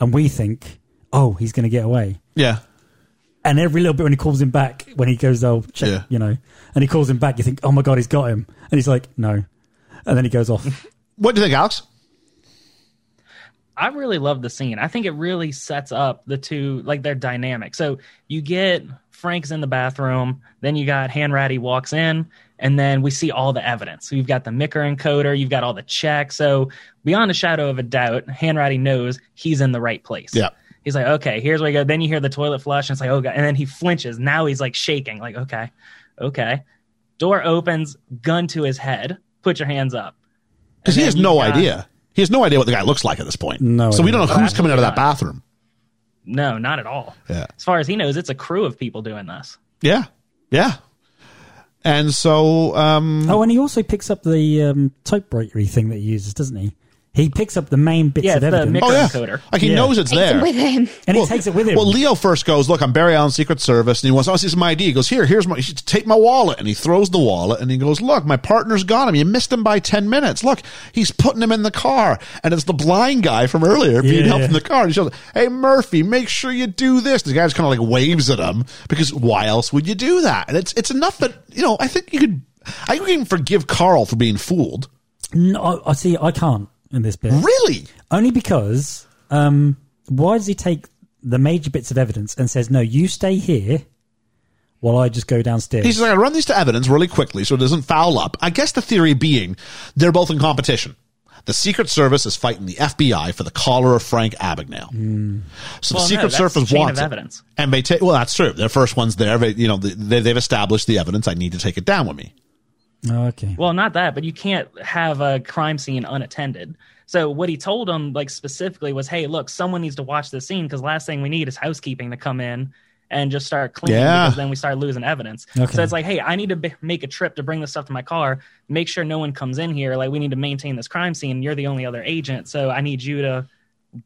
Speaker 5: and we think, oh, he's going to get away.
Speaker 4: Yeah.
Speaker 5: And every little bit when he calls him back, when he goes, oh, check,
Speaker 4: Yeah.
Speaker 5: you know, and he calls him back, you think, oh my god, he's got him, and he's like, no, and then he goes off.
Speaker 4: What do you think, Alex?
Speaker 9: I really love the scene. I think it really sets up the two, like their dynamic. So you get Frank's in the bathroom, then you got Hanratty walks in, and then we see all the evidence. So you've got the Micker encoder, you've got all the checks. So beyond a shadow of a doubt, Hanratty knows he's in the right place.
Speaker 4: Yeah.
Speaker 9: He's like, okay, here's where you go. Then you hear the toilet flush, and it's like, oh god. And then he flinches. Now he's like shaking, like, okay, okay. Door opens, gun to his head. Put your hands up.
Speaker 4: Because he
Speaker 9: And
Speaker 4: has
Speaker 9: then
Speaker 4: no
Speaker 9: you've got-
Speaker 4: idea. He has no idea what the guy looks like at this point.
Speaker 5: No
Speaker 4: So we don't know
Speaker 9: idea.
Speaker 4: who's coming out of that bathroom.
Speaker 9: No, not at all.
Speaker 4: Yeah.
Speaker 9: As far as he knows, it's a crew of people doing this.
Speaker 4: Yeah. Yeah. And so, um,
Speaker 5: Oh, and he also picks up the um, typewritery thing that he uses, doesn't he? He picks up the main bits of
Speaker 9: Yeah, it's the
Speaker 5: evidence,
Speaker 9: mix-
Speaker 4: oh yeah,
Speaker 9: Encoder.
Speaker 4: like he
Speaker 5: Yeah.
Speaker 4: knows it's
Speaker 7: Takes
Speaker 4: there.
Speaker 7: him with him.
Speaker 5: and he takes it with him.
Speaker 4: Oh, Well, Leo first goes, look, I'm Barry Allen, Secret Service, and he wants, oh, this is my ID. He goes, here, here's my, he says, take my wallet, and he throws the wallet, and he goes, look, my partner's got him. You missed him by ten minutes. Look, he's putting him in the car, and it's the blind guy from earlier being
Speaker 5: Yeah,
Speaker 4: helped
Speaker 5: yeah.
Speaker 4: in the car. And he shows, hey Murphy, make sure you do this. The guy just kind of like waves at him because why else would you do that? And it's it's enough that you know I think you could, I think we can forgive Carl for being fooled.
Speaker 5: no, I, I see. I can't in this bit
Speaker 4: Really?
Speaker 5: only because um, why does he take the major bits of evidence and says, "No, you stay here." While I just go downstairs.
Speaker 4: He's like, I run these to evidence really quickly so it doesn't foul up. I guess the theory being they're both in competition. The Secret Service is fighting the FBI for the collar of Frank Abagnale. So
Speaker 9: Well,
Speaker 4: the
Speaker 9: no,
Speaker 4: Secret
Speaker 9: that's
Speaker 4: Service
Speaker 9: chain
Speaker 4: wants
Speaker 9: of
Speaker 4: it.
Speaker 9: evidence.
Speaker 4: and they take. Well, that's true. Their first one's there. They, you know, they, they've established the evidence. I need to take it down with me.
Speaker 5: oh, okay.
Speaker 9: Well, not that, but you can't have a crime scene unattended. So what he told them, like specifically, was, "Hey, look, someone needs to watch this scene because last thing we need is housekeeping to come in and just start cleaning
Speaker 4: Yeah.
Speaker 9: because then we start losing evidence."
Speaker 5: Okay.
Speaker 9: So it's like, "Hey, I need to b- make a trip to bring this stuff to my car. Make sure no one comes in here. Like we need to maintain this crime scene. You're the only other agent, so I need you to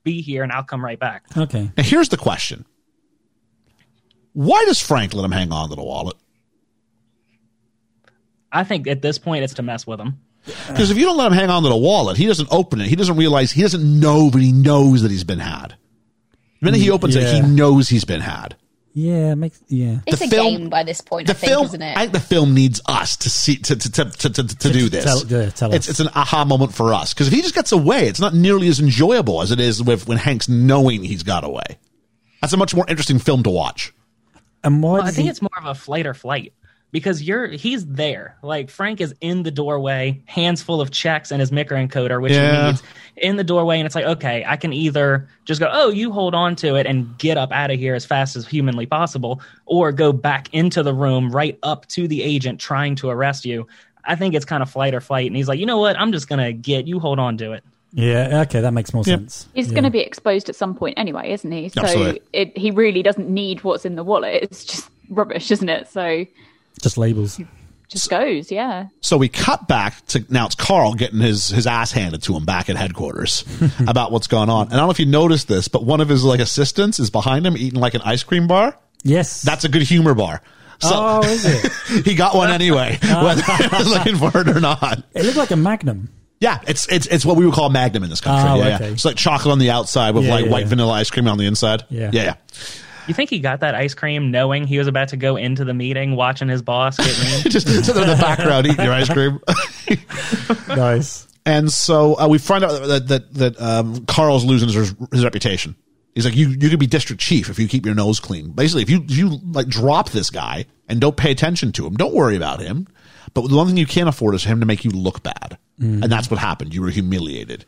Speaker 9: be here, and I'll come right back."
Speaker 5: Okay.
Speaker 4: Now, here's the question: Why does Frank let him hang on to the wallet?
Speaker 9: I think at this point it's to mess with him.
Speaker 4: Because if you don't let him hang on to the wallet, he doesn't open it. He doesn't realize. He doesn't know, but he knows that he's been had. The minute he opens it, he
Speaker 5: yeah.
Speaker 4: knows he's been had.
Speaker 5: Yeah. Makes. Yeah.
Speaker 7: It's
Speaker 4: The
Speaker 7: a
Speaker 4: film-
Speaker 7: game by this point,
Speaker 4: the
Speaker 7: I think,
Speaker 4: film,
Speaker 7: isn't it?
Speaker 4: I think the film needs us to see to to to, to, to, to do
Speaker 5: to
Speaker 4: this.
Speaker 5: tell- yeah, tell
Speaker 4: it's
Speaker 5: us.
Speaker 4: it's an aha moment for us because if he just gets away, it's not nearly as enjoyable as it is with when Hank's knowing he's got away. That's a much more interesting film to watch.
Speaker 5: And why?
Speaker 9: Well, I
Speaker 5: does
Speaker 9: think
Speaker 5: he-
Speaker 9: it's more of a flight or flight because you're he's there. Like Frank is in the doorway, hands full of checks and his micro encoder, which
Speaker 4: Yeah.
Speaker 9: he needs in the doorway, and it's like, okay, I can either just go, oh, you hold on to it and get up out of here as fast as humanly possible, or go back into the room right up to the agent trying to arrest you. I think it's kind of flight or flight, and he's like, you know what, I'm just gonna get you hold on to it.
Speaker 5: Yeah. Okay. That makes more sense.
Speaker 8: He's going to be exposed at some point anyway, isn't he? So
Speaker 4: Absolutely.
Speaker 8: it, he really doesn't need what's in the wallet. It's just rubbish, isn't it? So
Speaker 5: Just labels.
Speaker 8: just goes, yeah.
Speaker 4: So we cut back to now it's Carl getting his, his ass handed to him back at headquarters about what's gone on. And I don't know if you noticed this, but one of his like assistants is behind him eating like an ice cream bar.
Speaker 5: Yes.
Speaker 4: That's a good humor bar. So
Speaker 5: oh, is it?
Speaker 4: he got one anyway, whether he was looking for it or not.
Speaker 5: It looked like a Magnum.
Speaker 4: Yeah, it's it's it's what we would call Magnum in this country.
Speaker 5: Oh,
Speaker 4: yeah, yeah.
Speaker 5: okay.
Speaker 4: It's like chocolate on the outside with
Speaker 5: Yeah,
Speaker 4: like
Speaker 5: yeah,
Speaker 4: white
Speaker 5: yeah.
Speaker 4: vanilla ice cream on the inside.
Speaker 5: Yeah.
Speaker 4: yeah, yeah.
Speaker 9: You think he got that ice cream knowing he was about to go into the meeting, watching his boss get reamed?
Speaker 4: Just sitting in the background eating your ice cream.
Speaker 5: Nice.
Speaker 4: and so uh, we find out that that that um, Carl's losing his, his reputation. He's like, you you could be district chief if you keep your nose clean. Basically, if you if you like drop this guy and don't pay attention to him, don't worry about him. But the one thing you can't afford is him to make you look bad, and that's what happened. You were humiliated.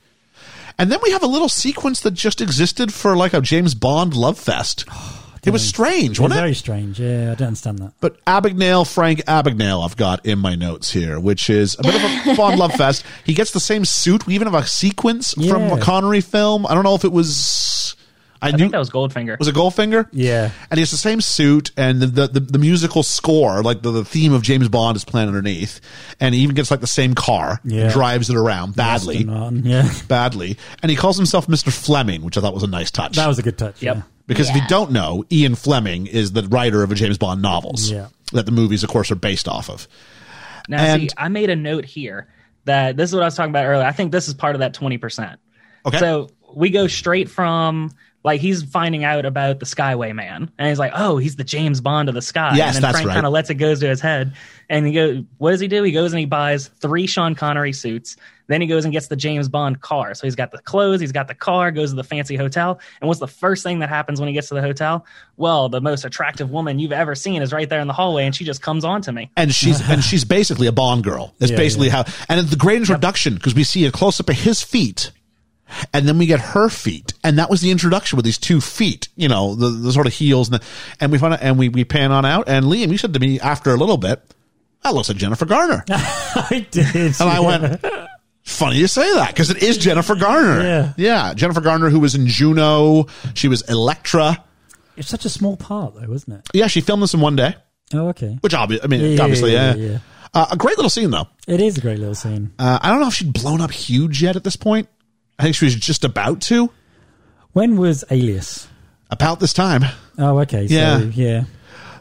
Speaker 4: And then we have a little sequence that just existed for like a James Bond love fest. It was strange,
Speaker 5: It's
Speaker 4: wasn't it?
Speaker 5: very strange. Yeah, I don't understand that.
Speaker 4: But Abagnale, Frank Abagnale, I've got in my notes here, which is a bit of a fun love fest. He gets the same suit. We even have a sequence from a
Speaker 5: Yeah.
Speaker 4: Connery film. I don't know if it was. I,
Speaker 9: I
Speaker 4: knew
Speaker 9: think that was Goldfinger.
Speaker 4: was it Goldfinger?
Speaker 5: Yeah.
Speaker 4: And he has the same suit and the the, the, the musical score, like the, the theme of James Bond is playing underneath. And he even gets like the same car, and
Speaker 5: Yeah.
Speaker 4: drives it around badly,
Speaker 5: Aston Martin, Yeah.
Speaker 4: badly. And he calls himself Mr. Fleming, which I thought was a nice touch.
Speaker 5: That was a good touch.
Speaker 9: Yep.
Speaker 5: Yeah.
Speaker 4: Because if you
Speaker 7: Yeah.
Speaker 4: don't know, Ian Fleming is the writer of the James Bond novels
Speaker 5: Yeah.
Speaker 4: that the movies, of course, are based off of.
Speaker 9: Now, see,
Speaker 4: And-
Speaker 9: I made a note here that this is what I was talking about earlier. I think this is part of that 20%.
Speaker 4: Okay.
Speaker 9: So we go straight from like he's finding out about the Skyway Man, and he's like, "Oh, he's the James Bond of the sky."
Speaker 4: Yes,
Speaker 9: and then
Speaker 4: that's
Speaker 9: Frank
Speaker 4: right.
Speaker 9: kind of lets it go to his head, and he go, "What does he do?" He goes and he buys three Sean Connery suits. Then he goes and gets the James Bond car. So he's got the clothes, he's got the car, goes to the fancy hotel, and what's the first thing that happens when he gets to the hotel? Well, the most attractive woman you've ever seen is right there in the hallway, and she just comes on to me.
Speaker 4: and she's and she's basically a Bond girl. That's
Speaker 5: Yeah,
Speaker 4: basically how. And it's the great introduction because we see a close up of his feet, and then we get her feet, and that was the introduction with these two feet. You know, the, the sort of heels, and the, and we find out, and we we pan on out. And Liam, you said to me after a little bit, "That looks like Jennifer Garner,"
Speaker 5: I did.
Speaker 4: and I went. Funny you say that because it is Jennifer Garner.
Speaker 5: Yeah.
Speaker 4: yeah, Jennifer Garner, who was in Juno, she was Electra.
Speaker 5: It's such a small part, though, isn't it?
Speaker 4: Yeah, she filmed this in one day,
Speaker 5: Oh, okay.
Speaker 4: which obvi- I mean,
Speaker 5: Yeah, yeah,
Speaker 4: obviously, yeah.
Speaker 5: yeah, yeah, yeah.
Speaker 4: Uh, a great little scene though.
Speaker 5: It is a great little scene.
Speaker 4: Uh, I don't know if she'd blown up huge yet at this point. I think she was just about to.
Speaker 5: When was Alias?
Speaker 4: About this time.
Speaker 5: Oh, okay.
Speaker 4: Yeah.
Speaker 5: So, yeah.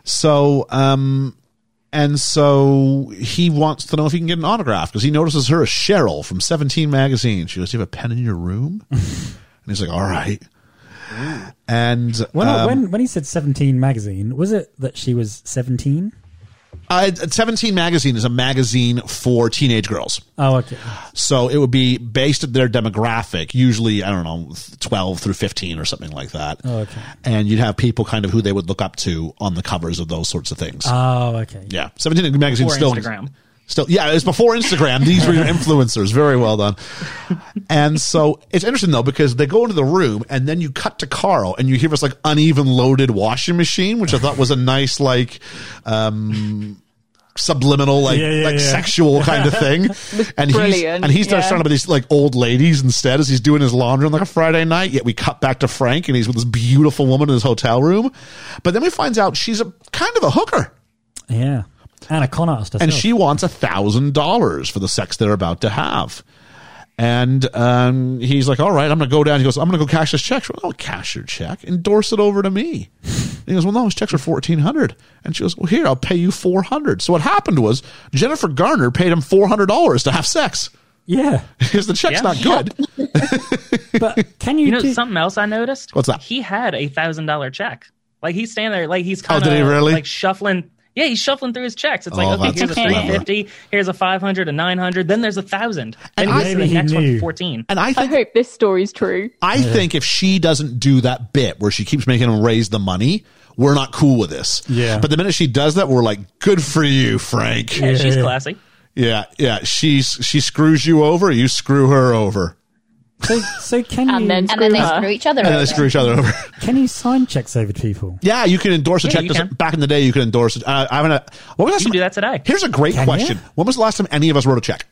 Speaker 4: So, um, and so he wants to know if he can get an autograph because he notices her as Cheryl from 17 Magazine. She goes, Do you have a pen in your room? and he's like, All right. And
Speaker 5: When, I-
Speaker 4: um,
Speaker 5: when when he said 17 magazine, was it that she was 17?
Speaker 4: I- 17 Magazine is a magazine for teenage girls.
Speaker 5: Oh, okay.
Speaker 4: So it would be based at their demographic, usually, I don't know, 12 through 15 or something like that.
Speaker 5: Oh, okay.
Speaker 4: And you'd have people kind of who they would look up to on the covers of those sorts of things.
Speaker 5: Oh, okay.
Speaker 4: Yeah, seventeen magazine
Speaker 9: Before
Speaker 4: still
Speaker 9: Instagram.
Speaker 4: Still, yeah, it was before Instagram. These were your influencers. Very well done. And so it's interesting though because they go into the room and then you cut to Carl and you hear this like uneven loaded washing machine, which I thought was a nice like. um subliminal like
Speaker 5: Yeah, yeah,
Speaker 4: like
Speaker 5: yeah.
Speaker 4: sexual kind of thing and he's
Speaker 8: brilliant,
Speaker 4: and he starts
Speaker 8: yeah.
Speaker 4: trying to these like old ladies instead as he's doing his laundry on like a friday night yet we cut back to frank and he's with this beautiful woman in his hotel room but then we finds out she's a kind of a hooker
Speaker 5: Yeah. And a con artist
Speaker 4: and
Speaker 9: Oh.
Speaker 5: herself.
Speaker 4: she wants a thousand dollars for the sex they're about to have. And um, he's like, "All right, I'm going to go down." He goes, "I'm going to go cash this check." She goes, "Oh, cash your check, endorse it over to me." And he goes, "Well, no, his checks are fourteen hundred. And she goes, "Well, here, I'll pay you four hundred. So what happened was Jennifer Garner paid him four hundred dollars to have sex
Speaker 5: Yeah.
Speaker 4: because the check's
Speaker 9: Yeah.
Speaker 4: not good.
Speaker 5: But can you,
Speaker 9: You know
Speaker 5: do-
Speaker 9: something else I noticed?
Speaker 4: What's that?
Speaker 9: He had a thousand dollar check. Like he's standing there, like he's
Speaker 4: Oh,
Speaker 9: kind
Speaker 4: did
Speaker 9: of
Speaker 4: he really?
Speaker 9: like shuffling. Yeah, he's shuffling through his checks. It's
Speaker 4: Oh,
Speaker 9: like okay,
Speaker 4: that's
Speaker 9: here's a
Speaker 8: clever.
Speaker 9: three fifty, here's a five hundred, a nine hundred, then there's a thousand,
Speaker 4: And
Speaker 9: and
Speaker 4: I-
Speaker 9: goes to
Speaker 5: Maybe
Speaker 9: the
Speaker 5: he
Speaker 9: next one
Speaker 5: knew.
Speaker 9: for fourteen.
Speaker 4: And I
Speaker 8: I
Speaker 4: think
Speaker 8: hope this story's true.
Speaker 4: I think if she doesn't do that bit where she keeps making him raise the money, we're not cool with this.
Speaker 5: Yeah.
Speaker 4: But the minute she does that, we're like, "Good for you, Frank."
Speaker 9: Yeah, she's
Speaker 5: yeah.
Speaker 9: classy.
Speaker 4: Yeah, yeah. She's she screws you over, you screw her over.
Speaker 5: so, so can
Speaker 8: And
Speaker 9: Um,
Speaker 5: you
Speaker 8: then
Speaker 7: and then they
Speaker 8: Screw her.
Speaker 7: screw each other.
Speaker 4: And then
Speaker 7: over.
Speaker 4: they screw each other over.
Speaker 5: can you sign checks over to people?
Speaker 4: yeah, you can endorse a
Speaker 9: Yeah,
Speaker 4: check.
Speaker 9: you
Speaker 4: Just-
Speaker 9: can.
Speaker 4: Back in the day, you could endorse it. Uh, I'm gonna. What was
Speaker 9: You can do that today.
Speaker 4: Here's a great
Speaker 5: Can
Speaker 4: question.
Speaker 5: you?
Speaker 4: When was the last time any of us wrote a check?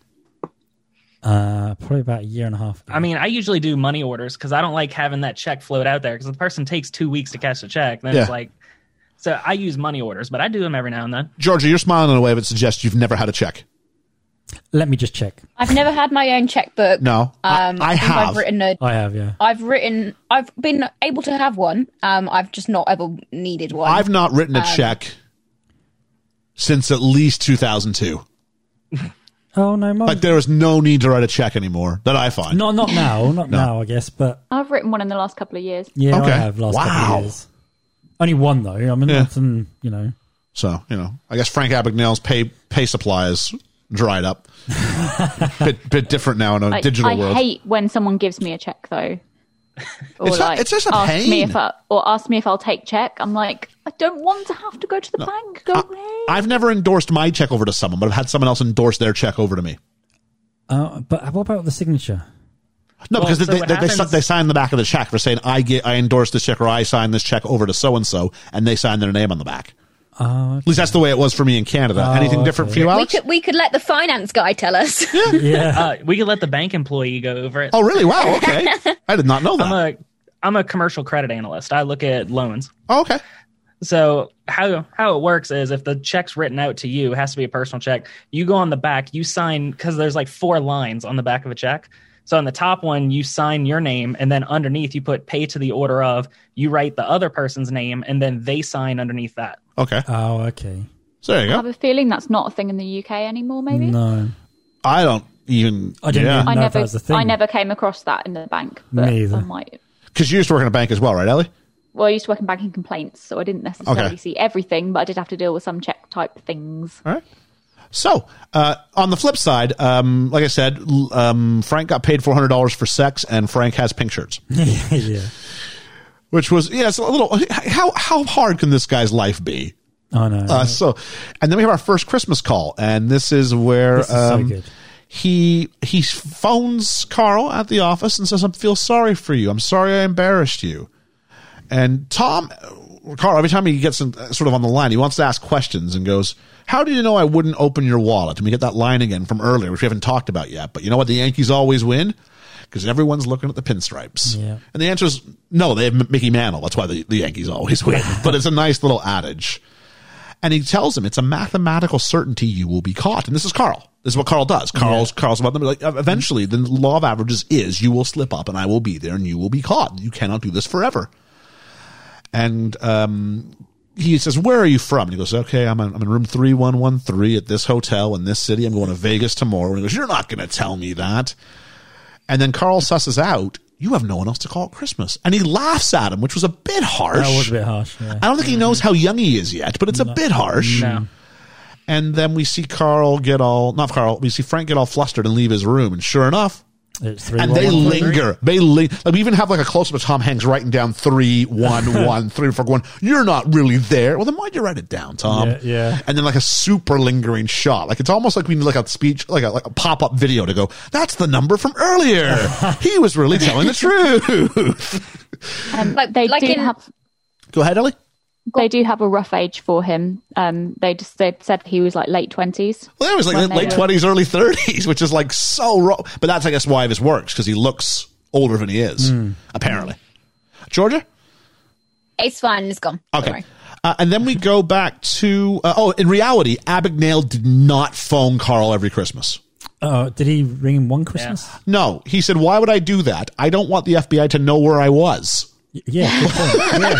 Speaker 5: Uh, probably about a year and a half. ago.
Speaker 9: I mean, I usually do money orders because I don't like having that check float out there because the person takes two weeks to cash the check. Then it's
Speaker 4: Yeah.
Speaker 9: like, so I use money orders, but I do them every now and then.
Speaker 4: Georgia, you're smiling in a way that suggests you've never had a check.
Speaker 5: let me just check.
Speaker 7: I've never had my own checkbook.
Speaker 4: No, I-
Speaker 7: um,
Speaker 4: I
Speaker 7: think
Speaker 4: have.
Speaker 7: I've written a.
Speaker 5: I have, yeah.
Speaker 7: I've written. I've been able to have one. Um, I've just not ever needed one.
Speaker 4: I've not written a
Speaker 9: Um,
Speaker 4: check since at least 2002.
Speaker 5: Oh no, mine.
Speaker 4: Like there is no need to write a check anymore that I find.
Speaker 5: not not now, not now, I guess. But
Speaker 8: I've written one in the last couple of years.
Speaker 5: yeah,
Speaker 4: Okay.
Speaker 5: I have last couple
Speaker 4: Wow.
Speaker 5: of years. Only one though. I mean,
Speaker 4: Yeah.
Speaker 5: that's an- you know,
Speaker 4: So you know, I guess Frank Abagnale's pay pay supply is dried up. bit bit different now in a
Speaker 8: Like,
Speaker 4: digital
Speaker 8: I
Speaker 4: world.
Speaker 8: hate when someone gives me a check though. Or
Speaker 4: It's not- it's just a
Speaker 8: ask me
Speaker 4: pain.
Speaker 8: if I, or ask me if I'll take check. I'm like, I don't want to have to go to the bank. Go away.
Speaker 4: I've never endorsed my check over to someone, but I've had someone else endorse their check over to me.
Speaker 5: uh, but what about the signature?
Speaker 4: No,
Speaker 9: Well,
Speaker 4: because
Speaker 9: so
Speaker 4: they,
Speaker 9: what
Speaker 4: they, they, si-
Speaker 9: happens-
Speaker 4: they sign the back of the check for saying I get I endorse this check or I sign this check over to so and so, and they sign their name on the back. At least that's the way it was for me in Canada. Anything different for you,
Speaker 7: we
Speaker 4: Alex?
Speaker 7: could we could let the finance guy tell us.
Speaker 5: Yeah,
Speaker 9: Uh, we could let the bank employee go over it.
Speaker 4: oh, really? Wow. Okay, I did not know that.
Speaker 9: I'm a I'm a commercial credit analyst. I look at loans.
Speaker 4: oh, okay.
Speaker 9: So how how it works is if the check's written out to you, it has to be a personal check. You go on the back, you sign because there's like four lines on the back of a check. So on the top one, you sign your name, and then underneath you put pay to the order of. You write the other person's name, and then they sign underneath that.
Speaker 4: Okay.
Speaker 5: Oh, okay.
Speaker 4: So there you
Speaker 8: I
Speaker 4: go.
Speaker 8: have a feeling that's not a thing in the UK anymore. Maybe
Speaker 5: No,
Speaker 4: I don't even.
Speaker 5: I didn't
Speaker 4: yeah.
Speaker 5: know.
Speaker 8: I
Speaker 5: No,
Speaker 8: never,
Speaker 5: that's a thing.
Speaker 8: I never came across that in the bank. But
Speaker 5: Me either.
Speaker 8: I might.
Speaker 4: Because you used to work in a bank as well, right, Ellie?
Speaker 8: Well, I used to work in banking complaints, so I didn't necessarily
Speaker 4: Okay.
Speaker 8: see everything, but I did have to deal with some check type things.
Speaker 4: All right. So, uh, on the flip side, um, like I said, l- um, Frank got paid four hundred dollars for sex, and Frank has pink shirts,
Speaker 5: yeah.
Speaker 4: which was yeah, it's a little. How how hard can this guy's life be?
Speaker 5: I know.
Speaker 4: Uh, so, and then we have our first Christmas call, and this is where
Speaker 5: This is so
Speaker 4: um,
Speaker 5: good.
Speaker 4: he he phones Carl at the office and says, "I feel sorry for you. I'm sorry I embarrassed you." And Tom Carl, every time he gets in, uh, sort of on the line, he wants to ask questions and goes, How do you know I wouldn't open your wallet? And we get that line again from earlier, which we haven't talked about yet. But you know what? The Yankees always win because everyone's looking at the pinstripes.
Speaker 5: Yeah.
Speaker 4: And the answer is no, they have M- Mickey Mantle. That's why the, the Yankees always win. but it's a nice little adage. And he tells him it's a mathematical certainty you will be caught. And this is Carl. This is what Carl does. Carl's Carl's about them. Like uh, eventually, the law of averages is you will slip up, and I will be there, and you will be caught. You cannot do this forever. And um, he says, "Where are you from?" And he goes, "Okay, I'm in, I'm in room three one one three at this hotel in this city. I'm going to Vegas tomorrow." And he goes, "You're not going to tell me that." And then Carl susses out, "You have no one else to call at Christmas," and he laughs at him, which was a bit harsh.
Speaker 5: That was a bit harsh. Yeah.
Speaker 4: I don't think he knows how young he is yet, but it's a bit harsh.
Speaker 9: No.
Speaker 4: And then we see Carl get all not Carl. We see Frank get all flustered and leave his room. And sure enough,
Speaker 5: It's three.
Speaker 4: and
Speaker 5: one,
Speaker 4: they
Speaker 5: one, three.
Speaker 4: linger. They ling- like we even have like a close up of Tom Hanks writing down three, one, one, three, four, one. You're not really there. Well, then why'd you write it down, Tom?
Speaker 5: Yeah, yeah.
Speaker 4: And then like a super lingering shot. Like it's almost like we need like a speech, like a like a pop up video to go. That's the number from earlier. he was really telling the truth.
Speaker 7: Mm. Like
Speaker 8: They
Speaker 7: like
Speaker 8: do
Speaker 7: in-
Speaker 8: have
Speaker 4: go ahead, Ellie.
Speaker 8: they do have a rough age for him. Um, they just they said he was like late twenties.
Speaker 4: Well, that was like
Speaker 8: When they
Speaker 4: late
Speaker 8: were-
Speaker 4: twenties, early thirties, which is like so wrong. But that's, I guess, why this works because he looks older than he is,
Speaker 5: Hmm.
Speaker 4: apparently. Georgia,
Speaker 7: It's fine. It's gone. Don't
Speaker 4: okay,
Speaker 7: worry.
Speaker 4: uh, and then we go back to uh, oh, in reality, Abagnale did not phone Carl every Christmas.
Speaker 5: Oh, did he ring him one Christmas?
Speaker 4: No, he said, "Why would I do that? I don't want the FBI to know where I was."
Speaker 5: Y- Yeah. good point. Yeah.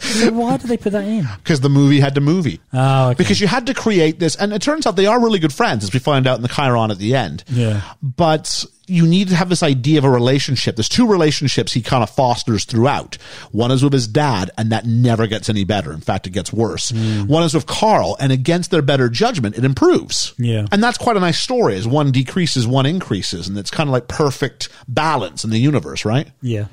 Speaker 5: So why did they put that in?
Speaker 4: Because the movie had to movie.
Speaker 5: Oh, okay.
Speaker 4: because you had to create this, and it turns out they are really good friends, as we find out in the Chiron at the end.
Speaker 5: Yeah.
Speaker 4: but you need to have this idea of a relationship. There's two relationships he kind of fosters throughout. One is with his dad, and that never gets any better. In fact, it gets worse. One is with Carl, and against their better judgment, it improves.
Speaker 5: Yeah.
Speaker 4: And that's quite a nice story as one decreases, one increases, and it's kind of like perfect balance in the universe, right?
Speaker 5: yeah.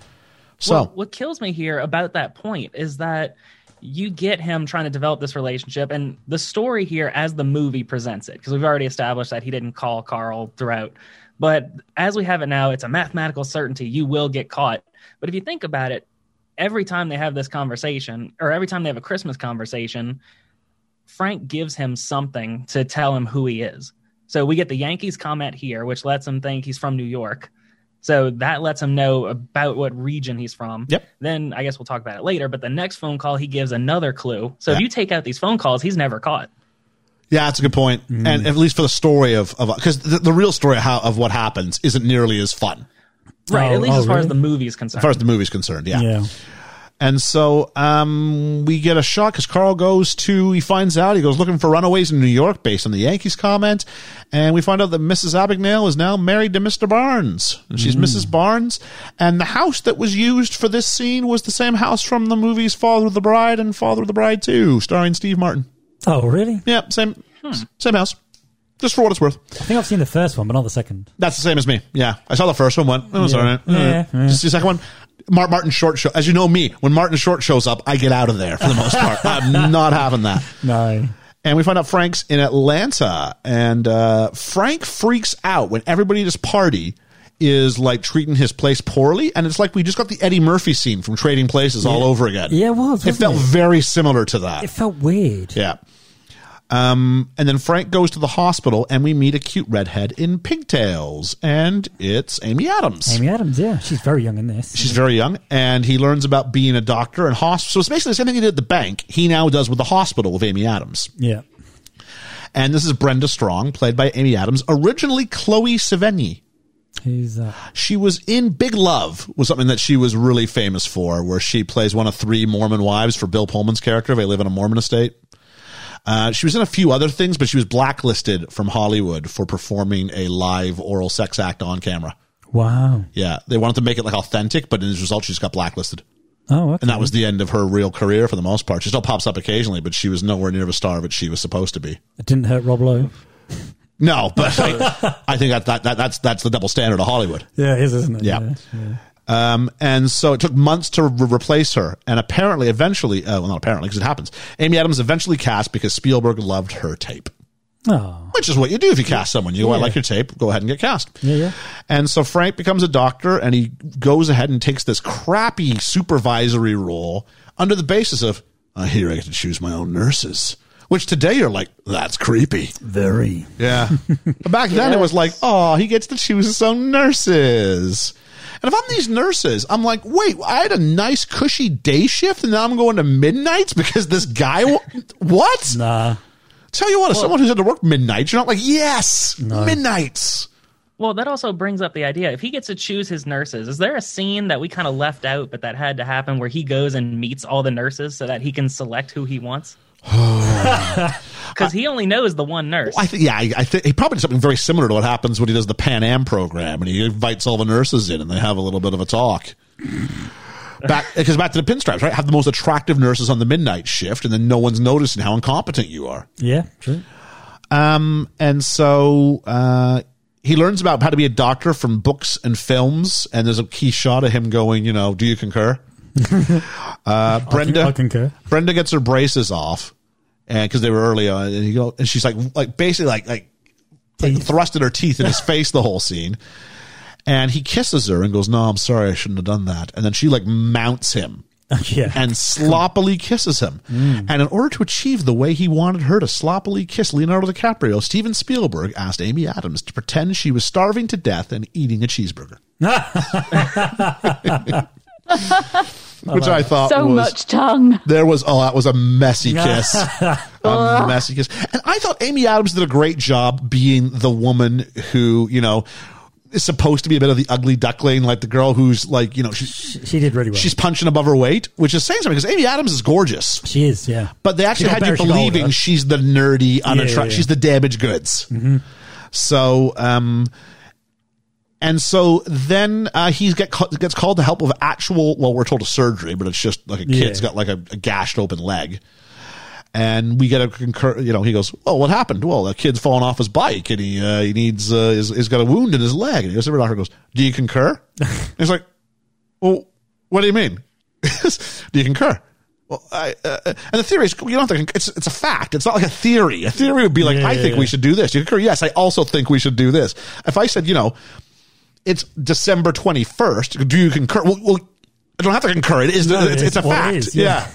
Speaker 4: So
Speaker 9: Well, what kills me here about that point is that you get him trying to develop this relationship and the story here as the movie presents it because we've already established that he didn't call Carl throughout. But as we have it now, it's a mathematical certainty you will get caught. But if you think about it, every time they have this conversation or every time they have a Christmas conversation, Frank gives him something to tell him who he is. So we get the Yankees comment here, which lets him think he's from New York. So that lets him know about what region he's from.
Speaker 4: Yep.
Speaker 9: Then I guess we'll talk about it later. But the next phone call, he gives another clue. So
Speaker 4: Yeah.
Speaker 9: if you take out these phone calls, he's never caught.
Speaker 4: Yeah, that's a good point. And at least for the story of of because the, the real story of how of what happens isn't nearly as fun
Speaker 9: Right.
Speaker 5: Oh,
Speaker 9: at least
Speaker 5: oh,
Speaker 9: as far as
Speaker 5: really?
Speaker 9: the movie is
Speaker 4: as
Speaker 9: concerned.
Speaker 4: far as the movie's concerned. Yeah.
Speaker 5: Yeah.
Speaker 4: And so um, we get a shot because Carl goes to he finds out he goes looking for runaways in New York based on the Yankees comment, and we find out that Mrs. Abagnale is now married to Mr. Barnes. And she's Mrs. Barnes, and the house that was used for this scene was the same house from the movies Father of the Bride and Father of the Bride Two, starring Steve Martin.
Speaker 5: Oh, really?
Speaker 4: Yeah, same same house. Just for what it's worth.
Speaker 5: I think I've seen the first one, but not the second.
Speaker 4: That's the same as me. Yeah, I saw the first one. Went, oh, it's
Speaker 5: Yeah.
Speaker 4: all right.
Speaker 5: Yeah, yeah.
Speaker 4: Just the second one. Mar- Martin Short show. As you know me, when Martin Short shows up, I get out of there for the most part. I'm not having that.
Speaker 5: No.
Speaker 4: And we find out Frank's in Atlanta, and uh, Frank freaks out when everybody at his party is like treating his place poorly, and it's like we just got the Eddie Murphy scene from Trading Places all over again.
Speaker 5: Yeah, it was.
Speaker 4: It
Speaker 5: wasn't
Speaker 4: felt very similar to that.
Speaker 5: It felt weird.
Speaker 4: Yeah. Um, and then Frank goes to the hospital, and we meet a cute redhead in pigtails, and it's Amy Adams.
Speaker 5: Amy Adams, yeah, she's very young in this.
Speaker 4: She's very young, and he learns about being a doctor and hospital. So it's basically the same thing he did at the bank. He now does with the hospital with Amy Adams.
Speaker 5: yeah.
Speaker 4: And this is Brenda Strong, played by Amy Adams, originally Chloe Sevigny.
Speaker 5: Who's that?
Speaker 4: She was in Big Love, was something that she was really famous for, where she plays one of three Mormon wives for Bill Pullman's character. They live in a Mormon estate. Uh, she was in a few other things, but she was blacklisted from Hollywood for performing a live oral sex act on camera.
Speaker 5: Wow.
Speaker 4: Yeah, they wanted to make it like authentic, but as a result, she just got blacklisted,
Speaker 5: Oh, okay.
Speaker 4: and that was the end of her real career for the most part. She still pops up occasionally, but she was nowhere near the star that she was supposed to be.
Speaker 5: It didn't hurt Rob Lowe.
Speaker 4: No, but I, I think that, that, that that's that's the double standard of Hollywood.
Speaker 5: Yeah, it is, isn't it?
Speaker 4: Yeah. Um, and so it took months to re- replace her. And apparently, eventually, uh, well, not apparently, because it happens, Amy Adams eventually cast because Spielberg loved her tape.
Speaker 5: Oh,
Speaker 4: which is what you do if you cast someone. You go, I like your tape, go ahead and get cast.
Speaker 5: yeah, yeah.
Speaker 4: And so Frank becomes a doctor and he goes ahead and takes this crappy supervisory role under the basis of, I hear I get to choose my own nurses, which today you're like, that's creepy.
Speaker 5: Very.
Speaker 4: Yeah. but back then it was like, oh, he gets to choose his own nurses. And if I'm these nurses, I'm like, wait, I had a nice cushy day shift and now I'm going to midnights because this guy, w- what?
Speaker 5: Nah.
Speaker 4: Tell you what, as someone who's had to work midnights, you're not like, yes, midnights.
Speaker 9: Well, that also brings up the idea if he gets to choose his nurses, is there a scene that we kind of left out but that had to happen where he goes and meets all the nurses so that he can select who he wants? Because he only knows the one nurse.
Speaker 4: I think, yeah, I, I think he probably did something very similar to what happens when he does the Pan Am program and he invites all the nurses in and they have a little bit of a talk. Back because back to the pinstripes, right? Have the most attractive nurses on the midnight shift, and then no one's noticing how incompetent you are.
Speaker 5: Yeah, true.
Speaker 4: And so uh, he learns about how to be a doctor from books and films. And there's a key shot of him going, you know, do you concur? uh, Brenda,
Speaker 5: I concur.
Speaker 4: Brenda gets her braces off, and because they were early on, and he go, and she's like, like basically like like, like
Speaker 5: Teeth.
Speaker 4: thrusted her teeth in his face the whole scene, and he kisses her and goes, "No, I'm sorry, I shouldn't have done that." And then she like mounts him
Speaker 5: yeah. Mm.
Speaker 4: and sloppily kisses him, and in order to achieve the way he wanted her to sloppily kiss Leonardo DiCaprio, Steven Spielberg asked Amy Adams to pretend she was starving to death and eating a cheeseburger, which I thought
Speaker 8: so
Speaker 4: Uh, was,
Speaker 8: much tongue.
Speaker 4: There was oh, that was a messy kiss, a messy kiss. And I thought Amy Adams did a great job being the woman who you know is supposed to be a bit of the ugly duckling, like the girl who's like you know she's
Speaker 5: she did really well.
Speaker 4: she's punching above her weight, which is saying something because Amy Adams is gorgeous,
Speaker 5: she is, yeah.
Speaker 4: but they actually
Speaker 5: She got
Speaker 4: had you
Speaker 5: better, she got
Speaker 4: believing
Speaker 5: older.
Speaker 4: she's the nerdy, unattractive,
Speaker 5: yeah, Mm-hmm. yeah.
Speaker 4: she's the damaged goods. So, um, and so then uh, he get ca- gets called to help with actual. Well, we're told a surgery, but it's just like a
Speaker 5: Yeah.
Speaker 4: kid's got like a, a gashed open leg. And we get a concur. You know, he goes, "Oh, what happened? Well, a kid's fallen off his bike, and he uh, he needs uh, he's, he's got a wound in his leg." And he goes, "The doctor goes, do you concur?" And he's like, "Well, what do you mean? do you concur?" Well, I, uh, uh, and the theory is you don't think it's it's a fact. It's not like a theory. A theory would be like,
Speaker 5: Yeah,
Speaker 4: "I
Speaker 5: yeah,
Speaker 4: think
Speaker 5: yeah.
Speaker 4: we should do this." Do You concur? Yes, I also think we should do this. If I said, you know, it's December 21st. Do you concur? Well, well I don't have to concur. It is,
Speaker 5: No,
Speaker 4: it's,
Speaker 5: it
Speaker 4: it's a
Speaker 5: is what it
Speaker 4: fact.
Speaker 5: is,
Speaker 4: yeah.
Speaker 5: yeah.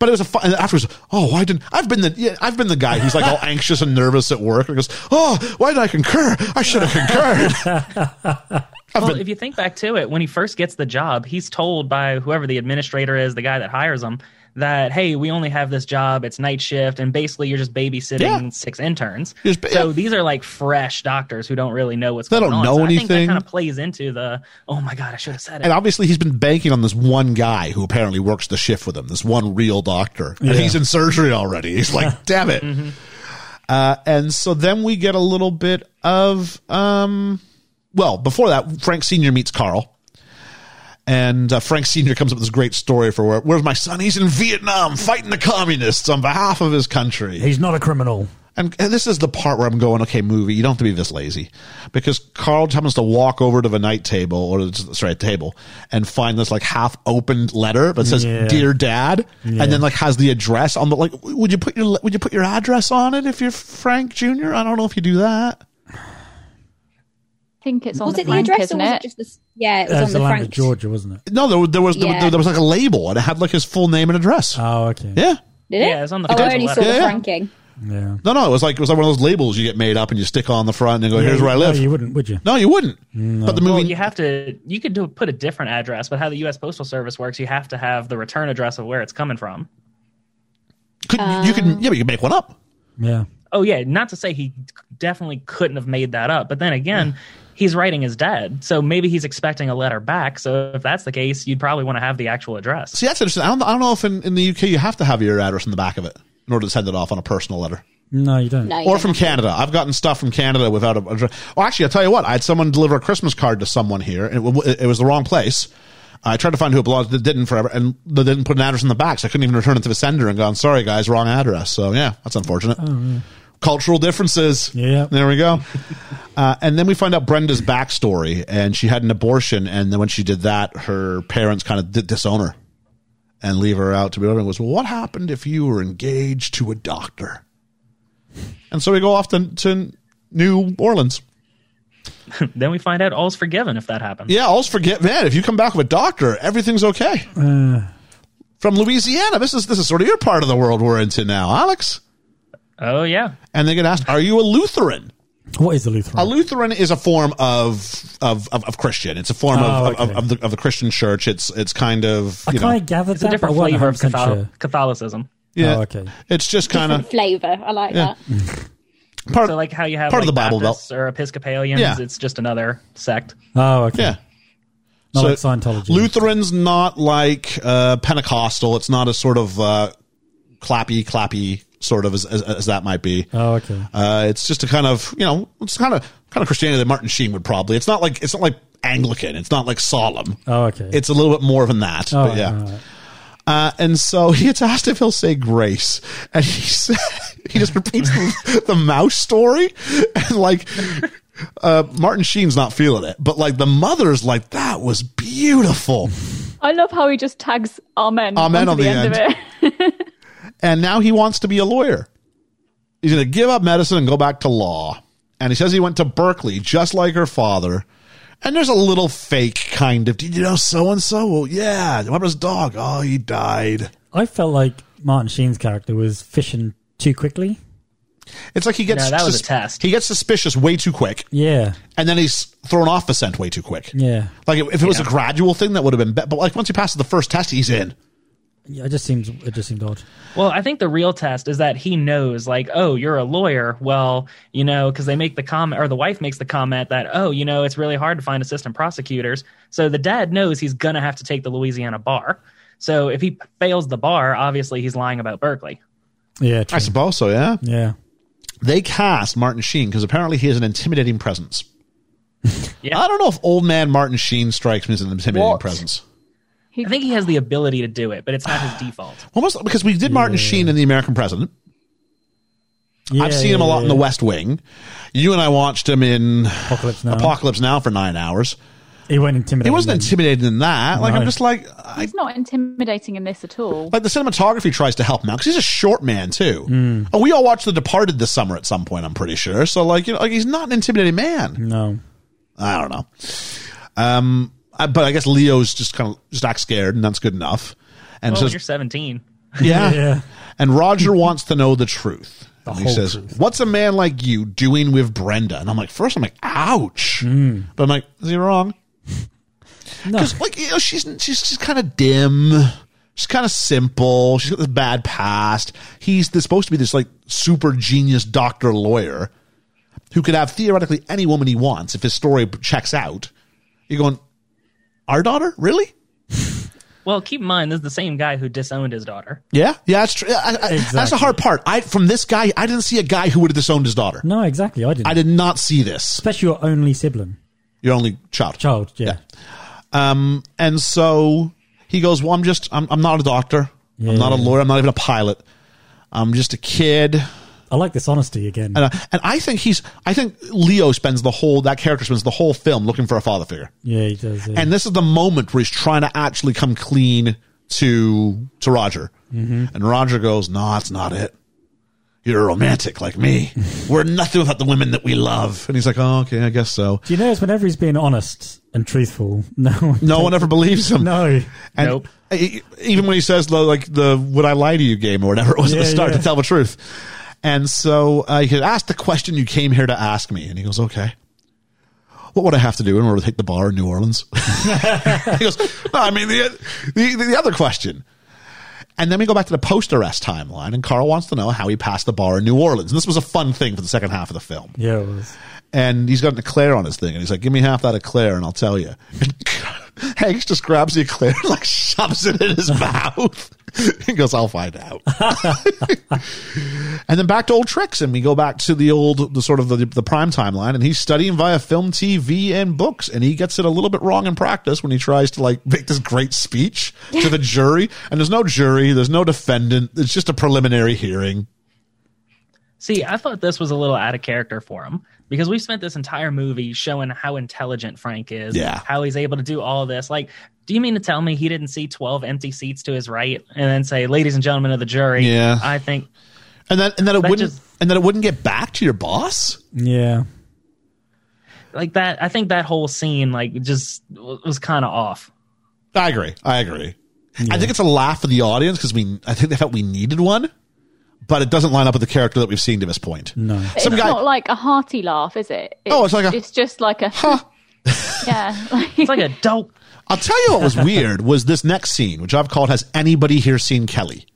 Speaker 4: But it was a fun, and afterwards, oh, why didn't, I've been the, yeah, I've been the guy who's like all anxious and nervous at work and goes, oh, why did I concur? I should have concurred.
Speaker 9: well, if you think back to it, when he first gets the job, he's told by whoever the administrator is, the guy that hires him, that hey, we only have this job. It's night shift, and basically you're just babysitting
Speaker 4: Yeah.
Speaker 9: six interns.
Speaker 4: Just ba-
Speaker 9: so
Speaker 4: yeah.
Speaker 9: these are like fresh doctors who don't really know what's
Speaker 4: They
Speaker 9: going
Speaker 4: don't
Speaker 9: on.
Speaker 4: know
Speaker 9: so I
Speaker 4: anything.
Speaker 9: think that kind of plays into the oh my god, I should have said it.
Speaker 4: and obviously he's been banking on this one guy who apparently works the shift with him, this one real doctor. And
Speaker 5: Yeah.
Speaker 4: he's in surgery already. He's like, damn it.
Speaker 9: Mm-hmm.
Speaker 4: Uh, and so then we get a little bit of, um, well, before that, Frank Sr. meets Carl. And uh, Frank Sr. comes up with this great story for where, where's my son? He's in Vietnam fighting the communists on behalf of his country.
Speaker 5: He's not a criminal.
Speaker 4: And, and this is the part where I'm going, okay, movie, you don't have to be this lazy. Because Carl happens to walk over to the night table, or sorry, table, and find this like half opened letter that says,
Speaker 5: Yeah.
Speaker 4: Dear Dad, and then like has the address on the, like, would you put your, would you put your address on it if you're Frank Jr.? I don't know if you do that.
Speaker 8: I think it's on
Speaker 7: Was
Speaker 8: the
Speaker 7: it the
Speaker 8: blank,
Speaker 7: address or
Speaker 8: isn't
Speaker 7: was
Speaker 8: it?
Speaker 7: it just the? s- Yeah, it was
Speaker 5: That's
Speaker 7: on the
Speaker 5: land
Speaker 7: Frank.
Speaker 5: of Georgia, wasn't it?
Speaker 4: No, there, there was, there,
Speaker 7: Yeah.
Speaker 4: there was like a label and it had like his full name and address.
Speaker 5: Oh, okay.
Speaker 4: yeah.
Speaker 7: Did it?
Speaker 9: Yeah, it was on the
Speaker 7: Oh, I
Speaker 9: Georgia
Speaker 7: only
Speaker 9: letter.
Speaker 7: saw the
Speaker 4: Yeah, yeah.
Speaker 7: franking.
Speaker 5: Yeah.
Speaker 4: No, no, it was like, it was like one of those labels you get made up and you stick on the front and go, here's where I
Speaker 5: No,
Speaker 4: live.
Speaker 5: you wouldn't, would you?
Speaker 4: no, you wouldn't. But the movie,
Speaker 9: Well, you have to. You could do put a different address, but how the U.S. Postal Service works, you have to have the return address of where it's coming from.
Speaker 4: could, you could, yeah, but you could make one up.
Speaker 5: Yeah.
Speaker 9: oh yeah not to say he definitely couldn't have made that up but then again he's writing his dad so maybe he's expecting a letter back so if that's the case you'd probably want to have the actual address
Speaker 4: See, that's interesting. I don't, I don't know if in, in the UK you have to have your address in the back of it in order to send it off on a personal letter.
Speaker 5: No, you don't.
Speaker 7: No, you
Speaker 4: Or
Speaker 7: don't.
Speaker 4: from Canada. I've gotten stuff from Canada without a address. Well, actually, I'll tell you what. I had someone deliver a Christmas card to someone here, and it, w- it was the wrong place. I tried to find who it belonged to. It didn't forever, and they didn't put an address in the back, so I couldn't even return it to the sender and gone, sorry, guys, wrong address. So, yeah, that's unfortunate. Cultural differences.
Speaker 5: Yeah.
Speaker 4: There we go. Uh, and then we find out Brenda's backstory, and she had an abortion, and then when she did that, her parents kind of did disown her and leave her out to be. It was, well, what happened if you were engaged to a doctor? And so we go off to, to New Orleans.
Speaker 9: Then we find out all's forgiven if that happens.
Speaker 4: Yeah, all's forget man. If you come back with a doctor, everything's okay. From Louisiana, this is this is sort of your part of the world we're into now, Alex.
Speaker 9: Oh yeah,
Speaker 4: And they get asked, "Are you a Lutheran?"
Speaker 5: What is the Lutheran?
Speaker 4: A Lutheran is a form of of of, of Christian. It's a form
Speaker 5: Oh,
Speaker 4: of, of,
Speaker 5: okay.
Speaker 4: of, the, of the Christian church. It's it's kind of
Speaker 5: I
Speaker 4: you
Speaker 5: kind
Speaker 4: know,
Speaker 5: of gathered
Speaker 9: it's
Speaker 5: that,
Speaker 9: a different
Speaker 5: but I wasn't
Speaker 9: flavor of
Speaker 5: 100%
Speaker 9: Cathol-
Speaker 5: sure.
Speaker 9: Catholicism.
Speaker 4: yeah.
Speaker 5: Oh, okay.
Speaker 4: It's just kind of
Speaker 8: flavor. I like
Speaker 4: Yeah.
Speaker 8: that.
Speaker 4: part.
Speaker 9: So like how you have
Speaker 4: Part of
Speaker 9: like,
Speaker 4: the Bible Belt.
Speaker 9: Baptists or Episcopalians,
Speaker 4: Yeah.
Speaker 9: it's just another sect.
Speaker 5: Oh, okay.
Speaker 4: yeah.
Speaker 5: Not like Scientology.
Speaker 4: Lutheran's not like uh, Pentecostal. It's not as sort of uh, clappy, clappy sort of as, as, as that might be.
Speaker 5: Oh, okay.
Speaker 4: Uh, it's just a kind of you know, it's kind of kind of Christianity that Martin Sheen would probably. It's not like it's not like Anglican. It's not like solemn.
Speaker 5: Oh, okay.
Speaker 4: It's a little bit more than that.
Speaker 5: Oh,
Speaker 4: but yeah.
Speaker 5: all right.
Speaker 4: Uh, and so he gets asked if he'll say grace, and he said, he just repeats the, the mouse story, and like uh, Martin Sheen's not feeling it, but like the mother's like that was beautiful,
Speaker 8: I love how he just tags amen.
Speaker 4: Amen
Speaker 8: onto
Speaker 4: on the end.
Speaker 8: of it.
Speaker 4: and now he wants to be a lawyer. He's going to give up medicine and go back to law, and he says he went to Berkeley just like her father. And there's a little fake kind of, did you know so and so? Well, yeah. What was his dog? Oh, he died.
Speaker 5: I felt like Martin Sheen's character was fishing too quickly.
Speaker 4: It's like he gets
Speaker 9: No, that was a
Speaker 4: susp-
Speaker 9: test.
Speaker 4: He gets suspicious way too quick,
Speaker 5: Yeah.
Speaker 4: and then he's thrown off the scent way too quick.
Speaker 5: Yeah.
Speaker 4: Like if it was a gradual thing, that would have been better. But like once he passes the first test, he's in.
Speaker 5: Yeah, It just seems it just seemed odd.
Speaker 9: Well, I think the real test is that he knows, like, oh, you're a lawyer. Well, you know, because they make the comment, or the wife makes the comment that, oh, you know, it's really hard to find assistant prosecutors. So the dad knows he's going to have to take the Louisiana bar. So if he fails the bar, obviously he's lying about Berkeley.
Speaker 5: Yeah. True.
Speaker 4: I suppose so. Yeah.
Speaker 5: Yeah.
Speaker 4: They cast Martin Sheen because apparently he has an intimidating presence.
Speaker 9: Yeah.
Speaker 4: I don't know if old man Martin Sheen strikes me as an intimidating
Speaker 9: What?
Speaker 4: presence.
Speaker 9: I think he has the ability to do it, but it's not his default.
Speaker 4: Almost because we did Martin Sheen in The American President.
Speaker 5: Yeah,
Speaker 4: I've seen
Speaker 5: yeah,
Speaker 4: him a lot
Speaker 5: yeah.
Speaker 4: in The West Wing. You and I watched him in
Speaker 5: Apocalypse Now.
Speaker 4: Apocalypse Now for nine hours.
Speaker 5: He wasn't intimidated.
Speaker 4: He wasn't intimidated in that. Like I'm
Speaker 5: No.
Speaker 4: just like I,
Speaker 8: It's not intimidating in this at all.
Speaker 4: like the cinematography tries to help him out because he's a short man too. And we all watched The Departed this summer at some point, I'm pretty sure. So like, you know, like he's not an intimidating man.
Speaker 5: No.
Speaker 4: I don't know. Um, I, but I guess Leo's just kind of just acts scared, and that's good enough. And
Speaker 9: Well, Oh, you're
Speaker 4: says,
Speaker 9: 17.
Speaker 4: yeah.
Speaker 5: Yeah.
Speaker 4: And Roger wants to know the truth. And he
Speaker 5: whole
Speaker 4: says,
Speaker 5: truth.
Speaker 4: "What's a man like you doing with Brenda?" And I'm like, first, I'm like, "Ouch!" But I'm like, "Is he wrong?"
Speaker 5: Hmm. No.
Speaker 4: Because like you know, she's she's she's kind of dim. She's kind of simple. She's got this bad past. He's this, supposed to be this like super genius doctor lawyer who could have theoretically any woman he wants if his story checks out. You're going, our daughter, really?
Speaker 9: Well, keep in mind, this is the same guy who disowned his daughter.
Speaker 4: Yeah, yeah. That's true. I, I, That's the
Speaker 5: Exactly.
Speaker 4: hard part. I from this guy, I didn't see a guy who would have disowned his daughter.
Speaker 5: No, exactly. I didn't.
Speaker 4: I did not see this.
Speaker 5: Especially your only sibling.
Speaker 4: Your only child. Um,
Speaker 5: Child, Oh, yeah.
Speaker 4: And so he goes, Well, I'm just, I'm, I'm not a doctor. I'm not a lawyer. I'm not even a pilot. I'm just a kid.
Speaker 5: I like this honesty again.
Speaker 4: And, uh, and I think he's, I think Leo spends the whole, that character spends the whole film looking for a father figure.
Speaker 5: yeah, he does. Yeah.
Speaker 4: And this is the moment where he's trying to actually come clean to, to Roger. And Roger goes, No, that's not it. You're a romantic like me. We're nothing without the women that we love. And he's like, Oh, okay, I guess so.
Speaker 5: Do you notice whenever he's being honest and truthful, no one
Speaker 4: No one ever believes him.
Speaker 5: No.
Speaker 4: And
Speaker 9: Nope.
Speaker 4: e- Even when he says the, like the "Would I lie to you" game or whatever it was at the
Speaker 5: Yeah,
Speaker 4: start
Speaker 5: yeah.
Speaker 4: to tell the truth, and so uh, he could ask the question you came here to ask me, and he goes, "Okay." What would I have to do in order to hit the bar in New Orleans? he goes, "No, I mean the, the the other question." And then we go back to the post arrest timeline, and Carl wants to know how he passed the bar in New Orleans. And this was a fun thing for the second half of the film
Speaker 5: Yeah, it was.
Speaker 4: and he's got an eclair on his thing, and he's like, "Give me half that eclair, and I'll tell you." And Hanks just grabs the eclair and like shoves it in his mouth. he goes, "I'll find out." and then back to old tricks, and we go back to the old, the sort of the, the prime timeline, and he's studying via film, TV, and books, and he gets it a little bit wrong in practice when he tries to like make this great speech to the jury, and there's no jury, there's no defendant, it's just a preliminary hearing.
Speaker 9: See, I thought this was a little out of character for him because we've spent this entire movie showing how intelligent Frank is,
Speaker 4: Yeah.
Speaker 9: how he's able to do all this. Like, do you mean to tell me he didn't see 12 empty seats to his right and then say, ladies and gentlemen of the jury,
Speaker 4: Yeah.
Speaker 9: I think
Speaker 4: And then, and then it
Speaker 9: that
Speaker 4: wouldn't.
Speaker 9: just
Speaker 4: and then it wouldn't get back to your boss.
Speaker 5: Yeah.
Speaker 9: Like that, I think that whole scene like just w- was kind of off.
Speaker 4: I agree. I agree. I think it's a laugh for the audience because we. I think they felt we needed one, but it doesn't line up with the character that we've seen to this point. No,
Speaker 8: It's
Speaker 4: some guy.
Speaker 8: not like a hearty laugh, is it? It's,
Speaker 4: Oh, it's like a-
Speaker 8: It's just like a. yeah. Like,
Speaker 9: It's like a dope.
Speaker 4: I'll tell you what was weird was this next scene, which I've called "Has anybody here seen Kelly?"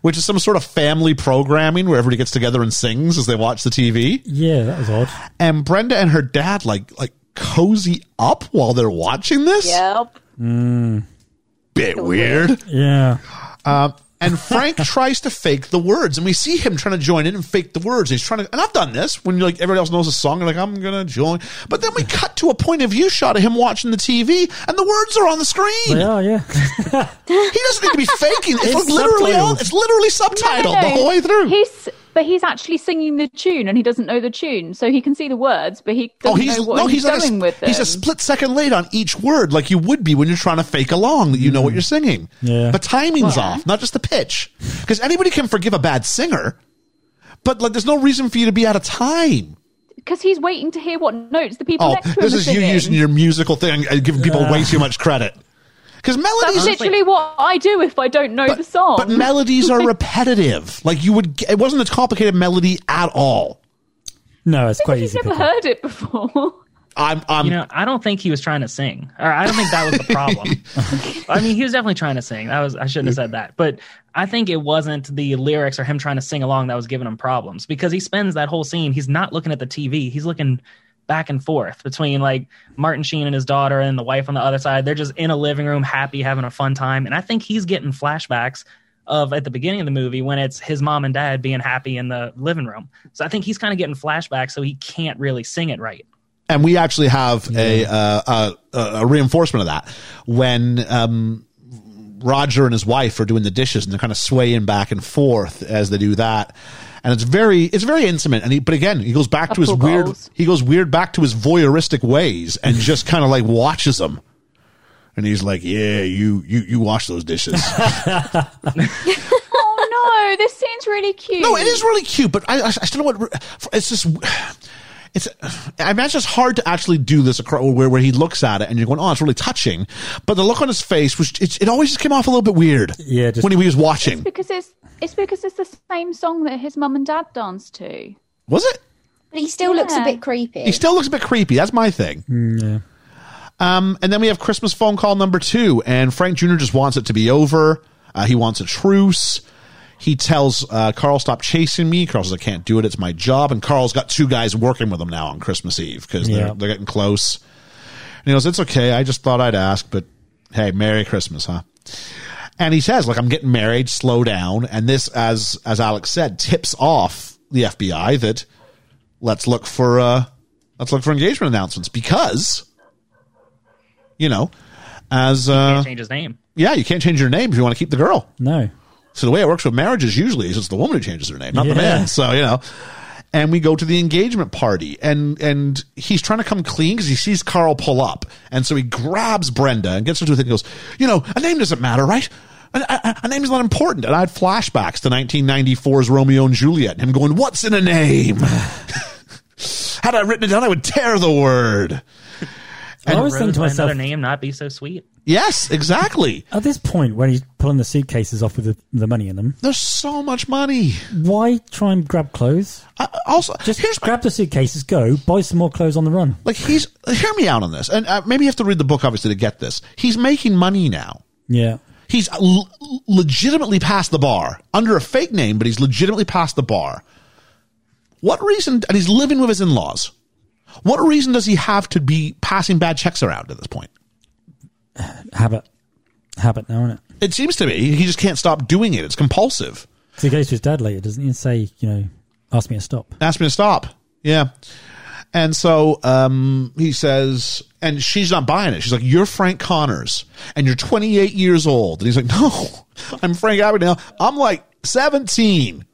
Speaker 4: Which is some sort of family programming where everybody gets together and sings as they watch the TV.
Speaker 5: Yeah, that was odd.
Speaker 4: And Brenda and her dad like like cozy up while they're watching this.
Speaker 8: yep.
Speaker 4: Bit weird.
Speaker 5: Yeah.
Speaker 4: And Frank tries to fake the words, and we see him trying to join in and fake the words. He's trying to, and I've done this when like everybody else knows a song, you're like I'm gonna join. But then we cut to a point of view shot of him watching the TV, and the words are on the screen.
Speaker 5: They are, Oh, yeah.
Speaker 4: He doesn't need to be faking. It's,
Speaker 5: It's
Speaker 4: literally on,
Speaker 5: subtitled.
Speaker 4: it's literally subtitled the whole way through.
Speaker 8: He's but he's actually singing the tune and he doesn't know the tune, so he can see the words, but he
Speaker 4: Oh,
Speaker 8: doesn't
Speaker 4: he's
Speaker 8: know what
Speaker 4: no, he's
Speaker 8: he's,
Speaker 4: like
Speaker 8: going
Speaker 4: a,
Speaker 8: with them.
Speaker 4: he's a split second late on each word, like you would be when you're trying to fake along that you know what you're singing.
Speaker 5: Mm. Yeah.
Speaker 4: the timing's off, not just the pitch, because anybody can forgive a bad singer, but like there's no reason for you to be out of time.
Speaker 8: because he's waiting to hear what notes the people
Speaker 4: Oh,
Speaker 8: next to him
Speaker 4: this
Speaker 8: are
Speaker 4: is you
Speaker 8: singing.
Speaker 4: using your musical thing and giving people way too much credit. Because
Speaker 8: That's
Speaker 4: melodies,
Speaker 8: literally what I do if I don't know the song.
Speaker 4: but melodies are repetitive. Like you would, it wasn't a complicated melody at all.
Speaker 5: No, it's quite
Speaker 8: he's
Speaker 5: easy. to
Speaker 8: never
Speaker 5: pick up.
Speaker 8: heard it before.
Speaker 4: I'm, I'm,
Speaker 9: You know, I don't think he was trying to sing, or I don't think that was the problem. I mean, he was definitely trying to sing. That was I shouldn't have said that, but I think it wasn't the lyrics or him trying to sing along that was giving him problems because he spends that whole scene. He's not looking at the TV. He's looking back and forth between like Martin Sheen and his daughter and the wife on the other side. They're just in a living room, happy, having a fun time, and I think he's getting flashbacks of at the beginning of the movie when it's his mom and dad being happy in the living room. So I think he's kind of getting flashbacks, so he can't really sing it right.
Speaker 4: and we actually have a, uh, a a reinforcement of that when um, Roger and his wife are doing the dishes and they're kind of swaying back and forth as they do that, and it's very it's very intimate. And he, but again, he goes back to his
Speaker 8: Couple
Speaker 4: weird
Speaker 8: goals.
Speaker 4: he goes weird back to his voyeuristic ways and just kind of like watches them. And he's like, "Yeah, you you you wash those dishes."
Speaker 8: oh no, this scene's really cute.
Speaker 4: No, it is really cute, but I, I, I still don't know what it's just. It's I imagine it's hard to actually do this across, where where he looks at it and you're going, oh, it's really touching, but the look on his face was it, it always just came off a little bit weird.
Speaker 5: Yeah, just-
Speaker 4: when he was watching,
Speaker 8: because it's it's because it's the same song that his mum and dad danced to.
Speaker 4: was it?
Speaker 7: But he still looks a
Speaker 8: Yeah.
Speaker 7: bit creepy.
Speaker 4: He still looks a bit creepy. That's my thing. Um, and then we have Christmas phone call number two, and Frank Jr. just wants it to be over. Uh, he wants a truce. He tells uh, Carl, "Stop chasing me." Carl says, "I can't do it. It's my job." And Carl's got two guys working with him now on Christmas Eve because
Speaker 5: Yeah.
Speaker 4: they're, they're getting close. And he goes, "It's okay. I just thought I'd ask, but hey, Merry Christmas, huh?" And he says, "Like I'm getting married. Slow down." And this, as as Alex said, tips off the FBI that let's look for uh let's look for engagement announcements because you know as uh
Speaker 9: Can't change his name.
Speaker 4: yeah you can't change your name if you want to keep the girl
Speaker 5: No.
Speaker 4: so the way it works with marriages usually is it's the woman who changes her name not the
Speaker 5: Yeah.
Speaker 4: man so you know and we go to the engagement party and and he's trying to come clean because he sees carl pull up and so he grabs brenda and gets her to it and goes you know a name doesn't matter right a, a, a name is not important and i had flashbacks to 1994's romeo and juliet and him going what's in a name had i written it down i would tear the word
Speaker 5: I always think
Speaker 9: Rose
Speaker 5: to
Speaker 9: by
Speaker 5: myself,
Speaker 9: another name not be so sweet.
Speaker 4: yes exactly
Speaker 5: at this point, when he's pulling the suitcases off with the, the money in them,
Speaker 4: there's so much money
Speaker 5: why try and grab clothes?
Speaker 4: I, also
Speaker 5: Just
Speaker 4: here's my-
Speaker 5: grab the suitcases, go, buy some more clothes on the run.
Speaker 4: like he's hear me out on this and uh, maybe you have to read the book obviously to get this he's making money now
Speaker 5: Yeah.
Speaker 4: he's l- legitimately past the bar under a fake name but he's legitimately past the bar what reason and he's living with his in-laws what reason does he have to be passing bad checks around at this point
Speaker 5: Habit. Habit now, isn't it?
Speaker 4: it seems to me he just can't stop doing it it's compulsive
Speaker 5: So he goes to his dad later, doesn't he, and say, you know, ask me to stop.
Speaker 4: asked me to stop. Yeah. And so um, he says, and she's not buying it. She's like, You're Frank Connors and you're 28 years old. And he's like, No, I'm Frank Abagnale. I'm like 17.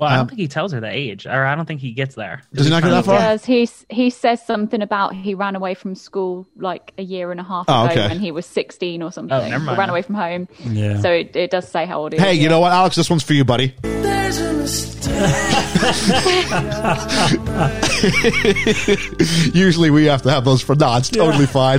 Speaker 9: Well,
Speaker 5: Um,
Speaker 9: I don't think he tells her the age, or I don't think he gets there.
Speaker 4: Does he not get that far?
Speaker 8: Does he? He says something about he ran away from school like a year and a half ago
Speaker 4: Oh, okay.
Speaker 8: when he was sixteen or something.
Speaker 9: Oh, never
Speaker 8: Or
Speaker 9: mind.
Speaker 8: ran away from home.
Speaker 5: Yeah.
Speaker 8: So it, it does say how old he
Speaker 4: Hey,
Speaker 8: is.
Speaker 4: you know what, Alex? This one's for you, buddy.
Speaker 6: There's a mistake.
Speaker 4: Usually we have to have those for nods. Totally
Speaker 5: Yeah.
Speaker 4: fine.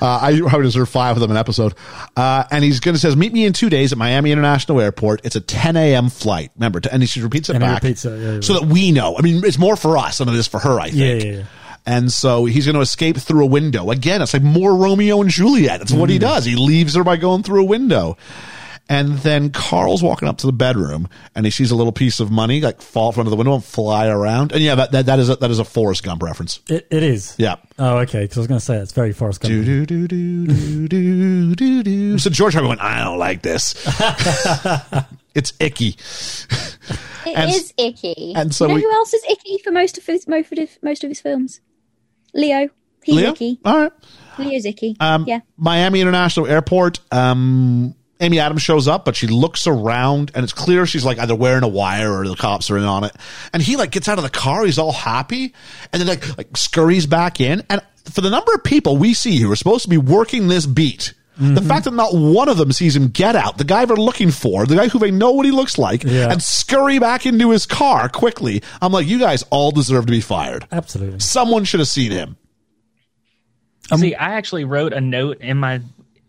Speaker 4: Uh, I probably deserve five of them an episode. Uh, and he's going to says, meet me in two days at Miami International Airport. It's a 10 a.m. flight. Remember, to, and she repeats it
Speaker 5: And he
Speaker 4: back
Speaker 5: repeats it, yeah, yeah.
Speaker 4: so that we know. I mean, it's more for us than it is for her. I
Speaker 5: Yeah,
Speaker 4: think.
Speaker 5: yeah, yeah.
Speaker 4: And so he's going to escape through a window. Again, it's like more Romeo and Juliet. That's
Speaker 5: Mm-hmm.
Speaker 4: what he does. He leaves her by going through a window. And then Carl's walking up to the bedroom and he sees a little piece of money like fall from under the window and fly around. And yeah, that, that, that is a, that is a Forrest Gump reference.
Speaker 5: It, it is.
Speaker 4: Yeah.
Speaker 5: Oh, okay. Because I was going to say it's very Forrest Gump.
Speaker 4: Do, do, do, do, do, do, do, do. So George Harvey went, I don't like this. it's icky.
Speaker 7: It is
Speaker 4: And-
Speaker 7: icky.
Speaker 4: and so
Speaker 7: you know
Speaker 4: we-
Speaker 7: who else is icky for most of his most of his, most of his films? Leo. He's
Speaker 4: Leo?
Speaker 7: icky.
Speaker 4: All right.
Speaker 7: Leo's icky.
Speaker 4: Um,
Speaker 7: yeah.
Speaker 4: Miami International Airport. Um, Amy Adams shows up, but she looks around and it's clear she's like either wearing a wire or the cops are in on it. And he like gets out of the car. He's all happy and then like, like scurries back in. And for the number of people we see who are supposed to be working this beat, the fact that not one of them sees him get out, the guy they're looking for, the guy who they know what he looks like
Speaker 5: Yeah.
Speaker 4: and scurry back into his car quickly. I'm like, you guys all deserve to be fired.
Speaker 5: Absolutely.
Speaker 4: Someone should have seen him.
Speaker 9: See, I actually wrote a note in my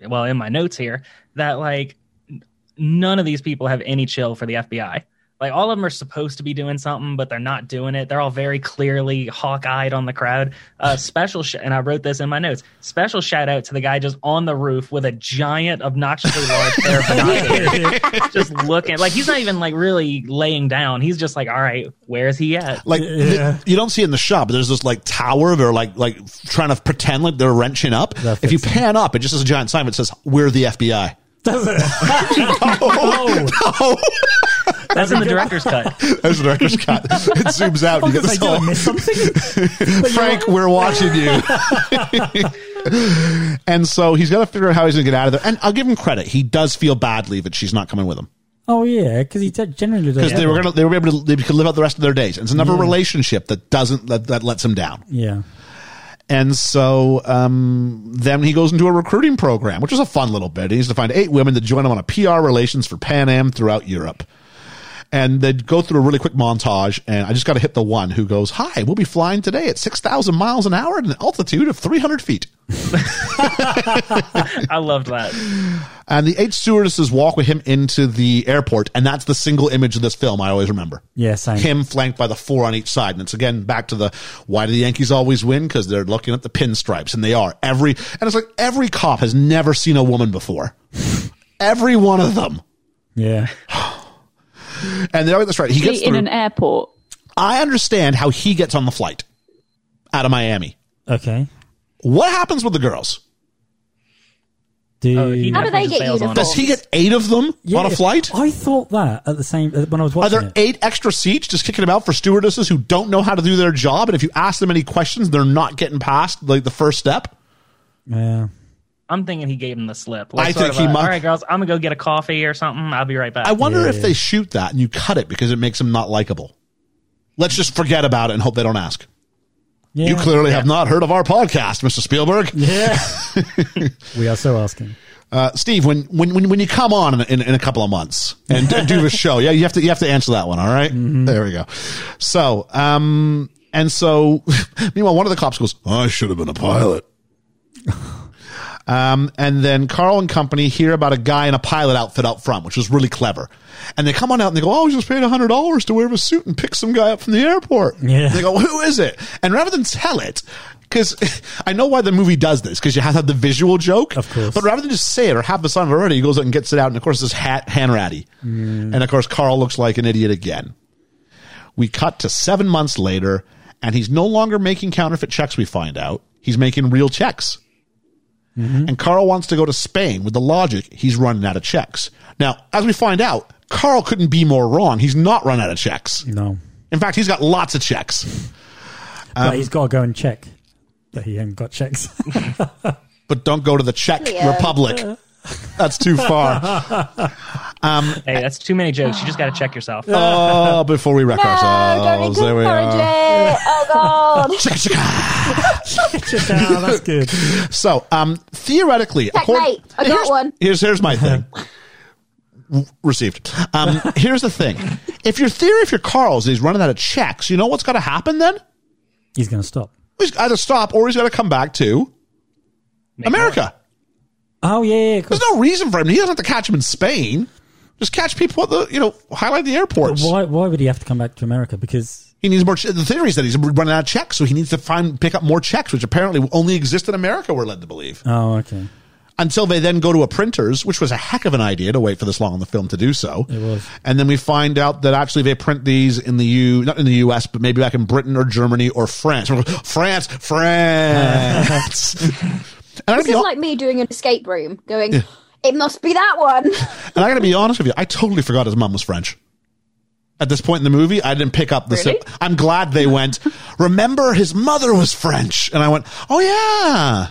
Speaker 9: well in my notes here that like n- none of these people have any chill for the FBI. Like all of them are supposed to be doing something, but they're not doing it. They're all very clearly hawk-eyed on the crowd. Uh, special sh- and I wrote this in my notes. Special shout out to the guy just on the roof with a giant, obnoxiously large pair of binoculars, just looking. Like he's not even like really laying down. He's just like, all right, where's he at?
Speaker 4: like th- you don't see it in the shop but there's this like tower they're like like trying to pretend like they're wrenching up
Speaker 5: That
Speaker 4: if you
Speaker 5: fits
Speaker 4: pan up it just has a giant sign that says we're the fbi
Speaker 5: Does it?
Speaker 4: oh,
Speaker 9: That's in the director's cut.
Speaker 4: that's the director's cut it zooms out and you get
Speaker 5: Oh, Because
Speaker 4: this
Speaker 5: I did I
Speaker 4: whole-
Speaker 5: miss something?
Speaker 4: Frank, we're watching you. and so he's got to figure out how he's going to get out of there. And I'll give him credit; he does feel badly that she's not coming with him
Speaker 5: Oh yeah, because he t- generally does.
Speaker 4: because they were going to they were able to they could live out the rest of their days. And it's
Speaker 5: Mm.
Speaker 4: another relationship that doesn't that, that lets him down.
Speaker 5: Yeah.
Speaker 4: And so um, then he goes into a recruiting program, which is a fun little bit. He needs to find eight women to join him on a PR relations for Pan Am throughout Europe. And they go through a really quick montage, and I just got to hit the one who goes, "Hi, we'll be flying today at six thousand miles an hour at an altitude of three hundred feet."
Speaker 9: I loved that.
Speaker 4: And the eight stewardesses walk with him into the airport, and that's the single image of this film I always remember.
Speaker 5: Yeah. Same.
Speaker 4: him flanked by the four on each side. And it's again back to the why do the Yankees always win? Because they're looking at the pinstripes, and they are every. And it's like every cop has never seen a woman before. every one of them,
Speaker 5: Yeah.
Speaker 4: and they all get this right. He gets
Speaker 8: in
Speaker 4: through.
Speaker 8: an airport.
Speaker 4: I understand how he gets on the flight out of Miami.
Speaker 5: Okay.
Speaker 4: What happens with the girls?
Speaker 5: Do
Speaker 9: Oh, he
Speaker 7: How do they
Speaker 9: definitely
Speaker 7: get
Speaker 9: just bails on
Speaker 7: uniforms?
Speaker 4: Does he get eight of them
Speaker 5: Yeah,
Speaker 4: on a flight?
Speaker 5: I thought that at the same uh, when I was
Speaker 4: Are
Speaker 5: watching
Speaker 4: there
Speaker 5: it.
Speaker 4: eight extra seats just kicking them out for stewardesses who don't know how to do their job? And if you ask them any questions, they're not getting past like the first step.
Speaker 5: Yeah.
Speaker 9: I'm thinking he gave him the slip.
Speaker 4: I
Speaker 9: sort
Speaker 4: think
Speaker 9: of
Speaker 4: he
Speaker 9: a,
Speaker 4: mu-
Speaker 9: All right, girls, I'm gonna go get a coffee or something. I'll be right back.
Speaker 4: I wonder if they shoot that and you cut it because it makes him not likable. Let's just forget about it and hope they don't ask.
Speaker 5: Yeah.
Speaker 4: You clearly have not heard of our podcast, Mr. Spielberg.
Speaker 5: Yeah. we are so asking.
Speaker 4: Uh, Steve, when, when when when you come on in, in, in a couple of months and, and do the show, yeah, you have to you have to answer that one. All right?
Speaker 5: Mm-hmm.
Speaker 4: there we go. So, um, and so, meanwhile, one of the cops goes, "I should have been a pilot." Um, and then Carl and company hear about a guy in a pilot outfit out front, which was really clever. And they come on out and they go, "Oh, we just paid hundred dollars to wear a suit and pick some guy up from the airport."
Speaker 5: Yeah.
Speaker 4: They go, "Who is it?" And rather than tell it, because I know why the movie does this, because you have to have the visual joke,
Speaker 5: Of course.
Speaker 4: But rather than just say it or have the sign already, he goes out and gets it out, and of course, this hat Hanratty, and of course, Carl looks like an idiot again. We cut to seven months later, and he's no longer making counterfeit checks, we find out. He's making real checks. And Carl wants to go to Spain with the logic he's running out of checks. Now, as we find out, Carl couldn't be more wrong. He's not run out of checks.
Speaker 5: No.
Speaker 4: In fact, he's got lots of checks.
Speaker 5: but he's got to go and check that he hasn't got checks.
Speaker 4: But don't go to the Czech
Speaker 7: Yeah.
Speaker 4: Republic. That's too far.
Speaker 9: Hey, that's too many jokes. You just got to check yourself.
Speaker 4: Oh, before we wreck ourselves. There we are.
Speaker 7: Oh god.
Speaker 4: Chicka, chicka.
Speaker 5: oh, that's good.
Speaker 4: So, um, theoretically,
Speaker 7: Checkmate. I got
Speaker 4: here's,
Speaker 7: one.
Speaker 4: Here's here's my thing. received. Um, here's the thing: if your theory, if your Carl's is running out of checks, you know what's going to happen then?
Speaker 5: He's going to stop.
Speaker 4: He's either stop or he's going to come back to
Speaker 9: Make
Speaker 4: America.
Speaker 5: Oh yeah, yeah, yeah, cool.
Speaker 4: There's no reason for him. He doesn't have to catch him in Spain. Just catch people at the you know highlight the airports.
Speaker 5: Why? Why would he have to come back to America? Because
Speaker 4: He needs more. Che- the theory is that he's running out of checks, so he needs to find pick up more checks, which apparently only exist in America. We're led to believe
Speaker 5: oh, okay,
Speaker 4: until they then go to a printer's, which was a heck of an idea to wait for this long in the film to do so.
Speaker 5: It was.
Speaker 4: and then we find out that actually they print these in the U, not in the U.S., but maybe back in Britain or Germany or France. We're like, France, France. and I'm gonna
Speaker 7: This
Speaker 4: be
Speaker 7: is
Speaker 4: hon-
Speaker 7: like me doing an escape room, going, it must be that one.
Speaker 4: and I gotta be honest with you, I totally forgot his mom was French. At this point in the movie, I didn't pick up the.
Speaker 7: Really?
Speaker 4: I'm glad they went. Remember, his mother was French, and I went, "Oh yeah."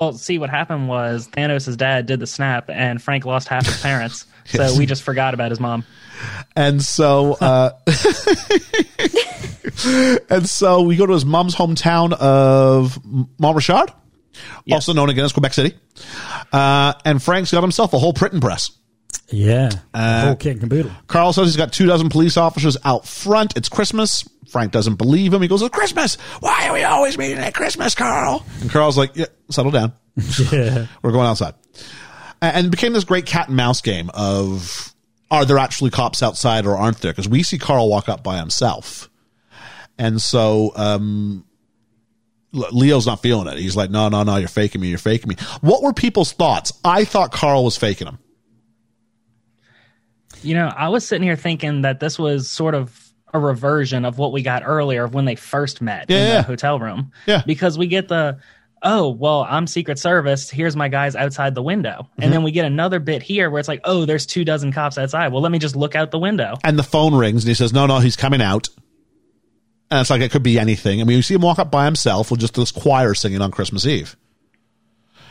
Speaker 9: Well, see what happened was Thanos' dad did the snap, and Frank lost half his parents, so we just forgot about his mom.
Speaker 4: And so, uh, and so we go to his mom's hometown of Mont Richard, also known again as Quebec City. Uh, and Frank's got himself a whole printing press.
Speaker 5: yeah, uh, whole kit and caboodle.
Speaker 4: Carl says he's got two dozen police officers out front. It's Christmas. Frank doesn't believe him. He goes, It's Christmas. Why are we always meeting at Christmas, Carl? And Carl's like, yeah, Settle down.
Speaker 5: Yeah,
Speaker 4: We're going outside. A- And it became this great cat and mouse game of are there actually cops outside or aren't there? Because we see Carl walk up by himself. And so um, Le- Leo's not feeling it. He's like, no, no, no, you're faking me. You're faking me. What were people's thoughts? I thought Carl was faking him.
Speaker 9: You know, I was sitting here thinking that this was sort of a reversion of what we got earlier of when they first met in
Speaker 4: Yeah.
Speaker 9: the hotel room.
Speaker 4: Yeah.
Speaker 9: Because we get the, oh, well, I'm Secret Service. Here's my guys outside the window.
Speaker 4: Mm-hmm.
Speaker 9: And then we get another bit here where it's like, oh, there's two dozen cops outside. Well, let me just look out the window.
Speaker 4: And the phone rings and he says, no, no, he's coming out. And it's like, it could be anything. And we see him walk up by himself with just this choir singing on Christmas Eve.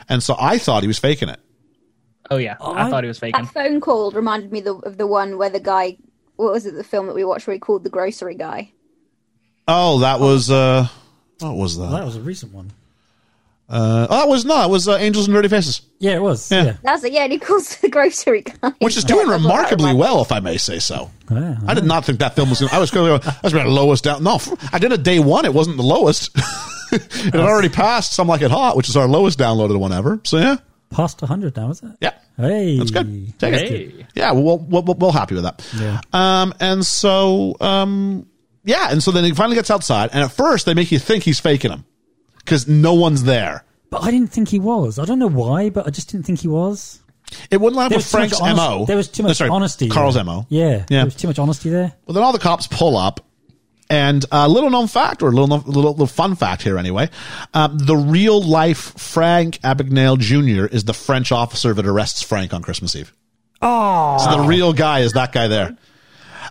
Speaker 4: And so I thought he was faking it.
Speaker 9: Oh, yeah. I thought he was
Speaker 7: that
Speaker 9: faking.
Speaker 7: phone call reminded me the, of the one where the guy, what was it, the film that we watched where he called the grocery guy?
Speaker 4: Oh, that was, uh, what was that?
Speaker 5: that was a recent one.
Speaker 4: Uh, oh, it was not. It was uh, Angels and Dirty Faces,
Speaker 5: Yeah, it was. Yeah,
Speaker 7: That's it, yeah, and he calls the grocery guy.
Speaker 4: which is doing remarkably well, if I may say so.
Speaker 5: Yeah.
Speaker 4: I did not think that film was. Gonna, I was going. I was about lowest down. No, I did a day one. It wasn't the lowest. it had already passed. Some like it hot, which is our lowest downloaded one ever. So yeah,
Speaker 5: past hundred now, is it?
Speaker 4: yeah,
Speaker 5: Hey,
Speaker 4: that's good. Take it.
Speaker 9: Hey.
Speaker 4: Yeah, we'll we'll, we'll, we'll happy with that.
Speaker 5: Yeah.
Speaker 4: Um, and so um, yeah, and so then he finally gets outside, and at first they make you think he's faking him because no one's there.
Speaker 5: But I didn't think he was. I don't know why, but I just didn't think he was.
Speaker 4: It wouldn't line up
Speaker 5: There
Speaker 4: with
Speaker 5: was too much
Speaker 4: Frank's
Speaker 5: honest-
Speaker 4: mo.
Speaker 5: There was too
Speaker 4: No,
Speaker 5: much
Speaker 4: sorry,
Speaker 5: honesty.
Speaker 4: Carl's
Speaker 5: there.
Speaker 4: mo.
Speaker 5: Yeah,
Speaker 4: Yeah.
Speaker 5: There was too much honesty there.
Speaker 4: Well, then all the cops pull up, and a little known fact, or a little, known- little, little fun fact here anyway, um, the real life Frank Abagnale Jr. is the French officer that arrests Frank on Christmas Eve. Oh. So the real guy is that guy there.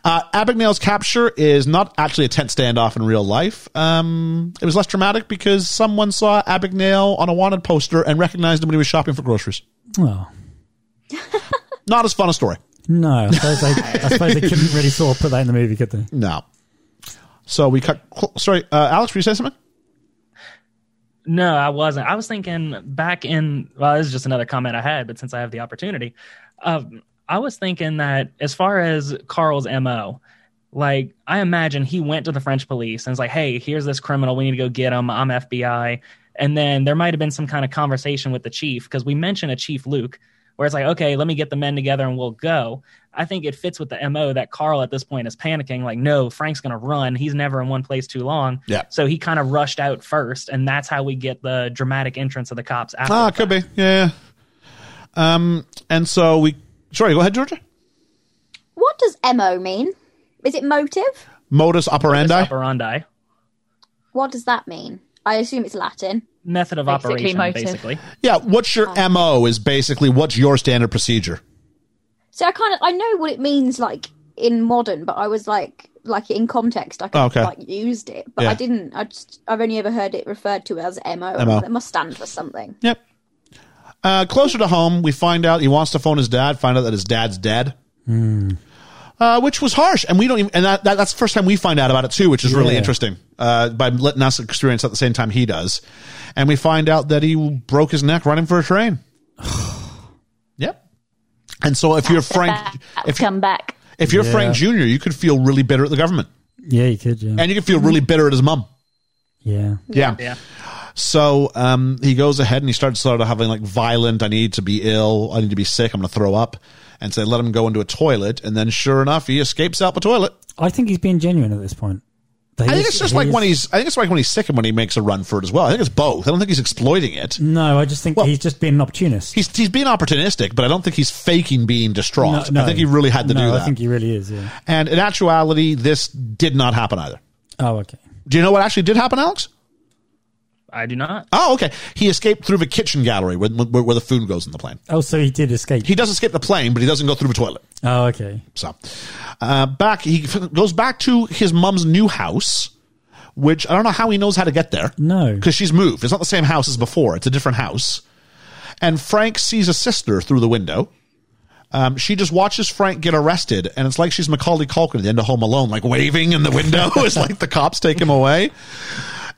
Speaker 4: Uh, Abagnale's capture is not actually a tent standoff in real life. Um, it was less dramatic because someone saw Abagnale on a wanted poster and recognized him when he was shopping for groceries.
Speaker 5: Oh
Speaker 4: Not as fun a story.
Speaker 5: no, I suppose they, I suppose they couldn't really sort of put that in the movie, could they?
Speaker 4: No. So we cut. Cl- sorry, uh, Alex, were you saying something?
Speaker 9: No, I wasn't. I was thinking back in. Well, this is just another comment I had, but since I have the opportunity, um, I was thinking that as far as Carl's mo, like I imagine he went to the French police and was like, "Hey, here's this criminal. We need to go get him. I'm FBI." And then there might have been some kind of conversation with the chief because we mentioned a chief Luke, where it's like, "Okay, let me get the men together and we'll go." I think it fits with the mo that Carl at this point is panicking, like, "No, Frank's gonna run. He's never in one place too long."
Speaker 4: Yeah.
Speaker 9: So he kind of rushed out first, and that's how we get the dramatic entrance of the cops. After
Speaker 4: Ah,
Speaker 9: the
Speaker 4: it could
Speaker 9: fact.
Speaker 4: be. Yeah. yeah. Um, and so we. Sorry, go ahead, Georgia.
Speaker 7: What does MO mean? Is it motive?
Speaker 4: Modus operandi.
Speaker 9: Operandi.
Speaker 7: What does that mean? I assume it's Latin.
Speaker 9: Method of
Speaker 8: Basically
Speaker 9: operation,
Speaker 8: motive.
Speaker 9: basically.
Speaker 4: yeah. What's your mo? Is basically what's your standard procedure?
Speaker 7: So I kind of I know what it means like in modern, but I was like like in context I could
Speaker 4: Oh, Okay.
Speaker 7: like used it, but
Speaker 4: Yeah.
Speaker 7: I didn't. I just I've only ever heard it referred to as MO.
Speaker 4: MO.
Speaker 7: It must stand for something.
Speaker 4: Yep. Uh, closer to home, we find out he wants to phone his dad. Find out that his dad's dead. Uh, which was harsh, and we don't. Even, and that, that, that's the first time we find out about it too, which is really
Speaker 5: Yeah.
Speaker 4: interesting. Uh, by letting us experience at the same time he does, and we find out that he broke his neck running for a train. yep. And so if you're Frank,
Speaker 8: Back,
Speaker 4: if,
Speaker 8: come back.
Speaker 4: if you're
Speaker 5: Yeah.
Speaker 4: Frank Jr., you could feel really bitter at the government
Speaker 5: Yeah, you could. Yeah.
Speaker 4: and you could feel really bitter at his mom.
Speaker 5: yeah.
Speaker 4: Yeah.
Speaker 9: Yeah.
Speaker 4: So um, he goes ahead and he starts sort of having like violent, I need to be ill, I need to be sick, I'm going to throw up. And so they let him go into a toilet. And then sure enough, he escapes out the toilet.
Speaker 5: I think he's being genuine at this point.
Speaker 4: I think it's just like when he's, I think it's like when he's sick and when he makes a run for it as well. I think it's both. I don't think he's exploiting it.
Speaker 5: No, I just think
Speaker 4: Well-
Speaker 5: he's just being an opportunist.
Speaker 4: He's, he's being opportunistic, but I don't think he's faking being distraught. I think he really had to
Speaker 5: no,
Speaker 4: do that.
Speaker 5: I think he really is. Yeah.
Speaker 4: and in actuality, this did not happen either.
Speaker 5: Oh, okay.
Speaker 4: Do you know what actually did happen, Alex?
Speaker 9: I do not.
Speaker 4: Oh, okay. He escaped through the kitchen gallery where, where, where the food goes in the plane.
Speaker 5: Oh, so he did escape.
Speaker 4: He does escape the plane, but he doesn't go through the toilet.
Speaker 5: oh, okay.
Speaker 4: So, uh, back he f- goes back to his mum's new house, which I don't know how he knows how to get there.
Speaker 5: No.
Speaker 4: because she's moved. It's not the same house as before. It's a different house. And Frank sees a sister through the window. Um, she just watches Frank get arrested, and it's like she's Macaulay Culkin at the end of Home Alone, like waving in the window as like the cops take him away.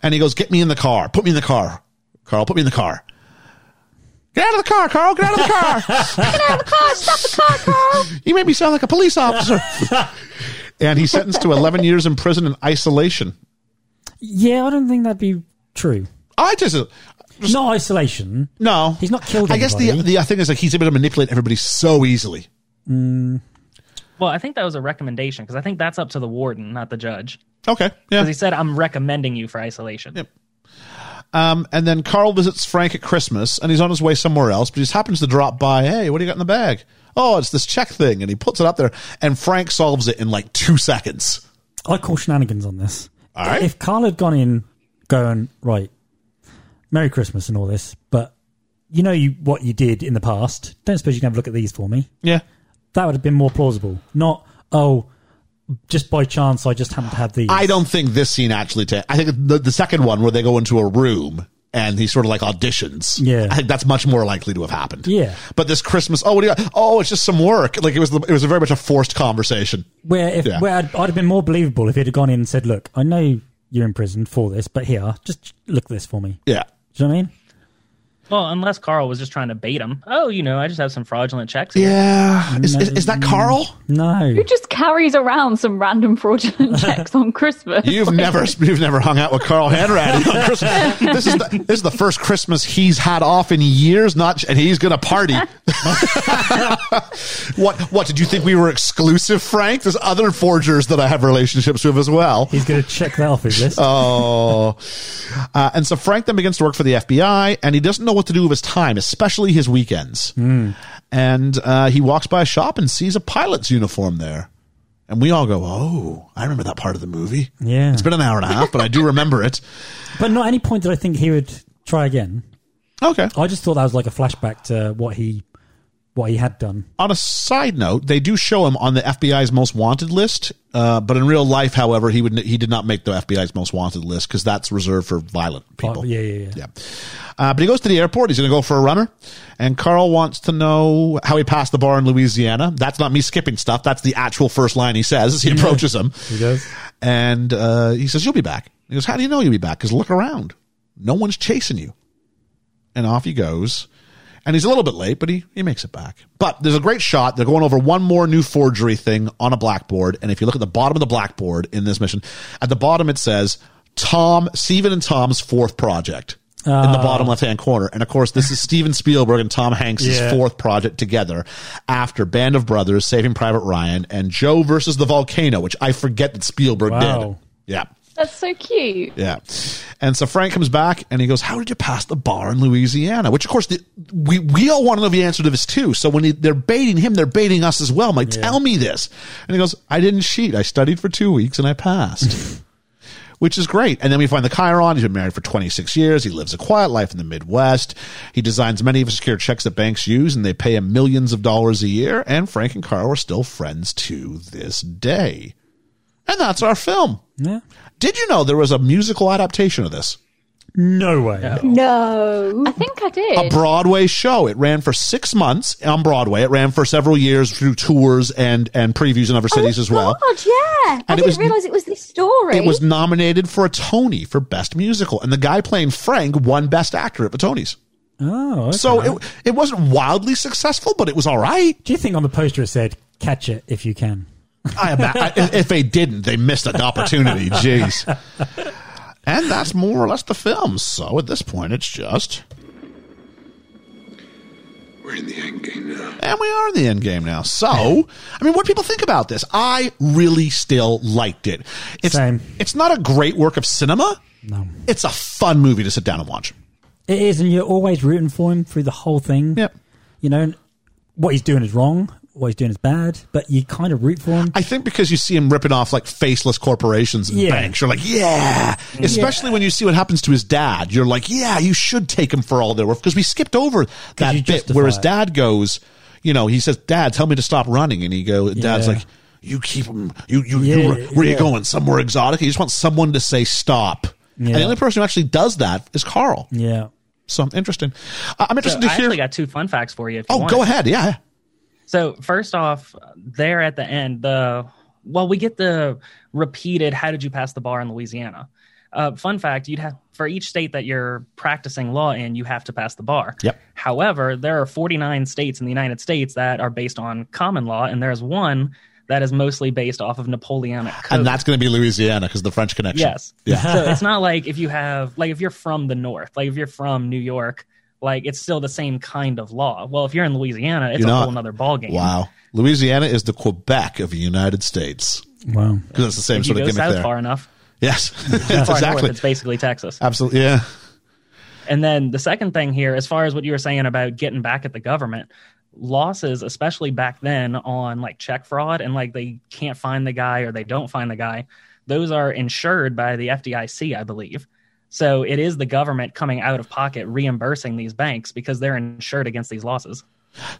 Speaker 4: And he goes, "Get me in the car. Put me in the car, Carl. Put me in the car. Get out of the car, Carl. Get out of the car." You made me sound like a police officer. and he's sentenced to 11 years in prison and isolation.
Speaker 5: Yeah, I don't think that'd be true.
Speaker 4: I just
Speaker 5: Not isolation.
Speaker 4: no.
Speaker 5: He's not killed
Speaker 4: I guess the
Speaker 5: anybody.
Speaker 4: the thing is like he's able to manipulate everybody so easily.
Speaker 9: Well, I think that was a recommendation because I think that's up to the warden, not the judge.
Speaker 4: Okay.
Speaker 9: Because
Speaker 4: Yeah.
Speaker 9: he said, I'm recommending you for isolation.
Speaker 4: Yep. Um, and then Carl visits Frank at Christmas, and he's on his way somewhere else, but he just happens to drop by. Hey, what do you got in the bag? Oh, it's this check thing, and he puts it up there, and Frank solves it in like two seconds.
Speaker 5: I call shenanigans on this.
Speaker 4: All right.
Speaker 5: If Carl had gone in going, right, Merry Christmas and all this, but you know you what you did in the past. Don't suppose you can have a look at these for me.
Speaker 4: Yeah.
Speaker 5: That would have been more plausible. Not, oh, just by chance I just happened to have these.
Speaker 4: I don't think this scene actually. Ta- I think the, the second one where they go into a room and he sort of like auditions.
Speaker 5: Yeah.
Speaker 4: I think that's much more likely to have happened.
Speaker 5: Yeah.
Speaker 4: But this Christmas, oh, what do you got? Oh, it's just some work. Like it was, it was a very much a forced conversation.
Speaker 5: Where if
Speaker 4: Yeah.
Speaker 5: where I'd, I'd have been more believable if he'd have gone in and said, "Look, I know you're in prison for this, but here, just look at this for me."
Speaker 4: Yeah.
Speaker 5: Do you know what I mean?
Speaker 9: Well, unless Carl was just trying to bait him. Oh, you know, I just have some fraudulent checks. Here.
Speaker 4: Yeah. Is, is, is that Carl?
Speaker 5: No,
Speaker 8: Who just carries around some random fraudulent checks on Christmas?
Speaker 4: You've never, you've never hung out with Carl Hanratty on Christmas. This is the, this is the first Christmas he's had off in years. Not, and he's gonna party. what, what did you think we were exclusive, Frank? There's other forgers that I have relationships with as well.
Speaker 5: he's going to check that off his list.
Speaker 4: Oh. Uh, and so Frank then begins to work for the FBI, and he doesn't know what to do with his time, especially his weekends.
Speaker 5: Hmm.
Speaker 4: And uh, he walks by a shop and sees a pilot's uniform there. And we all go, Oh, I remember that part of the movie.
Speaker 5: Yeah.
Speaker 4: It's been an hour and a half, but I do remember it.
Speaker 5: But not any point did I think he would try again.
Speaker 4: Okay.
Speaker 5: I just thought that was like a flashback to what he what he had done.
Speaker 4: On a side note, they do show him on the FBI's most wanted list, uh, but in real life, however, he would he did not make the FBI's most wanted list because that's reserved for violent people.
Speaker 5: Oh, yeah, yeah, yeah.
Speaker 4: Yeah. Uh, but he goes to the airport. He's going to go for a runner. And Carl wants to know how he passed the bar in Louisiana. That's not me skipping stuff. That's the actual first line he says as he approaches him.
Speaker 5: He does.
Speaker 4: And uh, he says, You'll be back. He goes, How do you know you'll be back? Because look around. No one's chasing you. And off he goes. And he's a little bit late, but he, he makes it back. But there's a great shot. They're going over one more new forgery thing on a blackboard. And if you look at the bottom of the blackboard in this mission, at the bottom it says, Tom, Steven and Tom's fourth project in the
Speaker 5: Ah.
Speaker 4: bottom left hand corner. And of course, this is Steven Spielberg and Tom Hanks'
Speaker 5: Yeah.
Speaker 4: fourth project together after Band of Brothers, Saving Private Ryan, and Joe versus the Volcano, which I forget that Spielberg
Speaker 5: Wow.
Speaker 4: did. Yeah.
Speaker 8: That's so cute.
Speaker 4: Yeah. And so Frank comes back and he goes, How did you pass the bar in Louisiana? Which, of course, the, we, we all want to know the answer to this, too. So when he, they're baiting him, they're baiting us as well. I'm like, Tell me this. And he goes, I didn't cheat. I studied for two weeks and I passed, which is great. And then we find the Chiron. He's been married for 26 years. He lives a quiet life in the Midwest. He designs many of the secure checks that banks use and they pay him millions of dollars a year. And Frank and Carl are still friends to this day. And that's our film.
Speaker 5: Yeah.
Speaker 4: Did you know there was a musical adaptation of this?
Speaker 5: No way.
Speaker 8: No. I think I did.
Speaker 4: A Broadway show. It ran for six months on Broadway. It ran for several years through tours and and previews in other cities as well.
Speaker 7: God, yeah. I
Speaker 4: it
Speaker 7: didn't
Speaker 4: was-
Speaker 7: realize it was this story.
Speaker 4: It was nominated for a Tony for Best Musical, and the guy playing Frank won Best Actor at the Tonys.
Speaker 5: Oh, okay.
Speaker 4: So it, it wasn't wildly successful, but it was all right.
Speaker 5: do you think on the poster it said "Catch it if you can"?
Speaker 4: I, ima- I if they didn't, they missed an opportunity. Jeez. And that's more or less the film. So at this point, it's just,
Speaker 10: We're in the end game now.
Speaker 4: and we are in the end game now. So, I mean, what do people think about this? I really still liked it. It's
Speaker 5: Same.
Speaker 4: it's not a great work of cinema.
Speaker 5: No,
Speaker 4: It's a fun movie to sit down and watch.
Speaker 5: it is, and you're always rooting for him through the whole thing.
Speaker 4: Yep.
Speaker 5: You know, and what he's doing is wrong. What he's doing is bad, but you kind of root for him.
Speaker 4: I think because you see him ripping off like faceless corporations and
Speaker 5: Yeah.
Speaker 4: banks, you're like, yeah. Especially when you see what happens to his dad, you're like, yeah, you should take him for all they're worth because we skipped over that
Speaker 5: you
Speaker 4: bit
Speaker 5: justify
Speaker 4: where his
Speaker 5: it.
Speaker 4: dad goes, you know, he says, "Dad, tell me to stop running," and he goes, "Dad's
Speaker 5: Yeah.
Speaker 4: like." You keep him. You you,
Speaker 5: Yeah,
Speaker 4: you where you
Speaker 5: yeah.
Speaker 4: going? Somewhere exotic. He just wants someone to say stop. And the
Speaker 5: Yeah.
Speaker 4: only person who actually does that is Carl.
Speaker 5: yeah.
Speaker 4: So interesting. Uh, I'm
Speaker 9: So
Speaker 4: interested
Speaker 9: I
Speaker 4: to hear.
Speaker 9: actually got two fun facts for you. If you
Speaker 4: oh,
Speaker 9: want.
Speaker 4: go ahead. Yeah.
Speaker 9: So first off, there at the end, the well, we get the repeated "How did you pass the bar in Louisiana?" Uh, fun fact: you'd have for each state that you're practicing law in, you have to pass the bar.
Speaker 4: Yep.
Speaker 9: However, there are 49 states in the United States that are based on common law, and there's one that is mostly based off of Napoleonic code.
Speaker 4: And that's going to be Louisiana because the French connection.
Speaker 9: Yes. so it's not like if you have like if you're from the north, like if you're from New York, like it's still the same kind of law. Well, if you're in Louisiana, it's
Speaker 4: You're
Speaker 9: a
Speaker 4: not.
Speaker 9: whole other ballgame.
Speaker 4: Wow. Louisiana is the Quebec of the United States
Speaker 5: Wow.
Speaker 4: because it's the same
Speaker 9: If you
Speaker 4: sort of
Speaker 9: go
Speaker 4: gimmick
Speaker 9: south
Speaker 4: there.
Speaker 9: far enough,
Speaker 4: Yes,
Speaker 9: too far
Speaker 4: exactly.
Speaker 9: north, it's basically Texas.
Speaker 4: Absolutely. Yeah.
Speaker 9: And then the second thing here, as far as what you were saying about getting back at the government, losses, especially back then on like check fraud and like they can't find the guy or they don't find the guy, those are insured by the FDIC, I believe. So it is the government coming out of pocket reimbursing these banks because they're insured against these losses.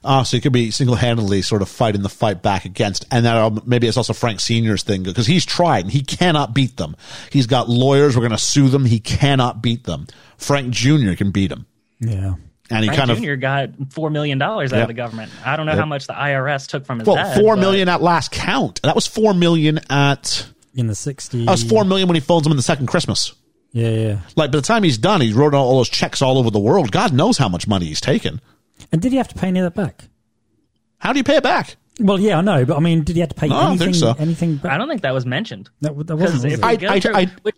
Speaker 4: Oh, so you could be single handedly sort of fighting the fight back against, and that um, maybe it's also Frank Senior's thing because he's tried and he cannot beat them. He's got lawyers. We're going to sue them. He cannot beat them. Frank Jr. can beat him,
Speaker 5: Yeah.
Speaker 4: and he
Speaker 9: Frank
Speaker 4: kind
Speaker 9: Jr. got four million dollars out
Speaker 4: Yeah.
Speaker 9: of the government. I don't know
Speaker 4: Yeah.
Speaker 9: how much the IRS took from his
Speaker 4: of well
Speaker 9: dad,
Speaker 4: four
Speaker 9: but-
Speaker 4: million at last count. That was four million at.
Speaker 5: In the 60s.
Speaker 4: That was four million when he phones him in the second Christmas.
Speaker 5: Yeah, yeah.
Speaker 4: Like by the time he's done, he's wrote out all those checks all over the world. God knows how much money he's taken.
Speaker 5: And did he have to pay any of that back?
Speaker 4: How do you pay it back?
Speaker 5: Well, yeah, I know, but I mean, did he have to pay
Speaker 4: No, I don't
Speaker 5: anything?
Speaker 4: think so.
Speaker 5: Anything back?
Speaker 9: I don't think that was mentioned.
Speaker 5: That, that
Speaker 9: 'Cause
Speaker 5: wasn't. Was
Speaker 9: if
Speaker 5: it?
Speaker 9: we
Speaker 4: I-
Speaker 9: go
Speaker 4: I-
Speaker 9: through-
Speaker 4: I-
Speaker 9: which-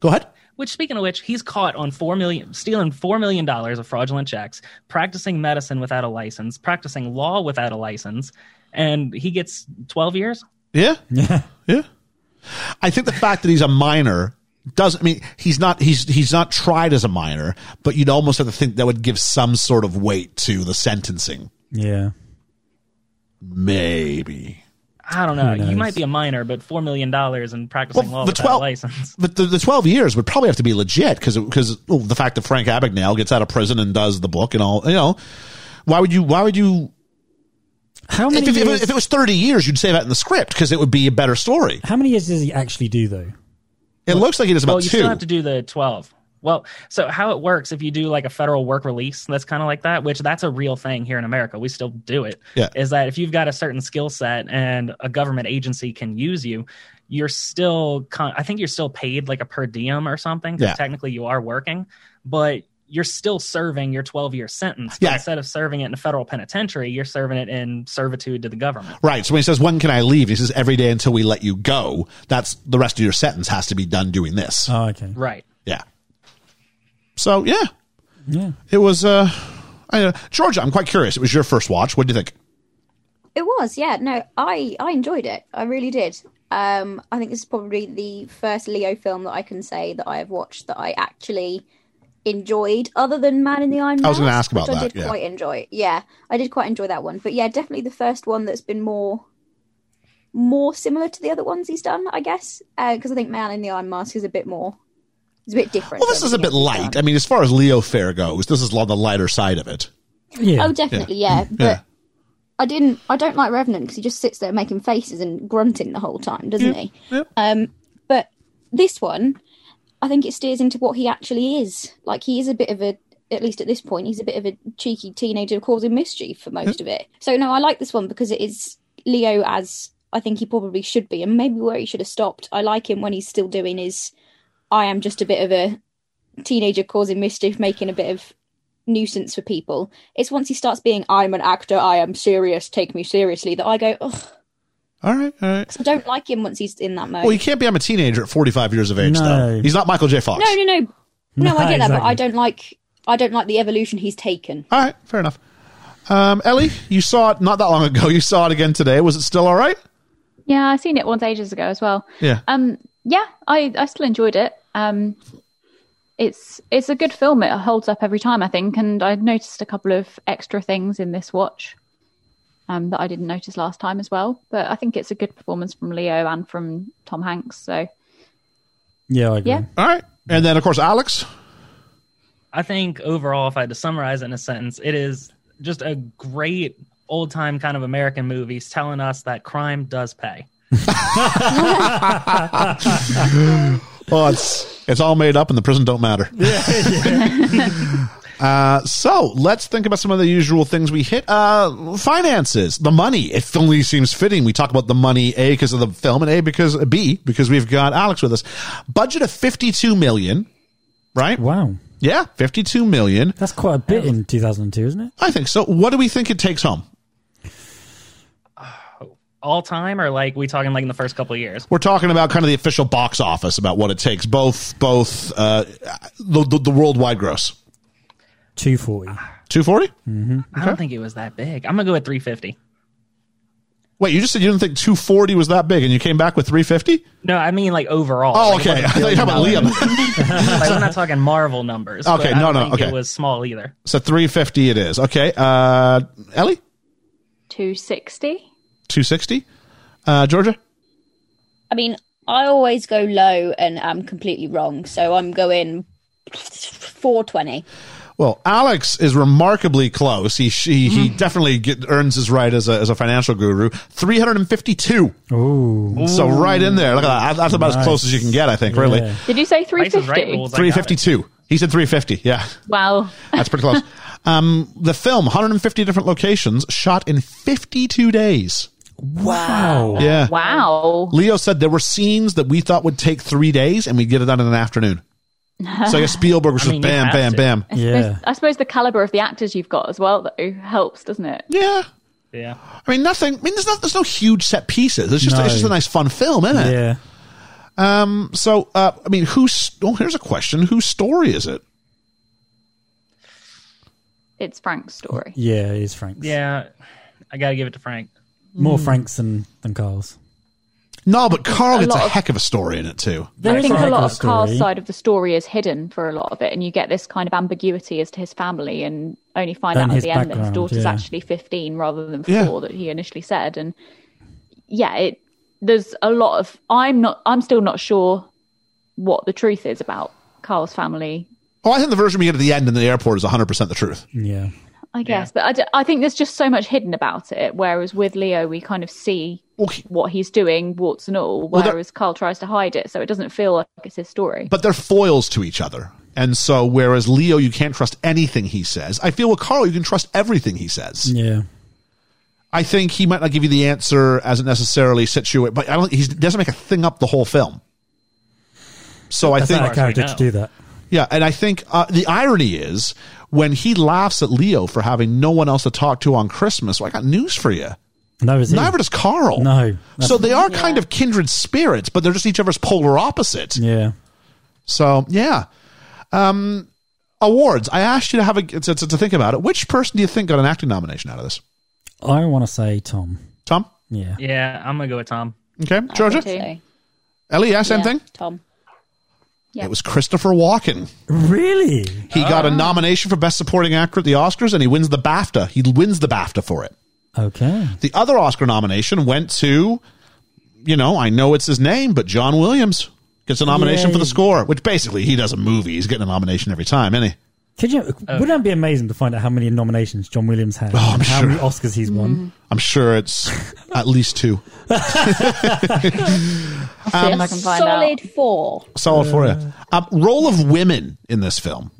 Speaker 4: Go ahead.
Speaker 9: Which, speaking of which, he's caught on four million, stealing four million dollars of fraudulent checks, practicing medicine without a license, practicing law without a license, and he gets twelve years.
Speaker 4: Yeah.
Speaker 5: yeah.
Speaker 4: Yeah. I think the fact that he's a minor doesn't I mean he's not he's he's not tried as a minor, but you'd almost have to think that would give some sort of weight to the sentencing.
Speaker 5: Yeah.
Speaker 4: Maybe.
Speaker 9: I don't know.
Speaker 5: Who
Speaker 9: You
Speaker 5: knows?
Speaker 9: might be a minor, but four million dollars and practicing law
Speaker 4: the
Speaker 9: without a
Speaker 4: twelve,
Speaker 9: license.
Speaker 4: but the, the twelve years would probably have to be legit because because the fact that Frank Abagnale gets out of prison and does the book and all, you know, why would you? Why would you?
Speaker 5: How
Speaker 4: If,
Speaker 5: many?
Speaker 4: if, if,
Speaker 5: years,
Speaker 4: it, if it was thirty years, you'd say that in the script because it would be a better story.
Speaker 5: how many years does he actually do though?
Speaker 4: It looks like it is about
Speaker 9: Well, you
Speaker 4: two.
Speaker 9: still have to do the twelve. Well, so how it works if you do like a federal work release, that's kind of like that, which that's a real thing here in America. We still do it.
Speaker 4: Yeah.
Speaker 9: Is that if you've got a certain skill set and a government agency can use you, you're still, con- I think you're still paid like a per diem or something. 'cause
Speaker 4: Yeah.
Speaker 9: Technically, you are working, but you're still serving your 12 year sentence. But
Speaker 4: Yeah.
Speaker 9: Instead of serving it in a federal penitentiary, you're serving it in servitude to the government.
Speaker 4: Right. So when he says, when can I leave? He says, every day until we let you go. That's the rest of your sentence has to be done doing this.
Speaker 5: Oh, okay.
Speaker 9: Right.
Speaker 4: yeah. So, yeah,
Speaker 5: Yeah.
Speaker 4: it was, uh, I, uh, Georgia, I'm quite curious. It was your first watch. What do you think?
Speaker 11: It was, yeah. No, I I enjoyed it. I really did. Um, I think this is probably the first Leo film that I can say that I have watched that I actually enjoyed, other than Man in the Iron Mask.
Speaker 4: I was gonna ask
Speaker 11: which
Speaker 4: about
Speaker 11: I
Speaker 4: that,
Speaker 11: did
Speaker 4: yeah.
Speaker 11: quite enjoy. Yeah, I did quite enjoy that one. But yeah, definitely the first one that's been more more similar to the other ones he's done, I guess. Because I think Man in the Iron Mask is a bit more. It's a bit different.
Speaker 4: Well, this
Speaker 11: to
Speaker 4: is a bit
Speaker 11: everything else he's
Speaker 4: light. I
Speaker 11: done.
Speaker 4: mean, as far as Leo fare goes, this is on the lighter side of it.
Speaker 5: Yeah.
Speaker 11: Oh, definitely, yeah. But
Speaker 4: Yeah.
Speaker 11: I didn't. I don't like Revenant because he just sits there making faces and grunting the whole time, doesn't he? Um, but this one, I think it steers into what he actually is. Like he is a bit of a, at least at this point, he's a bit of a cheeky teenager causing mischief for most of it. So no, I like this one because it is Leo as I think he probably should be, and maybe where he should have stopped. I like him when he's still doing his. I am just a bit of a teenager causing mischief, making a bit of nuisance for people. It's once he starts being, I'm an actor, I am serious, take me seriously, that I go, ugh.
Speaker 4: All right, all right.
Speaker 11: 'Cause I don't like him once he's in that mode.
Speaker 4: Well, you can't be. I'm a teenager at 45 years of age, though.
Speaker 5: No.
Speaker 4: He's not Michael J. Fox.
Speaker 11: no, no, no, no.
Speaker 5: No,
Speaker 11: I get that, but
Speaker 5: exactly.
Speaker 11: I don't like. I don't like the evolution he's taken.
Speaker 4: All right, fair enough. Um, Ellie, you saw it not that long ago. You saw it again today. Was it still all right?
Speaker 8: Yeah, I seen it once ages ago as well.
Speaker 4: Yeah.
Speaker 8: Um, yeah, I, I still enjoyed it. Um, it's it's a good film. It holds up every time, I think. And I noticed a couple of extra things in this watch um, that I didn't notice last time as well. But I think it's a good performance from Leo and from Tom Hanks. So
Speaker 5: Yeah, I agree.
Speaker 8: yeah,
Speaker 4: All right. And then, of course, Alex.
Speaker 9: I think overall, if I had to summarize it in a sentence, it is just a great old time kind of American movies telling us that crime does pay.
Speaker 4: Well, it's it's all made up, and the prison don't matter. uh, so let's think about some of the usual things we hit. Uh, finances, the money. It only seems fitting we talk about the money a because of the film, and a because b because we've got Alex with us. Budget of fifty two million, right?
Speaker 5: Wow.
Speaker 4: Yeah, fifty two million.
Speaker 5: That's quite a bit in 2002, isn't it?
Speaker 4: I think so. What do we think it takes home?
Speaker 9: All time, or like we talking like in the first couple of years?
Speaker 4: We're talking about kind of the official box office about what it takes, both both uh, the, the the worldwide gross.
Speaker 5: 240.
Speaker 4: Two forty.
Speaker 9: I don't think it was that big. I'm gonna go at 350.
Speaker 4: Wait, you just said you didn't think 240 was that big, and you came back with 350?
Speaker 9: No, I mean like overall.
Speaker 4: Oh,
Speaker 9: Like, it
Speaker 4: okay. I thought
Speaker 9: wasn't
Speaker 4: you were talking
Speaker 9: billion
Speaker 4: about Liam.
Speaker 9: dollars. like, we're not talking Marvel numbers. but
Speaker 4: Okay,
Speaker 9: I
Speaker 4: no,
Speaker 9: don't
Speaker 4: no,
Speaker 9: think
Speaker 4: okay.
Speaker 9: It was small either.
Speaker 4: so 350 it is. Okay. Uh, Ellie,
Speaker 8: two sixty.
Speaker 4: 260. Uh, Georgia,
Speaker 11: I mean, I always go low and I'm completely wrong, so I'm going four twenty.
Speaker 4: well, Alex is remarkably close. He she, he definitely get, earns his right as a, as a financial guru. 352.
Speaker 5: Ooh.
Speaker 4: So right in there. Look at that. That's about as close as you can get, I think, really.
Speaker 5: Yeah.
Speaker 8: Did you say three
Speaker 9: Price is right
Speaker 8: fifty?
Speaker 9: rules. I got it.
Speaker 4: 352. He said 350. Yeah.
Speaker 8: Wow.
Speaker 4: That's pretty close. um, the film, 150 different locations, shot in 52 days.
Speaker 5: Wow.
Speaker 4: Yeah.
Speaker 8: Wow.
Speaker 4: Leo said there were scenes that we thought would take three days, and we'd get it done in an afternoon. So I guess Spielberg was
Speaker 9: I
Speaker 4: just
Speaker 9: mean, you
Speaker 4: bam,
Speaker 9: have
Speaker 4: bam,
Speaker 9: to.
Speaker 4: bam.
Speaker 8: I suppose-
Speaker 5: Yeah.
Speaker 8: I suppose the caliber of the actors you've got as well though helps, doesn't it?
Speaker 4: Yeah,
Speaker 9: Yeah.
Speaker 4: I mean nothing. I mean there's not there's no huge set pieces. It's just
Speaker 5: No.
Speaker 4: it's just a nice fun film, isn't it?
Speaker 5: Yeah.
Speaker 4: So uh, I mean, who's? Oh, here's a question: Whose story is it?
Speaker 8: It's Frank's story.
Speaker 5: Yeah, it is Frank's.
Speaker 9: Yeah. I gotta give it to Frank.
Speaker 5: More Frank's than, than Carl's.
Speaker 4: No, but Carl
Speaker 8: A
Speaker 4: gets
Speaker 8: lot
Speaker 4: a
Speaker 8: of-
Speaker 4: heck of a story in it too.
Speaker 5: There
Speaker 8: I
Speaker 5: is
Speaker 8: think a
Speaker 5: Frank
Speaker 8: lot
Speaker 5: Carl's
Speaker 8: of Carl's
Speaker 5: story.
Speaker 8: side of the story is hidden for a lot of it, and you get this kind of ambiguity as to his family, and only find
Speaker 5: And
Speaker 8: out at
Speaker 5: his
Speaker 8: the end that his
Speaker 5: background,
Speaker 8: daughter's
Speaker 5: yeah.
Speaker 8: actually fifteen rather than four
Speaker 4: Yeah.
Speaker 8: that he initially said. And yeah, it there's a lot of I'm not I'm still not sure what the truth is about Carl's family.
Speaker 4: Oh, I think the version we get at the end in the airport is 100 percent the truth.
Speaker 5: Yeah.
Speaker 8: I guess, but I d- I, think there's just so much hidden about it. Whereas with Leo, we kind of see
Speaker 4: Well, he-
Speaker 8: what he's doing, warts and all.
Speaker 4: Well, there-
Speaker 8: Whereas Carl tries to hide it, so it doesn't feel like it's his story.
Speaker 4: but they're foils to each other. And so, whereas Leo, you can't trust anything he says. I feel with Carl, you can trust everything he says.
Speaker 5: Yeah.
Speaker 4: I think he might not give you the answer as it necessarily situate, but I don't. He doesn't make a thing up the whole film. So I
Speaker 5: That's
Speaker 4: think,
Speaker 5: not a character to
Speaker 9: now.
Speaker 5: do that.
Speaker 4: yeah, and I think uh, the irony is when he laughs at Leo for having no one else to talk to on Christmas. Well, I got news for you.
Speaker 5: No, is he?
Speaker 4: Neither does Carl.
Speaker 5: No.
Speaker 4: So they are kind of kindred spirits, but they're just each other's polar opposite.
Speaker 5: Yeah.
Speaker 4: So yeah, um, awards. I asked you to have a to, to, to think about it. Which person do you think got an acting nomination out of this?
Speaker 5: I want to say Tom.
Speaker 4: Tom.
Speaker 5: Yeah.
Speaker 9: Yeah, I'm gonna go with Tom.
Speaker 4: Okay, Georgia.
Speaker 8: think
Speaker 11: So,
Speaker 4: Ellie, yeah, same
Speaker 11: yeah,
Speaker 4: thing.
Speaker 11: Tom.
Speaker 8: Yeah.
Speaker 4: It was Christopher Walken.
Speaker 5: Really?
Speaker 4: He got a nomination for Best Supporting Actor at the Oscars, and he wins the BAFTA. He wins the BAFTA for it.
Speaker 5: Okay.
Speaker 4: The other Oscar nomination went to, you know, I know it's his name, but John Williams gets a nomination
Speaker 5: Yay.
Speaker 4: for the score, which basically he does a movie. He's getting a nomination every time, isn't he?
Speaker 5: Could you? Wouldn't that be amazing to find out how many nominations John Williams had?
Speaker 4: I'm
Speaker 5: and how
Speaker 4: sure.
Speaker 5: many Oscars he's won?
Speaker 4: I'm sure it's at least two.
Speaker 8: See if I can find out.
Speaker 11: Solid four.
Speaker 4: Solid for you. Um, role of women in this film?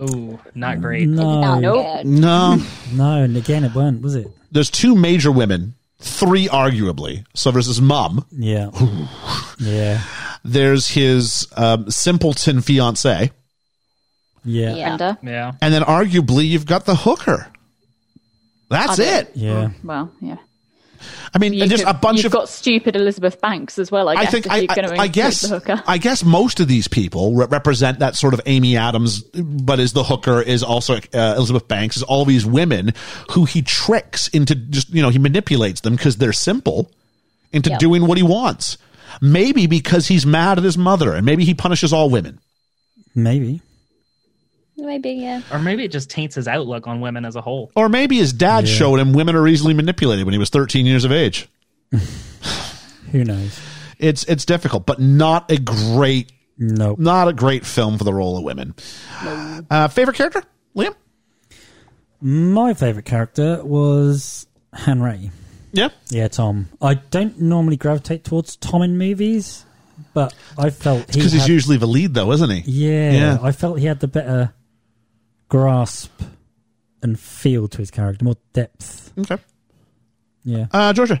Speaker 9: Ooh, not great.
Speaker 8: Oh.
Speaker 5: No,
Speaker 11: Not
Speaker 5: no,
Speaker 11: good.
Speaker 4: No.
Speaker 5: and again, it weren't, was it?
Speaker 4: There's two major women, three arguably. So there's his mum.
Speaker 5: Yeah, yeah,
Speaker 4: There's his um, simpleton fiance,
Speaker 5: Yeah.
Speaker 8: Brenda.
Speaker 9: Yeah.
Speaker 4: And then arguably you've got the hooker. That's
Speaker 8: I
Speaker 4: it.
Speaker 8: don't-
Speaker 5: Yeah.
Speaker 8: Well, yeah.
Speaker 4: I mean,
Speaker 8: You
Speaker 4: and just
Speaker 8: could-
Speaker 4: a bunch
Speaker 8: you've
Speaker 4: of
Speaker 8: got stupid Elizabeth Banks as well. I,
Speaker 4: I
Speaker 8: guess,
Speaker 4: think
Speaker 8: if
Speaker 4: I,
Speaker 8: you're gonna
Speaker 4: I, I
Speaker 8: include
Speaker 4: guess
Speaker 8: the hooker.
Speaker 4: I guess most of these people re- represent that sort of Amy Adams, but is the hooker is also uh, Elizabeth Banks is all these women who he tricks into just you know he manipulates them because they're simple into
Speaker 7: Yep.
Speaker 4: doing what he wants. Maybe because he's mad at his mother, and maybe he punishes all women.
Speaker 5: Maybe.
Speaker 7: Maybe, yeah.
Speaker 9: Or maybe it just taints his outlook on women as a whole.
Speaker 4: Or maybe his dad
Speaker 5: Yeah.
Speaker 4: showed him women are easily manipulated when he was 13 years of age.
Speaker 5: Who knows?
Speaker 4: It's it's difficult, but not a great
Speaker 5: Nope.
Speaker 4: not a great film for the role of women. Uh, favorite character, Liam?
Speaker 5: My favourite character was Han Ray.
Speaker 4: Yeah,
Speaker 5: Yeah, Tom. I don't normally gravitate towards Tom in movies, but I felt he
Speaker 4: because he's
Speaker 5: had-
Speaker 4: usually the lead, though, isn't he?
Speaker 5: yeah,
Speaker 4: Yeah.
Speaker 5: I felt he had the better grasp and feel to his character, more depth.
Speaker 4: Okay.
Speaker 5: Yeah.
Speaker 4: Uh, Georgia.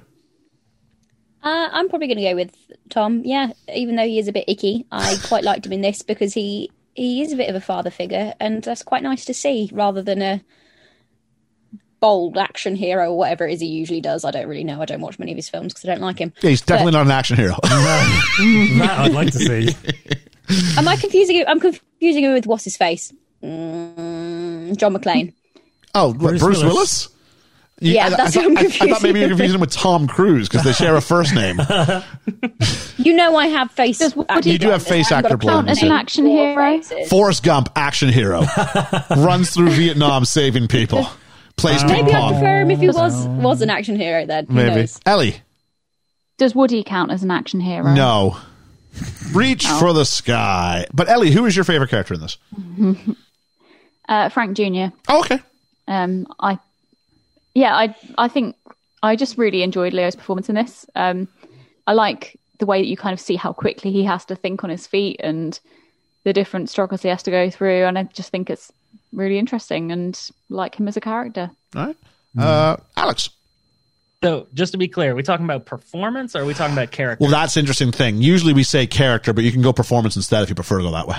Speaker 11: Uh, I'm probably going to go with Tom. Yeah, even though he is a bit icky, I quite liked him in this because he he is a bit of a father figure, and that's quite nice to see rather than a bold action hero or whatever it is he usually does. I don't really know. I don't watch many of his films because I don't like him.
Speaker 4: Yeah, he's definitely
Speaker 11: But-
Speaker 4: not an action hero.
Speaker 5: that I'd like to see.
Speaker 11: Am I confusing him? I'm confusing him with what's his face? Mm, John McClane.
Speaker 4: oh, Bruce,
Speaker 5: Bruce
Speaker 4: Bruce Willis.
Speaker 5: Willis.
Speaker 4: You-
Speaker 11: Yeah,
Speaker 4: I- I
Speaker 11: that's
Speaker 4: thought-
Speaker 11: what I'm
Speaker 4: I- I thought maybe you were
Speaker 11: confusing
Speaker 4: confusing him with Tom Cruise because they share a first name.
Speaker 11: You know I have face.
Speaker 8: Does- what
Speaker 11: actor
Speaker 8: do you- You
Speaker 4: do have
Speaker 11: blindness.
Speaker 4: face
Speaker 11: I haven't
Speaker 4: actor
Speaker 11: got a
Speaker 8: blindness,
Speaker 11: clue
Speaker 8: yeah.
Speaker 11: what
Speaker 8: Action hero.
Speaker 11: faces.
Speaker 4: Forrest Gump, action hero, runs through Vietnam saving people, plays ping
Speaker 11: Maybe I'd
Speaker 4: pong.
Speaker 11: prefer him if he was was an action hero then. Who
Speaker 4: Maybe
Speaker 11: knows?
Speaker 4: Ellie.
Speaker 8: Does Woody count as an action hero?
Speaker 4: No. Reach
Speaker 5: Oh.
Speaker 4: for the sky. But Ellie, who is your favorite character in this?
Speaker 8: Uh, Frank Jr.
Speaker 4: Oh, okay.
Speaker 8: Um, I, yeah, I, I think I just really enjoyed Leo's performance in this. Um, I like the way that you kind of see how quickly he has to think on his feet and the different struggles he has to go through, and I just think it's really interesting and like him as a character.
Speaker 4: All right. Uh, Alex.
Speaker 9: So just to be clear, are we talking about performance or are we talking about character?
Speaker 4: Well, that's an interesting thing. Usually we say character, but you can go performance instead if you prefer to go that way.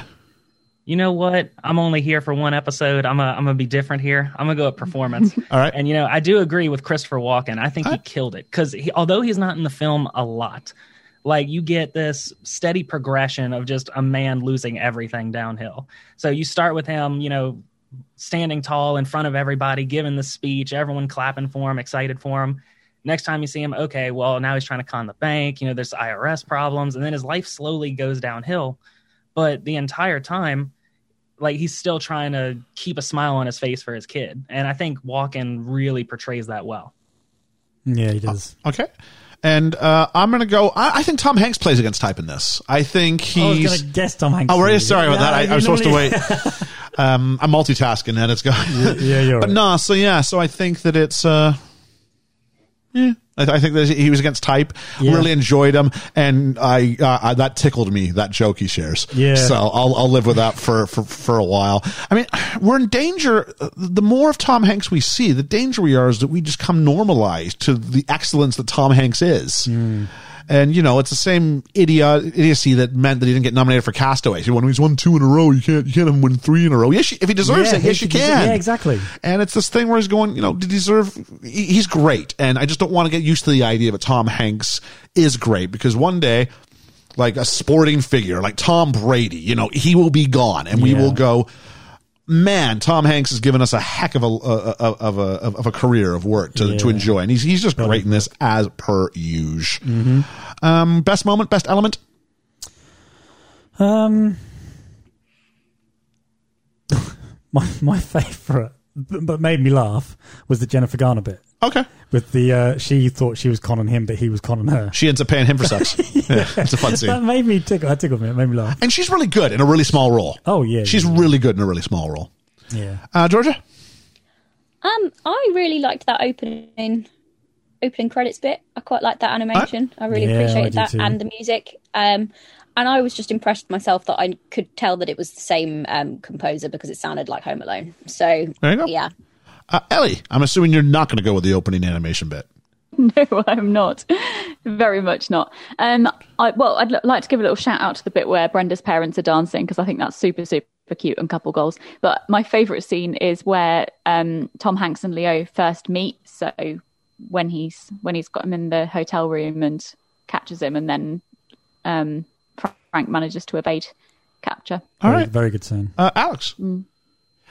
Speaker 9: you know what? I'm only here for one episode. I'm a, I'm gonna be different here. I'm gonna go at performance.
Speaker 4: All right.
Speaker 9: And you know, I do agree with Christopher Walken. I think he killed it because he, although he's not in the film a lot, like you get this steady progression of just a man losing everything downhill. So you start with him, you know, standing tall in front of everybody, giving the speech, everyone clapping for him, excited for him. Next time you see him, okay, well now he's trying to con the bank. You know, there's IRS problems, and then his life slowly goes downhill. But the entire time, like he's still trying to keep a smile on his face for his kid. And I think Walken really portrays that well.
Speaker 5: Yeah, he does.
Speaker 4: Okay. And uh, I'm going to go. I, I think Tom Hanks plays against type in this. I think
Speaker 5: Oh, I was
Speaker 4: he's.
Speaker 5: going to guess Tom Hanks.
Speaker 4: Oh, we're
Speaker 5: movie.
Speaker 4: sorry about
Speaker 5: No,
Speaker 4: that. I, I
Speaker 5: you
Speaker 4: was supposed to
Speaker 5: normally-
Speaker 4: wait. um, I'm multitasking and it's going.
Speaker 5: yeah, you're
Speaker 4: but
Speaker 5: right.
Speaker 4: no, so yeah, so I think that it's. Uh, yeah, I, I think that he was against type.
Speaker 5: Yeah.
Speaker 4: Really enjoyed him, and I, uh, I that tickled me that joke he shares.
Speaker 5: Yeah.
Speaker 4: so I'll I'll live with that for, for for a while. I mean, we're in danger. The more of Tom Hanks we see, the danger we are is that we just come normalized to the excellence that Tom Hanks is.
Speaker 5: Mm.
Speaker 4: And you know, it's the same idiot idiocy that meant that he didn't get nominated for Castaway. So when he's won two in a row, you can't you can't have him win three in a row. Yes, you- if he deserves
Speaker 5: Yeah,
Speaker 4: it,
Speaker 5: he
Speaker 4: yes you
Speaker 5: should-
Speaker 4: can.
Speaker 5: Yeah, exactly.
Speaker 4: And it's this thing where he's going, you know, to deserve. he- He's great, and I just don't want to get used to the idea that Tom Hanks is great because one day, like a sporting figure like Tom Brady, you know, he will be gone, and we
Speaker 5: Yeah.
Speaker 4: will go. Man, Tom Hanks has given us a heck of a of a of a, of a career of work to, to
Speaker 5: Yeah.
Speaker 4: enjoy, and he's he's just great in this as per usual. Um, best moment, best element.
Speaker 5: Um, my my favourite, but but made me laugh, was the Jennifer Garner bit
Speaker 4: Okay,
Speaker 5: with the uh, she thought she was conning him, but he was conning her.
Speaker 4: she ends up paying him for sex. yeah, it's a fun scene.
Speaker 5: That made me tickle. That tickled me. It made me laugh.
Speaker 4: And she's really good in a really small role.
Speaker 5: Oh, yeah,
Speaker 4: She's
Speaker 5: yeah,
Speaker 4: really good in a really small role.
Speaker 5: Yeah.
Speaker 4: Uh, Georgia?
Speaker 11: Um, I really liked that opening opening credits bit. I quite liked that animation. I really
Speaker 5: Yeah, I
Speaker 11: appreciated
Speaker 5: do
Speaker 11: that
Speaker 5: too.
Speaker 11: and the music. Um, and I was just impressed with myself that I could tell that it was the same um, composer because it sounded like Home Alone. So
Speaker 4: There you go.
Speaker 11: yeah,
Speaker 4: Uh, Ellie, I'm assuming you're not going to go with the opening animation bit.
Speaker 8: No, I'm not. Very much not. Um, I, well, I'd l- like to give a little shout out to the bit where Brenda's parents are dancing because I think that's super, super for cute and couple goals. But my favorite scene is where um, Tom Hanks and Leo first meet. So when he's when he's got him in the hotel room and catches him, and then um, Frank manages to evade capture.
Speaker 4: All
Speaker 5: very,
Speaker 4: right.
Speaker 5: very good scene.
Speaker 4: Uh, Alex.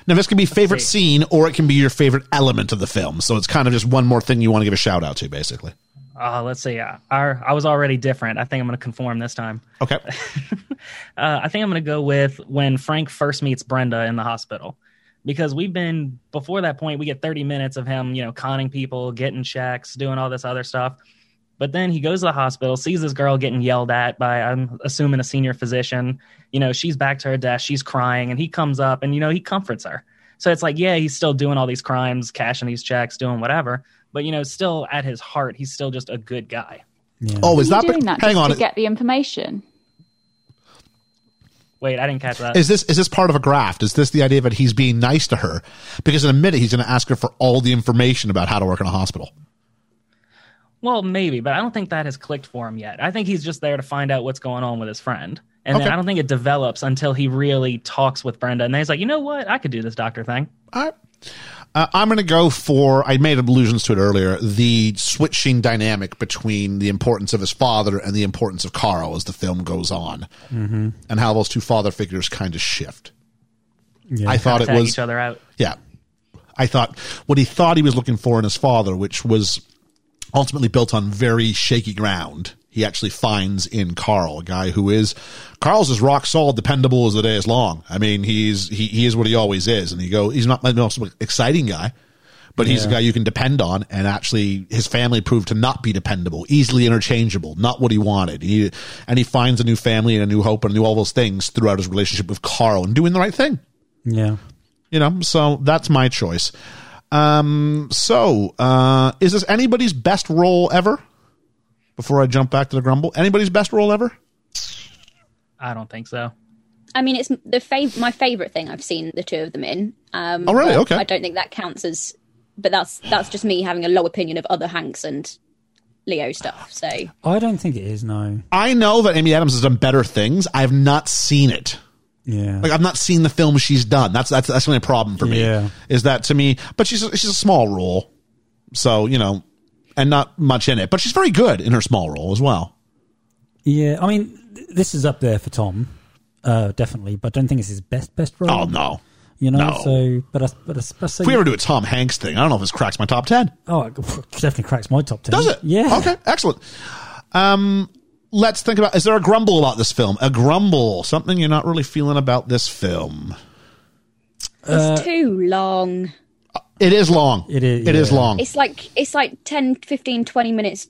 Speaker 4: Now, this can be favorite scene or it can be your favorite element of the film. So it's kind of just one more thing you want to give a shout out to, basically.
Speaker 9: Uh, let's see. Uh, our, I was already different. I think I'm going to conform this time.
Speaker 4: Okay.
Speaker 9: Uh, I think I'm going to go with when Frank first meets Brenda in the hospital because we've been before that point we get 30 minutes of him, you know, conning people, getting checks, doing all this other stuff. But then he goes to the hospital, sees this girl getting yelled at by I'm assuming a senior physician. You know, she's back to her desk, she's crying and he comes up and you know, he comforts her. So it's like, yeah, he's still doing all these crimes, cashing these checks, doing whatever, but you know, still at his heart, he's still just a good guy.
Speaker 4: Oh, is
Speaker 8: Are
Speaker 4: that,
Speaker 8: you doing that
Speaker 4: hang
Speaker 8: just
Speaker 4: on.
Speaker 8: to get the information?
Speaker 9: Wait, I didn't catch that.
Speaker 4: Is this, is this part of a graft? Is this the idea that he's being nice to her? Because in a minute, he's going to ask her for all the information about how to work in a hospital.
Speaker 9: Well, maybe, but I don't think that has clicked for him yet. I think he's just there to find out what's going on with his friend. And
Speaker 4: Okay.
Speaker 9: then I don't think it develops until he really talks with Brenda. And then he's like, you know what? I could do this doctor thing.
Speaker 4: All right. Uh, I'm going to go for, I made allusions to it earlier, the switching dynamic between the importance of his father and the importance of Carl as the film goes on,
Speaker 5: hmm
Speaker 4: and how those two father figures kind of shift.
Speaker 5: Yeah.
Speaker 4: I thought it
Speaker 9: Tag
Speaker 4: was,
Speaker 9: each other out.
Speaker 4: yeah. I thought what he thought he was looking for in his father, which was ultimately built on very shaky ground, he actually finds in Carl, a guy who is Carl's as rock solid, dependable as the day is long. I mean, he's he, he is what he always is, and he go he's not the most exciting guy, but he's a
Speaker 5: Yeah.
Speaker 4: guy you can depend on, and actually his family proved to not be dependable, easily interchangeable, not what he wanted. He and he finds a new family and a new hope and new all those things throughout his relationship with Carl and doing the right thing
Speaker 5: Yeah.
Speaker 4: you know so that's my choice um so uh is this anybody's best role ever before i jump back to the grumble anybody's best role ever
Speaker 9: I don't think so.
Speaker 11: I mean, it's the fav- my favorite thing I've seen the two of them in. Um,
Speaker 4: Oh, really?
Speaker 11: but
Speaker 4: Okay.
Speaker 11: I don't think that counts as, but that's that's just me having a low opinion of other Hanks and Leo stuff. So
Speaker 5: I don't think it is. No.
Speaker 4: i know that amy adams has done better things i've not seen it
Speaker 5: Yeah.
Speaker 4: like i've not seen the film she's done that's that's that's the only problem for me
Speaker 5: Yeah.
Speaker 4: is that to me but she's she's a small role so you know and not much in it but she's very good in her small role as well
Speaker 5: yeah. I mean, th- this is up there for Tom, uh, definitely, but I don't think it's his best best role.
Speaker 4: oh no
Speaker 5: You know.
Speaker 4: no.
Speaker 5: So, but I, but I, but I say,
Speaker 4: if we ever do a tom hanks thing i don't know if this cracks my top 10
Speaker 5: oh, it definitely cracks my top ten.
Speaker 4: Does it?
Speaker 5: Yeah.
Speaker 4: Okay, excellent. Um, let's think about is there a grumble about this film? A grumble, something you're not really feeling about this film. Uh,
Speaker 11: it's too long.
Speaker 4: It is long.
Speaker 5: It is,
Speaker 4: It is
Speaker 5: yeah.
Speaker 4: long.
Speaker 11: It's like it's like 10, 15, 20 minutes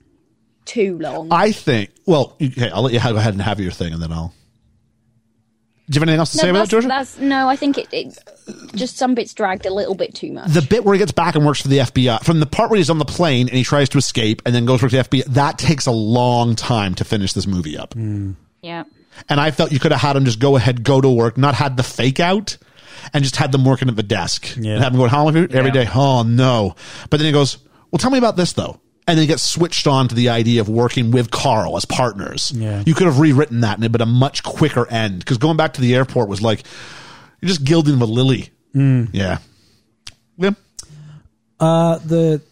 Speaker 11: too long.
Speaker 4: I think. Well, okay, I'll let you go ahead and have your thing, and then I'll. Do you have anything else to say
Speaker 11: no,
Speaker 4: about that,
Speaker 11: that's,
Speaker 4: Georgia?
Speaker 11: that's no. I think it, it just some bits dragged a little bit too much.
Speaker 4: the bit where he gets back and works for the FBI, from the part where he's on the plane and he tries to escape and then goes work to the FBI, that takes a long time to finish this movie up.
Speaker 8: Yeah.
Speaker 4: And I felt you could have had them just go ahead, go to work, not had the fake out, and just had them working at the desk.
Speaker 5: Yeah.
Speaker 4: And have them going, how long have you every
Speaker 9: Yeah.
Speaker 4: day? Oh, no. But then he goes, well, tell me about this, though. And then he gets switched on to the idea of working with Carl as partners.
Speaker 5: Yeah.
Speaker 4: You could have rewritten that and it'd been a much quicker end. Because going back to the airport was like, you're just gilding with Lily.
Speaker 5: Hmm.
Speaker 4: Yeah. Yeah.
Speaker 5: Uh, the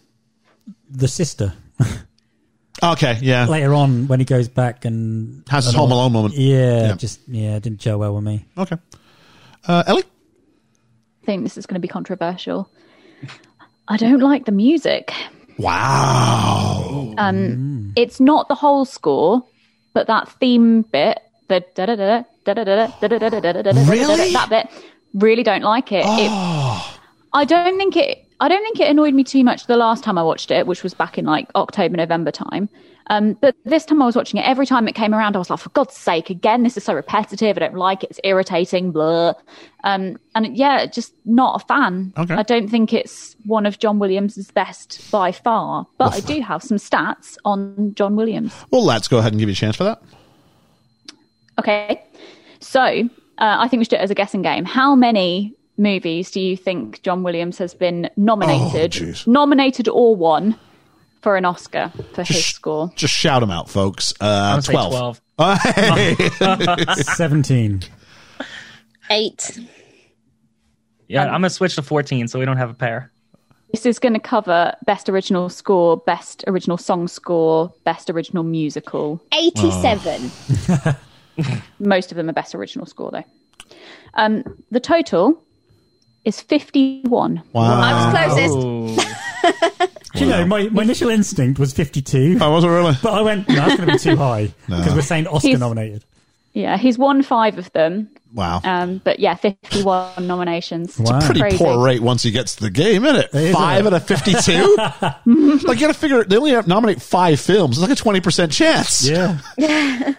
Speaker 5: the sister
Speaker 4: Okay. Yeah.
Speaker 5: later on when he goes back and
Speaker 4: Has his
Speaker 5: and
Speaker 4: Home
Speaker 5: all-
Speaker 4: Alone moment.
Speaker 5: Yeah,
Speaker 4: Yeah.
Speaker 5: Just yeah, it didn't gel well with me.
Speaker 4: okay. Uh, Ellie?
Speaker 8: I think this is going to be controversial. I don't like the music.
Speaker 4: Wow.
Speaker 8: Um, It's not the whole score, but that theme bit, the da da da da da da da da da da da da da
Speaker 4: Really? Ah.
Speaker 8: that bit, really don't like it. It, I don't think it. I don't think it annoyed me too much the last time I watched it, which was back in like October, November time. Um, but this time I was watching it. Every time it came around, I was like, for God's sake, again, this is so repetitive. I don't like it. It's irritating. Blah. Um, and yeah, just not a fan.
Speaker 4: Okay.
Speaker 8: I don't think it's one of John Williams' best by far. But I do have some stats on John Williams.
Speaker 4: Well, let's go ahead and give you a chance for that.
Speaker 8: Okay. So uh, I think we should do it as a guessing game. How many movies do you think John Williams has been
Speaker 4: Oh,
Speaker 8: nominated,
Speaker 4: jeez.
Speaker 8: nominated or won for an Oscar for his
Speaker 4: Just-
Speaker 8: score?
Speaker 4: Just shout them out, folks. Uh,
Speaker 9: I'm
Speaker 4: 12.
Speaker 9: twelve.
Speaker 4: Hey.
Speaker 5: Seventeen.
Speaker 11: Eight.
Speaker 9: Yeah, I'm gonna switch to 14, so we don't have a pair.
Speaker 8: This is going to cover best original score, best original song score, best original musical.
Speaker 4: Oh.
Speaker 11: 87.
Speaker 8: Most of them are best original score, though. Um, the total is 51.
Speaker 7: I
Speaker 4: Oh.
Speaker 7: was closest.
Speaker 5: Do you know, my, my initial instinct was 52.
Speaker 4: I wasn't really.
Speaker 5: But I went, no, that's going to be too high because we're saying Oscar
Speaker 8: He's-
Speaker 5: nominated.
Speaker 8: Yeah, he's won five of them.
Speaker 4: Wow.
Speaker 5: Uh,
Speaker 8: Um, but yeah, 51 nominations.
Speaker 5: Wow.
Speaker 4: Pretty
Speaker 8: Crazy.
Speaker 4: poor rate once he gets to the game, isn't it?
Speaker 5: is,
Speaker 4: five
Speaker 5: isn't
Speaker 4: out of 52? like, you got to figure, they only have- nominate five films. It's like a 20% chance.
Speaker 5: Yeah.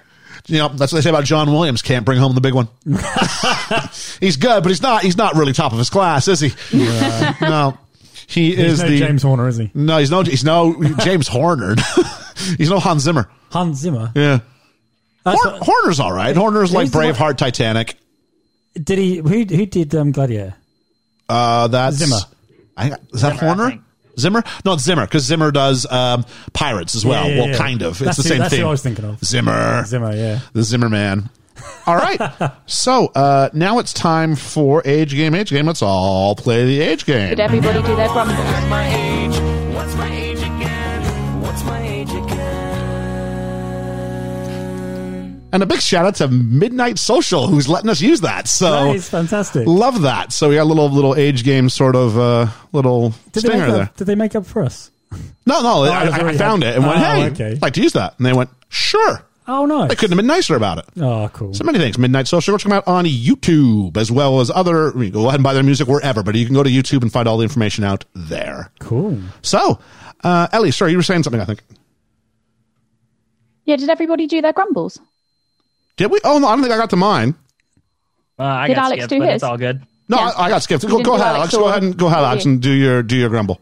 Speaker 4: You know, that's what they say about John Williams. Can't bring home the big one. he's good, but he's not, he's not really top of his class, is he? No. He
Speaker 5: He's
Speaker 4: is
Speaker 5: no
Speaker 4: the.
Speaker 5: James Horner, is he?
Speaker 4: No, he's no, he's no James Horner. he's no Hans Zimmer.
Speaker 5: Hans Zimmer.
Speaker 4: Yeah.
Speaker 5: That's
Speaker 4: Horn, Horner's all right. Horner's like
Speaker 5: He's the one-
Speaker 4: Braveheart, Titanic.
Speaker 5: what- did he? Who, who did um, Gladiator?
Speaker 4: Uh, that's
Speaker 5: Zimmer.
Speaker 4: I, is that
Speaker 9: Zimmer, I
Speaker 4: Horner?
Speaker 9: think.
Speaker 4: Zimmer? No, it's Zimmer because Zimmer does um, pirates as well.
Speaker 5: Yeah, yeah,
Speaker 4: well,
Speaker 5: yeah.
Speaker 4: kind of. It's
Speaker 5: That's
Speaker 4: the
Speaker 5: who-
Speaker 4: same
Speaker 5: that's who
Speaker 4: thing.
Speaker 5: I was thinking of.
Speaker 4: Zimmer.
Speaker 5: Zimmer, yeah.
Speaker 4: The Zimmerman. All right. so uh, now it's time for age game. Age game. Let's all play the age game.
Speaker 8: Did everybody do their grumble?
Speaker 6: my age? What's my age again? What's my age again?
Speaker 4: And a big shout out to Midnight Social who's letting us use that. So
Speaker 5: that is fantastic.
Speaker 4: love that. So we got a little little age game sort of uh, little
Speaker 5: Did they,
Speaker 4: stinger
Speaker 5: make
Speaker 4: there.
Speaker 5: up, did they make up for us?
Speaker 4: No, no,
Speaker 5: Oh, it
Speaker 4: I,
Speaker 5: was
Speaker 4: I
Speaker 5: already
Speaker 4: found
Speaker 5: had-
Speaker 4: it and went,
Speaker 5: Oh,
Speaker 4: "Hey,
Speaker 5: okay.
Speaker 4: I'd like to use that," and they went, "Sure."
Speaker 5: Oh, no.
Speaker 4: They couldn't have been nicer about it.
Speaker 5: Oh, cool.
Speaker 4: So many things. Midnight Social Network come out on YouTube as well as other. I mean, go ahead and buy their music wherever, but you can go to YouTube and find all the information out there.
Speaker 5: Cool.
Speaker 4: So, uh, Ellie, sorry, you were saying something. I think
Speaker 8: Yeah, did everybody do their grumbles?
Speaker 4: did we? Oh no, I don't think I got to mine.
Speaker 9: Uh, I
Speaker 8: Did
Speaker 9: got
Speaker 8: Alex
Speaker 9: skipped,
Speaker 8: do
Speaker 9: but
Speaker 8: his?
Speaker 9: it's all good.
Speaker 4: No,
Speaker 8: Yeah.
Speaker 4: I, I got skipped. Go,
Speaker 8: didn't
Speaker 4: go
Speaker 8: do
Speaker 4: ahead, Alex.
Speaker 8: Alex
Speaker 4: Go
Speaker 8: or-
Speaker 4: ahead and go ahead, Alex,
Speaker 8: Yeah.
Speaker 4: and do your do your grumble.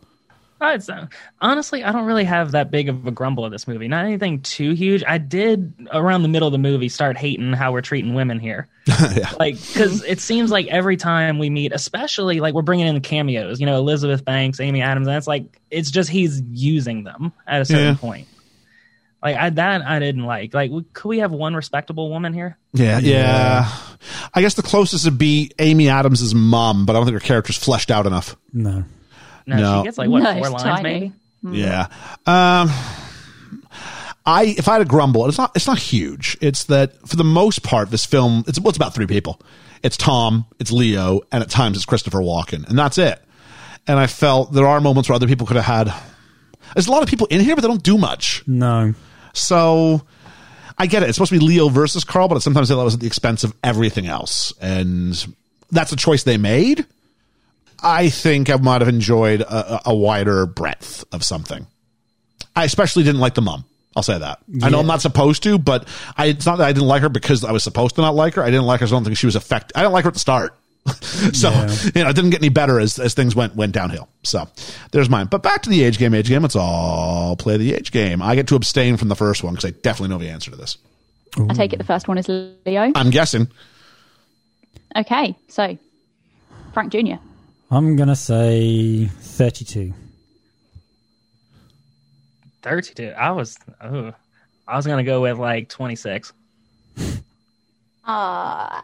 Speaker 9: Uh, it's, uh, honestly, I don't really have that big of a grumble of this movie. Not anything too huge. I did around the middle of the movie start hating how we're treating women here. Like, because it seems like every time we meet, especially like we're bringing in the cameos, you know, Elizabeth Banks, Amy Adams, and it's like it's just he's using them at a certain
Speaker 4: Yeah.
Speaker 9: point. Like I, that, I didn't like. Like, w- could we have one respectable woman here?
Speaker 4: Yeah, yeah. I guess the closest would be Amy Adams' mom, but I don't think her character's fleshed out enough.
Speaker 5: No.
Speaker 9: No,
Speaker 4: No.
Speaker 9: she gets like what
Speaker 8: No,
Speaker 9: four
Speaker 8: it's
Speaker 9: lines
Speaker 8: tiny.
Speaker 9: maybe.
Speaker 4: Yeah. Um, I if I had a grumble, it's not it's not huge. It's that for the most part, this film it's well, it's about three people. It's Tom, it's Leo, and at times it's Christopher Walken, and that's it. And I felt there are moments where other people could have had. There's a lot of people in here, but they don't do much.
Speaker 5: No.
Speaker 4: So I get it. It's supposed to be Leo versus Carl, but sometimes that was at the expense of everything else. And that's a choice they made. I think I might have enjoyed a, a- a wider breadth of something. I especially didn't like the mom. I'll say that. I know I'm not supposed to, but I, it's not that I didn't like her because I was supposed to not like her. I didn't like her. So I don't think she was affected. I didn't like her at the start. so, you know, it didn't get any better as, as things went, went downhill. So there's mine. But back to the age game, age game. Let's all play the age game. I get to abstain from the first one because I definitely know the answer to this.
Speaker 8: I take it the first one is Leo.
Speaker 4: I'm guessing.
Speaker 8: Okay, so Frank Jr.
Speaker 5: I'm going to say 32.
Speaker 9: Thirty-two. I was. Oh, I was gonna go with like twenty-six.
Speaker 11: Uh,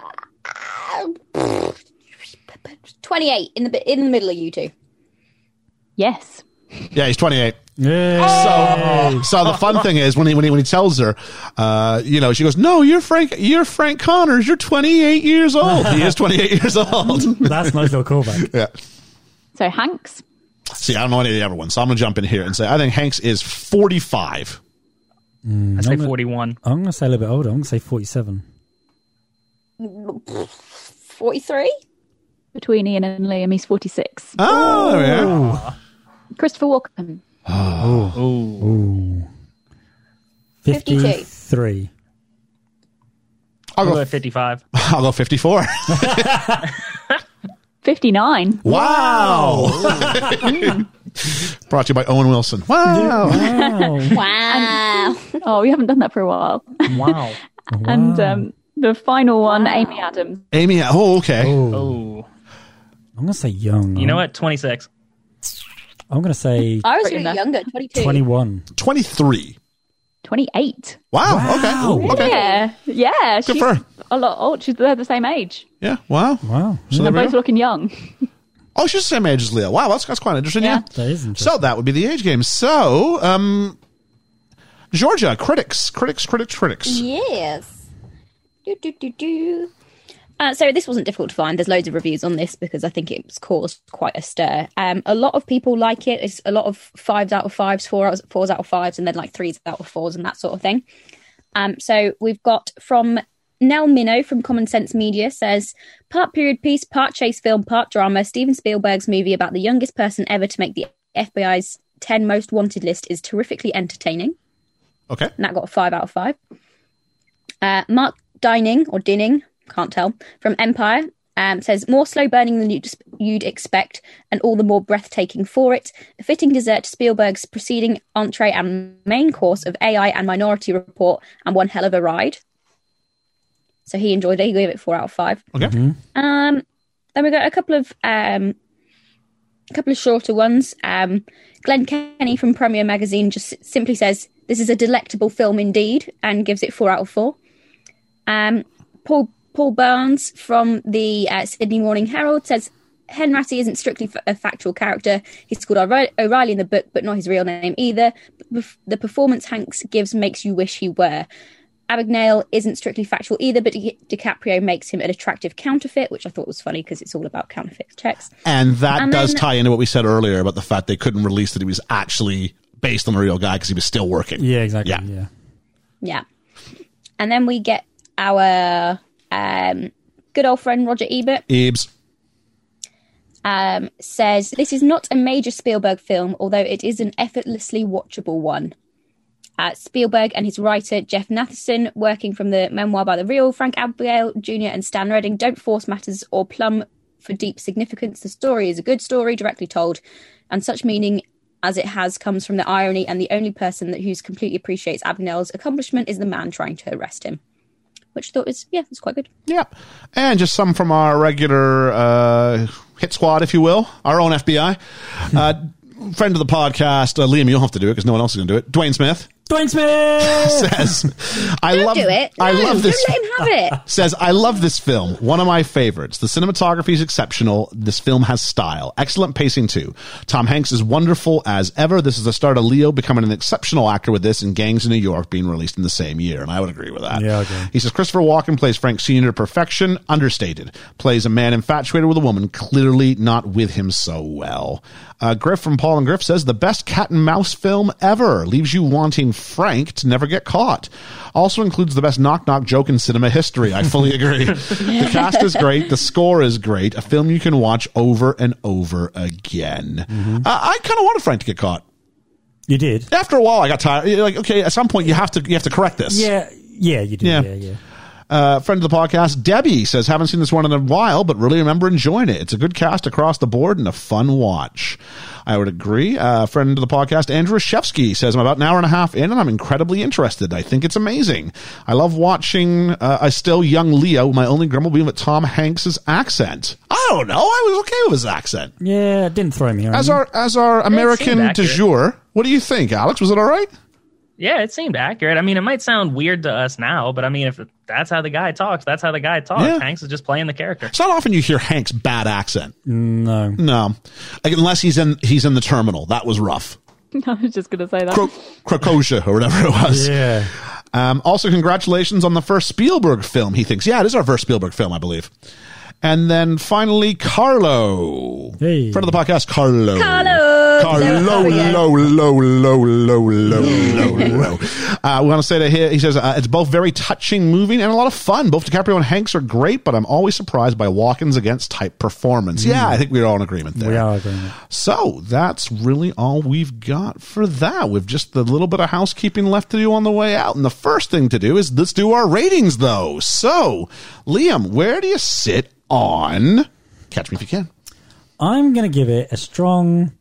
Speaker 11: 28 in the bi- in the middle of you two.
Speaker 8: Yes.
Speaker 4: Yeah, he's 28.
Speaker 5: Yeah.
Speaker 4: So, so the fun thing is when he when he when he tells her, uh, you know, she goes, "No, you're Frank. You're Frank Connors. You're 28 years old. He is 28 years old."
Speaker 5: That's a nice little callback.
Speaker 4: yeah.
Speaker 8: So Hanks.
Speaker 4: See, I don't know any of the other ones, so I'm gonna jump in here and say I think Hanks is 45.
Speaker 9: I say forty-one.
Speaker 5: I'm going to say a little bit older. I'm going to say 47.
Speaker 11: 43?
Speaker 8: Between Ian and Liam, he's 46.
Speaker 4: Oh, yeah.
Speaker 8: Christopher Walken.
Speaker 9: Ooh,
Speaker 11: 52.
Speaker 5: 53.
Speaker 4: I'll
Speaker 9: I'll go
Speaker 4: go.
Speaker 9: with fifty-five.
Speaker 4: I'll go 54.
Speaker 8: 59.
Speaker 4: Wow. Brought to you by Owen Wilson. Wow.
Speaker 5: Wow.
Speaker 11: Wow.
Speaker 8: Oh, we haven't done that for a while.
Speaker 9: Wow.
Speaker 8: And um, the final one, Amy Adams.
Speaker 4: Amy. Oh, okay.
Speaker 9: Ooh.
Speaker 5: I'm going to say young.
Speaker 9: You know what? 26.
Speaker 5: I'm going to say
Speaker 11: I was
Speaker 8: Right in
Speaker 11: really
Speaker 8: there.
Speaker 11: younger, 22.
Speaker 5: 21.
Speaker 4: 23.
Speaker 8: 28.
Speaker 4: Wow.
Speaker 5: Wow.
Speaker 4: Okay. Okay.
Speaker 8: Yeah. Yeah.
Speaker 4: Good
Speaker 8: she's
Speaker 4: for her.
Speaker 8: a lot old. She's, they're the same age.
Speaker 4: Yeah. Wow.
Speaker 5: Wow.
Speaker 4: So
Speaker 8: They're
Speaker 4: there we
Speaker 8: both
Speaker 4: go.
Speaker 8: looking young.
Speaker 4: Oh, she's the same age as Leo. Wow, that's, that's quite interesting. Yeah,
Speaker 5: That is interesting.
Speaker 4: So that would be the age game. So, um, Georgia, critics, critics, critics, critics.
Speaker 11: Yes. Do, do, do, do. Uh, so this wasn't difficult to find. There's loads of reviews on this because I think it's caused quite a stir. Um, a lot of people like it. It's a lot of fives out of fives, four out, fours out of fives, and then like threes out of fours and that sort of thing. Um, so we've got from Nell Minow from Common Sense Media says part period piece, part chase film, part drama. Steven Spielberg's movie about the youngest person ever to make the FBI's ten most wanted list is terrifically entertaining
Speaker 4: Okay.
Speaker 11: and that got a five out of five. Uh, Mark Dining or Dinning, can't tell, from Empire um, says more slow burning than you'd, you'd expect, and all the more breathtaking for it. A fitting dessert to Spielberg's preceding entree and main course of AI and Minority Report, and one hell of a ride. So he enjoyed it. He gave it four out of five.
Speaker 4: Okay.
Speaker 11: Um, then we got a couple of um, a couple of shorter ones. Um, Glenn Kenny from Premier Magazine just s- simply says this is a delectable film indeed, and gives it four out of four. Um, Paul Paul Burns from the uh, Sydney Morning Herald says Henratty isn't strictly f- a factual character. He's called O'Re- O'Reilly in the book, but not his real name either. P- The performance Hanks gives makes you wish he were. Abagnale isn't strictly factual either, but Di- DiCaprio makes him an attractive counterfeit, which I thought was funny because it's all about counterfeit checks.
Speaker 4: And that
Speaker 11: And
Speaker 4: does
Speaker 11: then-
Speaker 4: tie into what we said earlier about the fact they couldn't release that he was actually based on a real guy because he was still working.
Speaker 5: yeah, exactly.
Speaker 4: Yeah.
Speaker 5: Yeah.
Speaker 11: Yeah. And then we get our um, good old friend Roger Ebert
Speaker 4: Ebs.
Speaker 11: um, says this is not a major Spielberg film, although it is an effortlessly watchable one. Uh, Spielberg and his writer Jeff Natherson, working from the memoir by the real Frank Abigail Jr. and Stan Redding, don't force matters or plumb for deep significance. The story is a good story, directly told, and such meaning as it has comes from the irony. And the only person that who's completely appreciates Abagnale's accomplishment is the man trying to arrest him, which I thought was yeah, it's quite good.
Speaker 4: Yep. And just some from our regular uh, hit squad, if you will, our own FBI. Uh, friend of the podcast, uh, Liam, you'll have to do it because no one else is going to do it. Dwayne Smith
Speaker 5: Dwayne Smith.
Speaker 4: says, I
Speaker 11: Don't
Speaker 4: love
Speaker 11: do it.
Speaker 4: I
Speaker 11: No,
Speaker 4: love this.
Speaker 11: Don't let him have it.
Speaker 4: says, I love this film. One of my favorites. The cinematography is exceptional. This film has style. Excellent pacing, too. Tom Hanks is wonderful as ever. This is the start of Leo becoming an exceptional actor with this and Gangs in New York being released in the same year. And I would agree with that.
Speaker 5: Yeah, I agree.
Speaker 4: He says, Christopher Walken plays Frank Sr. to perfection, understated. Plays a man infatuated with a woman, clearly not with him so well. Uh, Griff from Paul and Griff says, the best cat and mouse film ever. Leaves you wanting Frank to never get caught. Also includes the best knock knock joke in cinema history. I fully agree. the cast is great. The score is great. A film you can watch over and over again. Uh, I kind of wanted Frank to get caught.
Speaker 5: You did.
Speaker 4: After a while, I got tired. You're Like, okay, at some point you have to you have to correct this.
Speaker 5: Yeah. Yeah, you did.
Speaker 4: Yeah.
Speaker 5: Yeah, yeah.
Speaker 4: Uh, friend of the podcast, Debbie says, haven't seen this one in a while, but really remember enjoying it. It's a good cast across the board and a fun watch. I would agree. Uh, friend of the podcast, Andrew Shevsky says, I'm about an hour and a half in and I'm incredibly interested. I think it's amazing. I love watching uh, a still young Leo, my only grumble being with Tom Hanks's accent. I don't know. I was okay with his accent.
Speaker 5: Yeah, it didn't throw me.
Speaker 4: As our, as our American du
Speaker 9: accurate.
Speaker 4: jour, what do you think, Alex? Was it all right?
Speaker 9: Yeah, it seemed accurate. I mean, it might sound weird to us now, but I mean, if that's how the guy talks, that's how the guy talks.
Speaker 4: Yeah.
Speaker 9: Hanks is just playing the character.
Speaker 4: It's not often you hear Hank's bad accent.
Speaker 5: no.
Speaker 4: No, like, unless he's in he's in the terminal. That was rough.
Speaker 8: I was just going to say that.
Speaker 4: Cro- Crocosia or whatever it was.
Speaker 5: Yeah.
Speaker 4: Um, also, congratulations on the first Spielberg film. He thinks, yeah, it is our first Spielberg film, I believe. And then finally, Carlo,
Speaker 5: Hey.
Speaker 4: friend of the podcast, Carlo.
Speaker 11: Carlo!
Speaker 4: Carlo,
Speaker 11: There we go.
Speaker 4: low, low, low, low, low, low, low. Uh, we want to say to here, he says uh, it's both very touching, moving, and a lot of fun. Both DiCaprio and Hanks are great, but I'm always surprised by Walken's against type performance. Yeah, I think we're all in agreement there.
Speaker 5: Mm. We are agreeing.
Speaker 4: So that's really all we've got for that. We've just the little bit of housekeeping left to do on the way out. And the first thing to do is let's do our ratings though. So, Liam, where do you sit on Catch Me If You Can?
Speaker 5: I'm going to give it a strong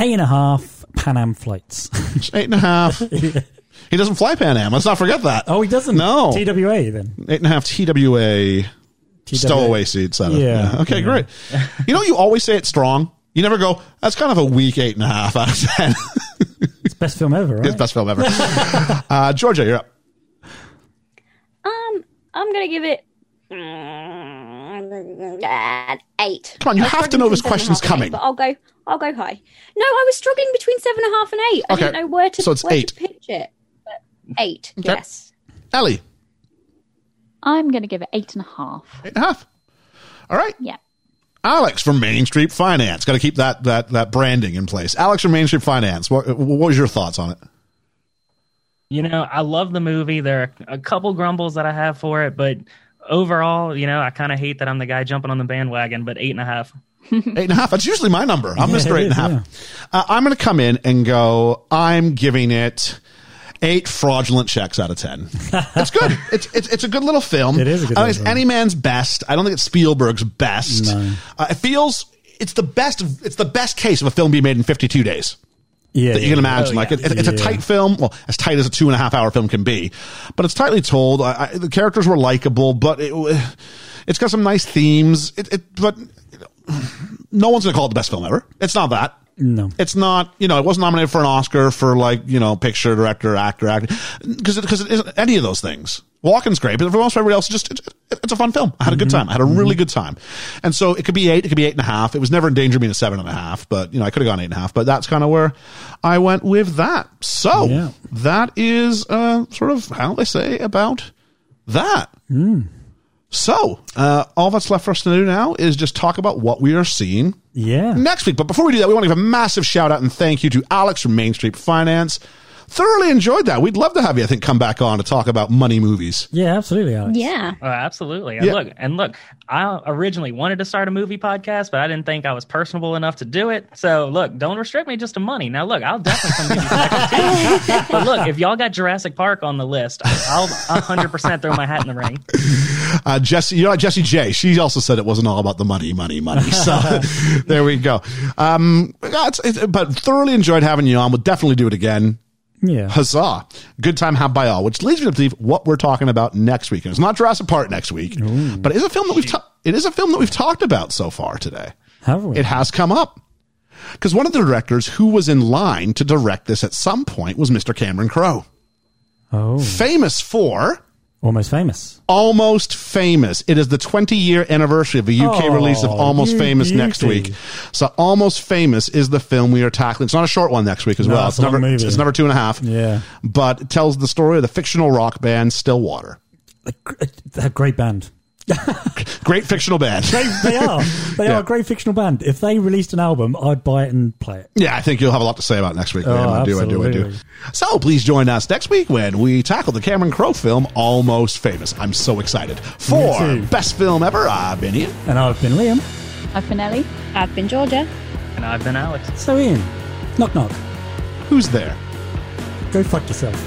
Speaker 5: eight and a half Pan Am flights.
Speaker 4: It's eight and a half. He doesn't fly Pan Am. Let's not forget that.
Speaker 5: oh, he doesn't?
Speaker 4: No.
Speaker 5: TWA then.
Speaker 4: Eight and a half TWA
Speaker 5: TWA.
Speaker 4: stowaway seats. out of-
Speaker 5: Yeah.
Speaker 4: Okay,
Speaker 5: Yeah.
Speaker 4: great. You know, you always say it's strong. You never go, that's kind of a weak eight and a half out of ten.
Speaker 5: It's best film ever, right?
Speaker 4: it's best film ever. uh, Georgia, you're up.
Speaker 11: Um, I'm gonna give it. I'm uh, eight.
Speaker 4: Come on, you
Speaker 11: I was
Speaker 4: have to
Speaker 11: struggling
Speaker 4: know
Speaker 11: between
Speaker 4: this
Speaker 11: seven and a
Speaker 4: question's
Speaker 11: half and
Speaker 4: coming.
Speaker 11: eight, but I'll go. I'll go high. No, I was struggling between seven and a half and eight. I
Speaker 4: Okay,
Speaker 11: didn't know where to
Speaker 4: so it's
Speaker 11: where
Speaker 4: eight.
Speaker 11: to pitch it. But eight.
Speaker 4: Okay.
Speaker 11: Yes.
Speaker 4: Ellie,
Speaker 8: I'm going to give it eight and a half.
Speaker 4: eight and a half. All right.
Speaker 8: Yeah.
Speaker 4: Alex from Main Street Finance. Got to keep that that that branding in place. Alex from Main Street Finance. What what was your thoughts on it?
Speaker 9: You know, I love the movie. There are a couple grumbles that I have for it, but overall, you know, I kind of hate that I'm the guy jumping on the bandwagon. But eight and a half.
Speaker 4: Eight and a half. That's usually my number. I'm
Speaker 5: Hmm. Yeah,
Speaker 4: Mister
Speaker 5: it
Speaker 4: Eight and a
Speaker 5: is,
Speaker 4: half. Uh, I'm going to come in and go. I'm giving it eight fraudulent checks out of ten. it's good. It's, it's it's a good little film.
Speaker 5: It is a good
Speaker 4: I don't
Speaker 5: little
Speaker 4: think it's
Speaker 5: film.
Speaker 4: any man's best. I don't think it's Spielberg's best. Uh, it feels it's the best. It's the best case of a film being made in 52 days.
Speaker 5: Yeah,
Speaker 4: that you can imagine.
Speaker 9: Oh,
Speaker 4: like
Speaker 9: yeah.
Speaker 4: it, it- it's a
Speaker 5: Yeah.
Speaker 4: tight film, well, as tight as a two and a half hour film can be, but it's tightly told. I, I, the characters were likable, but it, w- it's got some nice themes. It, it but no one's gonna call it the best film ever. It's not that.
Speaker 5: No.
Speaker 4: It's not, you know, it wasn't nominated for an Oscar for like, you know, picture, director, actor, actor, because it, because it isn't any of those things. Walken's great, but for most everybody else, just, it, it- it's a fun film. I had a
Speaker 5: Mm-hmm.
Speaker 4: good time. I had a really good time. And so it could be eight, it could be eight and a half. It was never in danger of being a seven and a half, but you know, I could have gone eight and a half, but that's kind of where I went with that. So
Speaker 5: Yeah.
Speaker 4: that is, uh, sort of how they say about that. So, uh, all that's left for us to do now is just talk about what we are seeing
Speaker 5: Yeah.
Speaker 4: next week. But before we do that, we want to give a massive shout out and thank you to Alex from Main Street Finance. Thoroughly enjoyed that. We'd love to have you, I think, come back on to talk about money movies.
Speaker 5: Yeah, absolutely, Alex.
Speaker 11: Yeah.
Speaker 9: Oh, absolutely. And
Speaker 4: Yeah.
Speaker 9: look, and look, I originally wanted to start a movie podcast, but I didn't think I was personable enough to do it. So look, don't restrict me just to money. Now look, I'll definitely come to you second team. But look, if y'all got Jurassic Park on the list, I'll 100% throw my hat in the ring.
Speaker 4: Uh, Jesse, you know, Jesse J, she also said it wasn't all about the money, money, money. So there we go. Um, that's- it- but thoroughly enjoyed having you on. We'll definitely do it again.
Speaker 5: Yeah.
Speaker 4: Huzzah. Good time had by all, which leads me to believe what we're talking about next week. And it's not Jurassic Park next week, but it is a film that we've ta- it is a film that we've talked about so far today.
Speaker 5: Have we?
Speaker 4: It has come up. Because one of the directors who was in line to direct this at some point was Mr. Cameron Crowe.
Speaker 5: oh,
Speaker 4: Famous for
Speaker 5: almost famous.
Speaker 4: Almost Famous. It is the 20 year anniversary of the UK
Speaker 5: Oh,
Speaker 4: release of Almost
Speaker 5: you
Speaker 4: Famous
Speaker 5: beauty.
Speaker 4: next week. So, Almost Famous is the film we are tackling. It's not a short one next week as
Speaker 5: No,
Speaker 4: well.
Speaker 5: it's
Speaker 4: It's
Speaker 5: a long
Speaker 4: number,
Speaker 5: movie.
Speaker 4: it's number two and a half.
Speaker 5: Yeah.
Speaker 4: But it tells the story of the fictional rock band Stillwater.
Speaker 5: A, gr- a great band.
Speaker 4: Great fictional band.
Speaker 5: They, they are. They
Speaker 4: Yeah.
Speaker 5: are a great fictional band. If they released an album, I'd buy it and play it.
Speaker 4: Yeah, I think you'll have a lot to say about next week. man.
Speaker 5: Oh,
Speaker 4: I do, I do, I do.
Speaker 5: absolutely.
Speaker 4: So please join us next week when we tackle the Cameron Crowe film Almost Famous. I'm so excited. For
Speaker 5: too.
Speaker 4: best film ever, I've been Ian.
Speaker 5: And I've been Liam.
Speaker 8: I've been Ellie.
Speaker 11: I've been Georgia.
Speaker 9: And I've been Alex.
Speaker 5: So Ian, knock knock.
Speaker 4: Who's there?
Speaker 5: Go fuck yourself.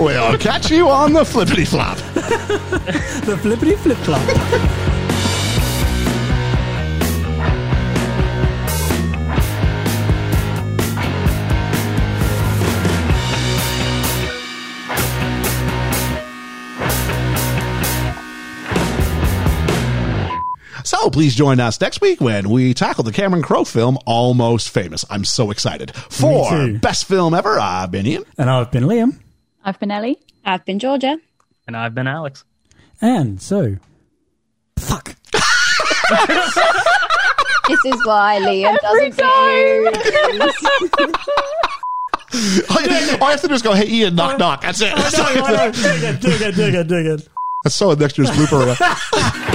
Speaker 4: we'll catch you on the flippity flop.
Speaker 5: the flippity flip flop.
Speaker 4: So please join us next week when we tackle the Cameron Crowe film Almost Famous. I'm so excited. For
Speaker 5: too.
Speaker 4: best film ever, I've been Ian.
Speaker 5: And I've been Liam.
Speaker 8: I've been Ellie.
Speaker 11: I've been Georgia.
Speaker 9: And I've been Alex.
Speaker 5: And so, fuck.
Speaker 11: This is why Liam doesn't do.
Speaker 4: All I have to do is go, hey, Ian, knock, knock. That's it.
Speaker 5: Do it again, do it again, do it again, do it again.
Speaker 4: That's so next year's blooper. uh,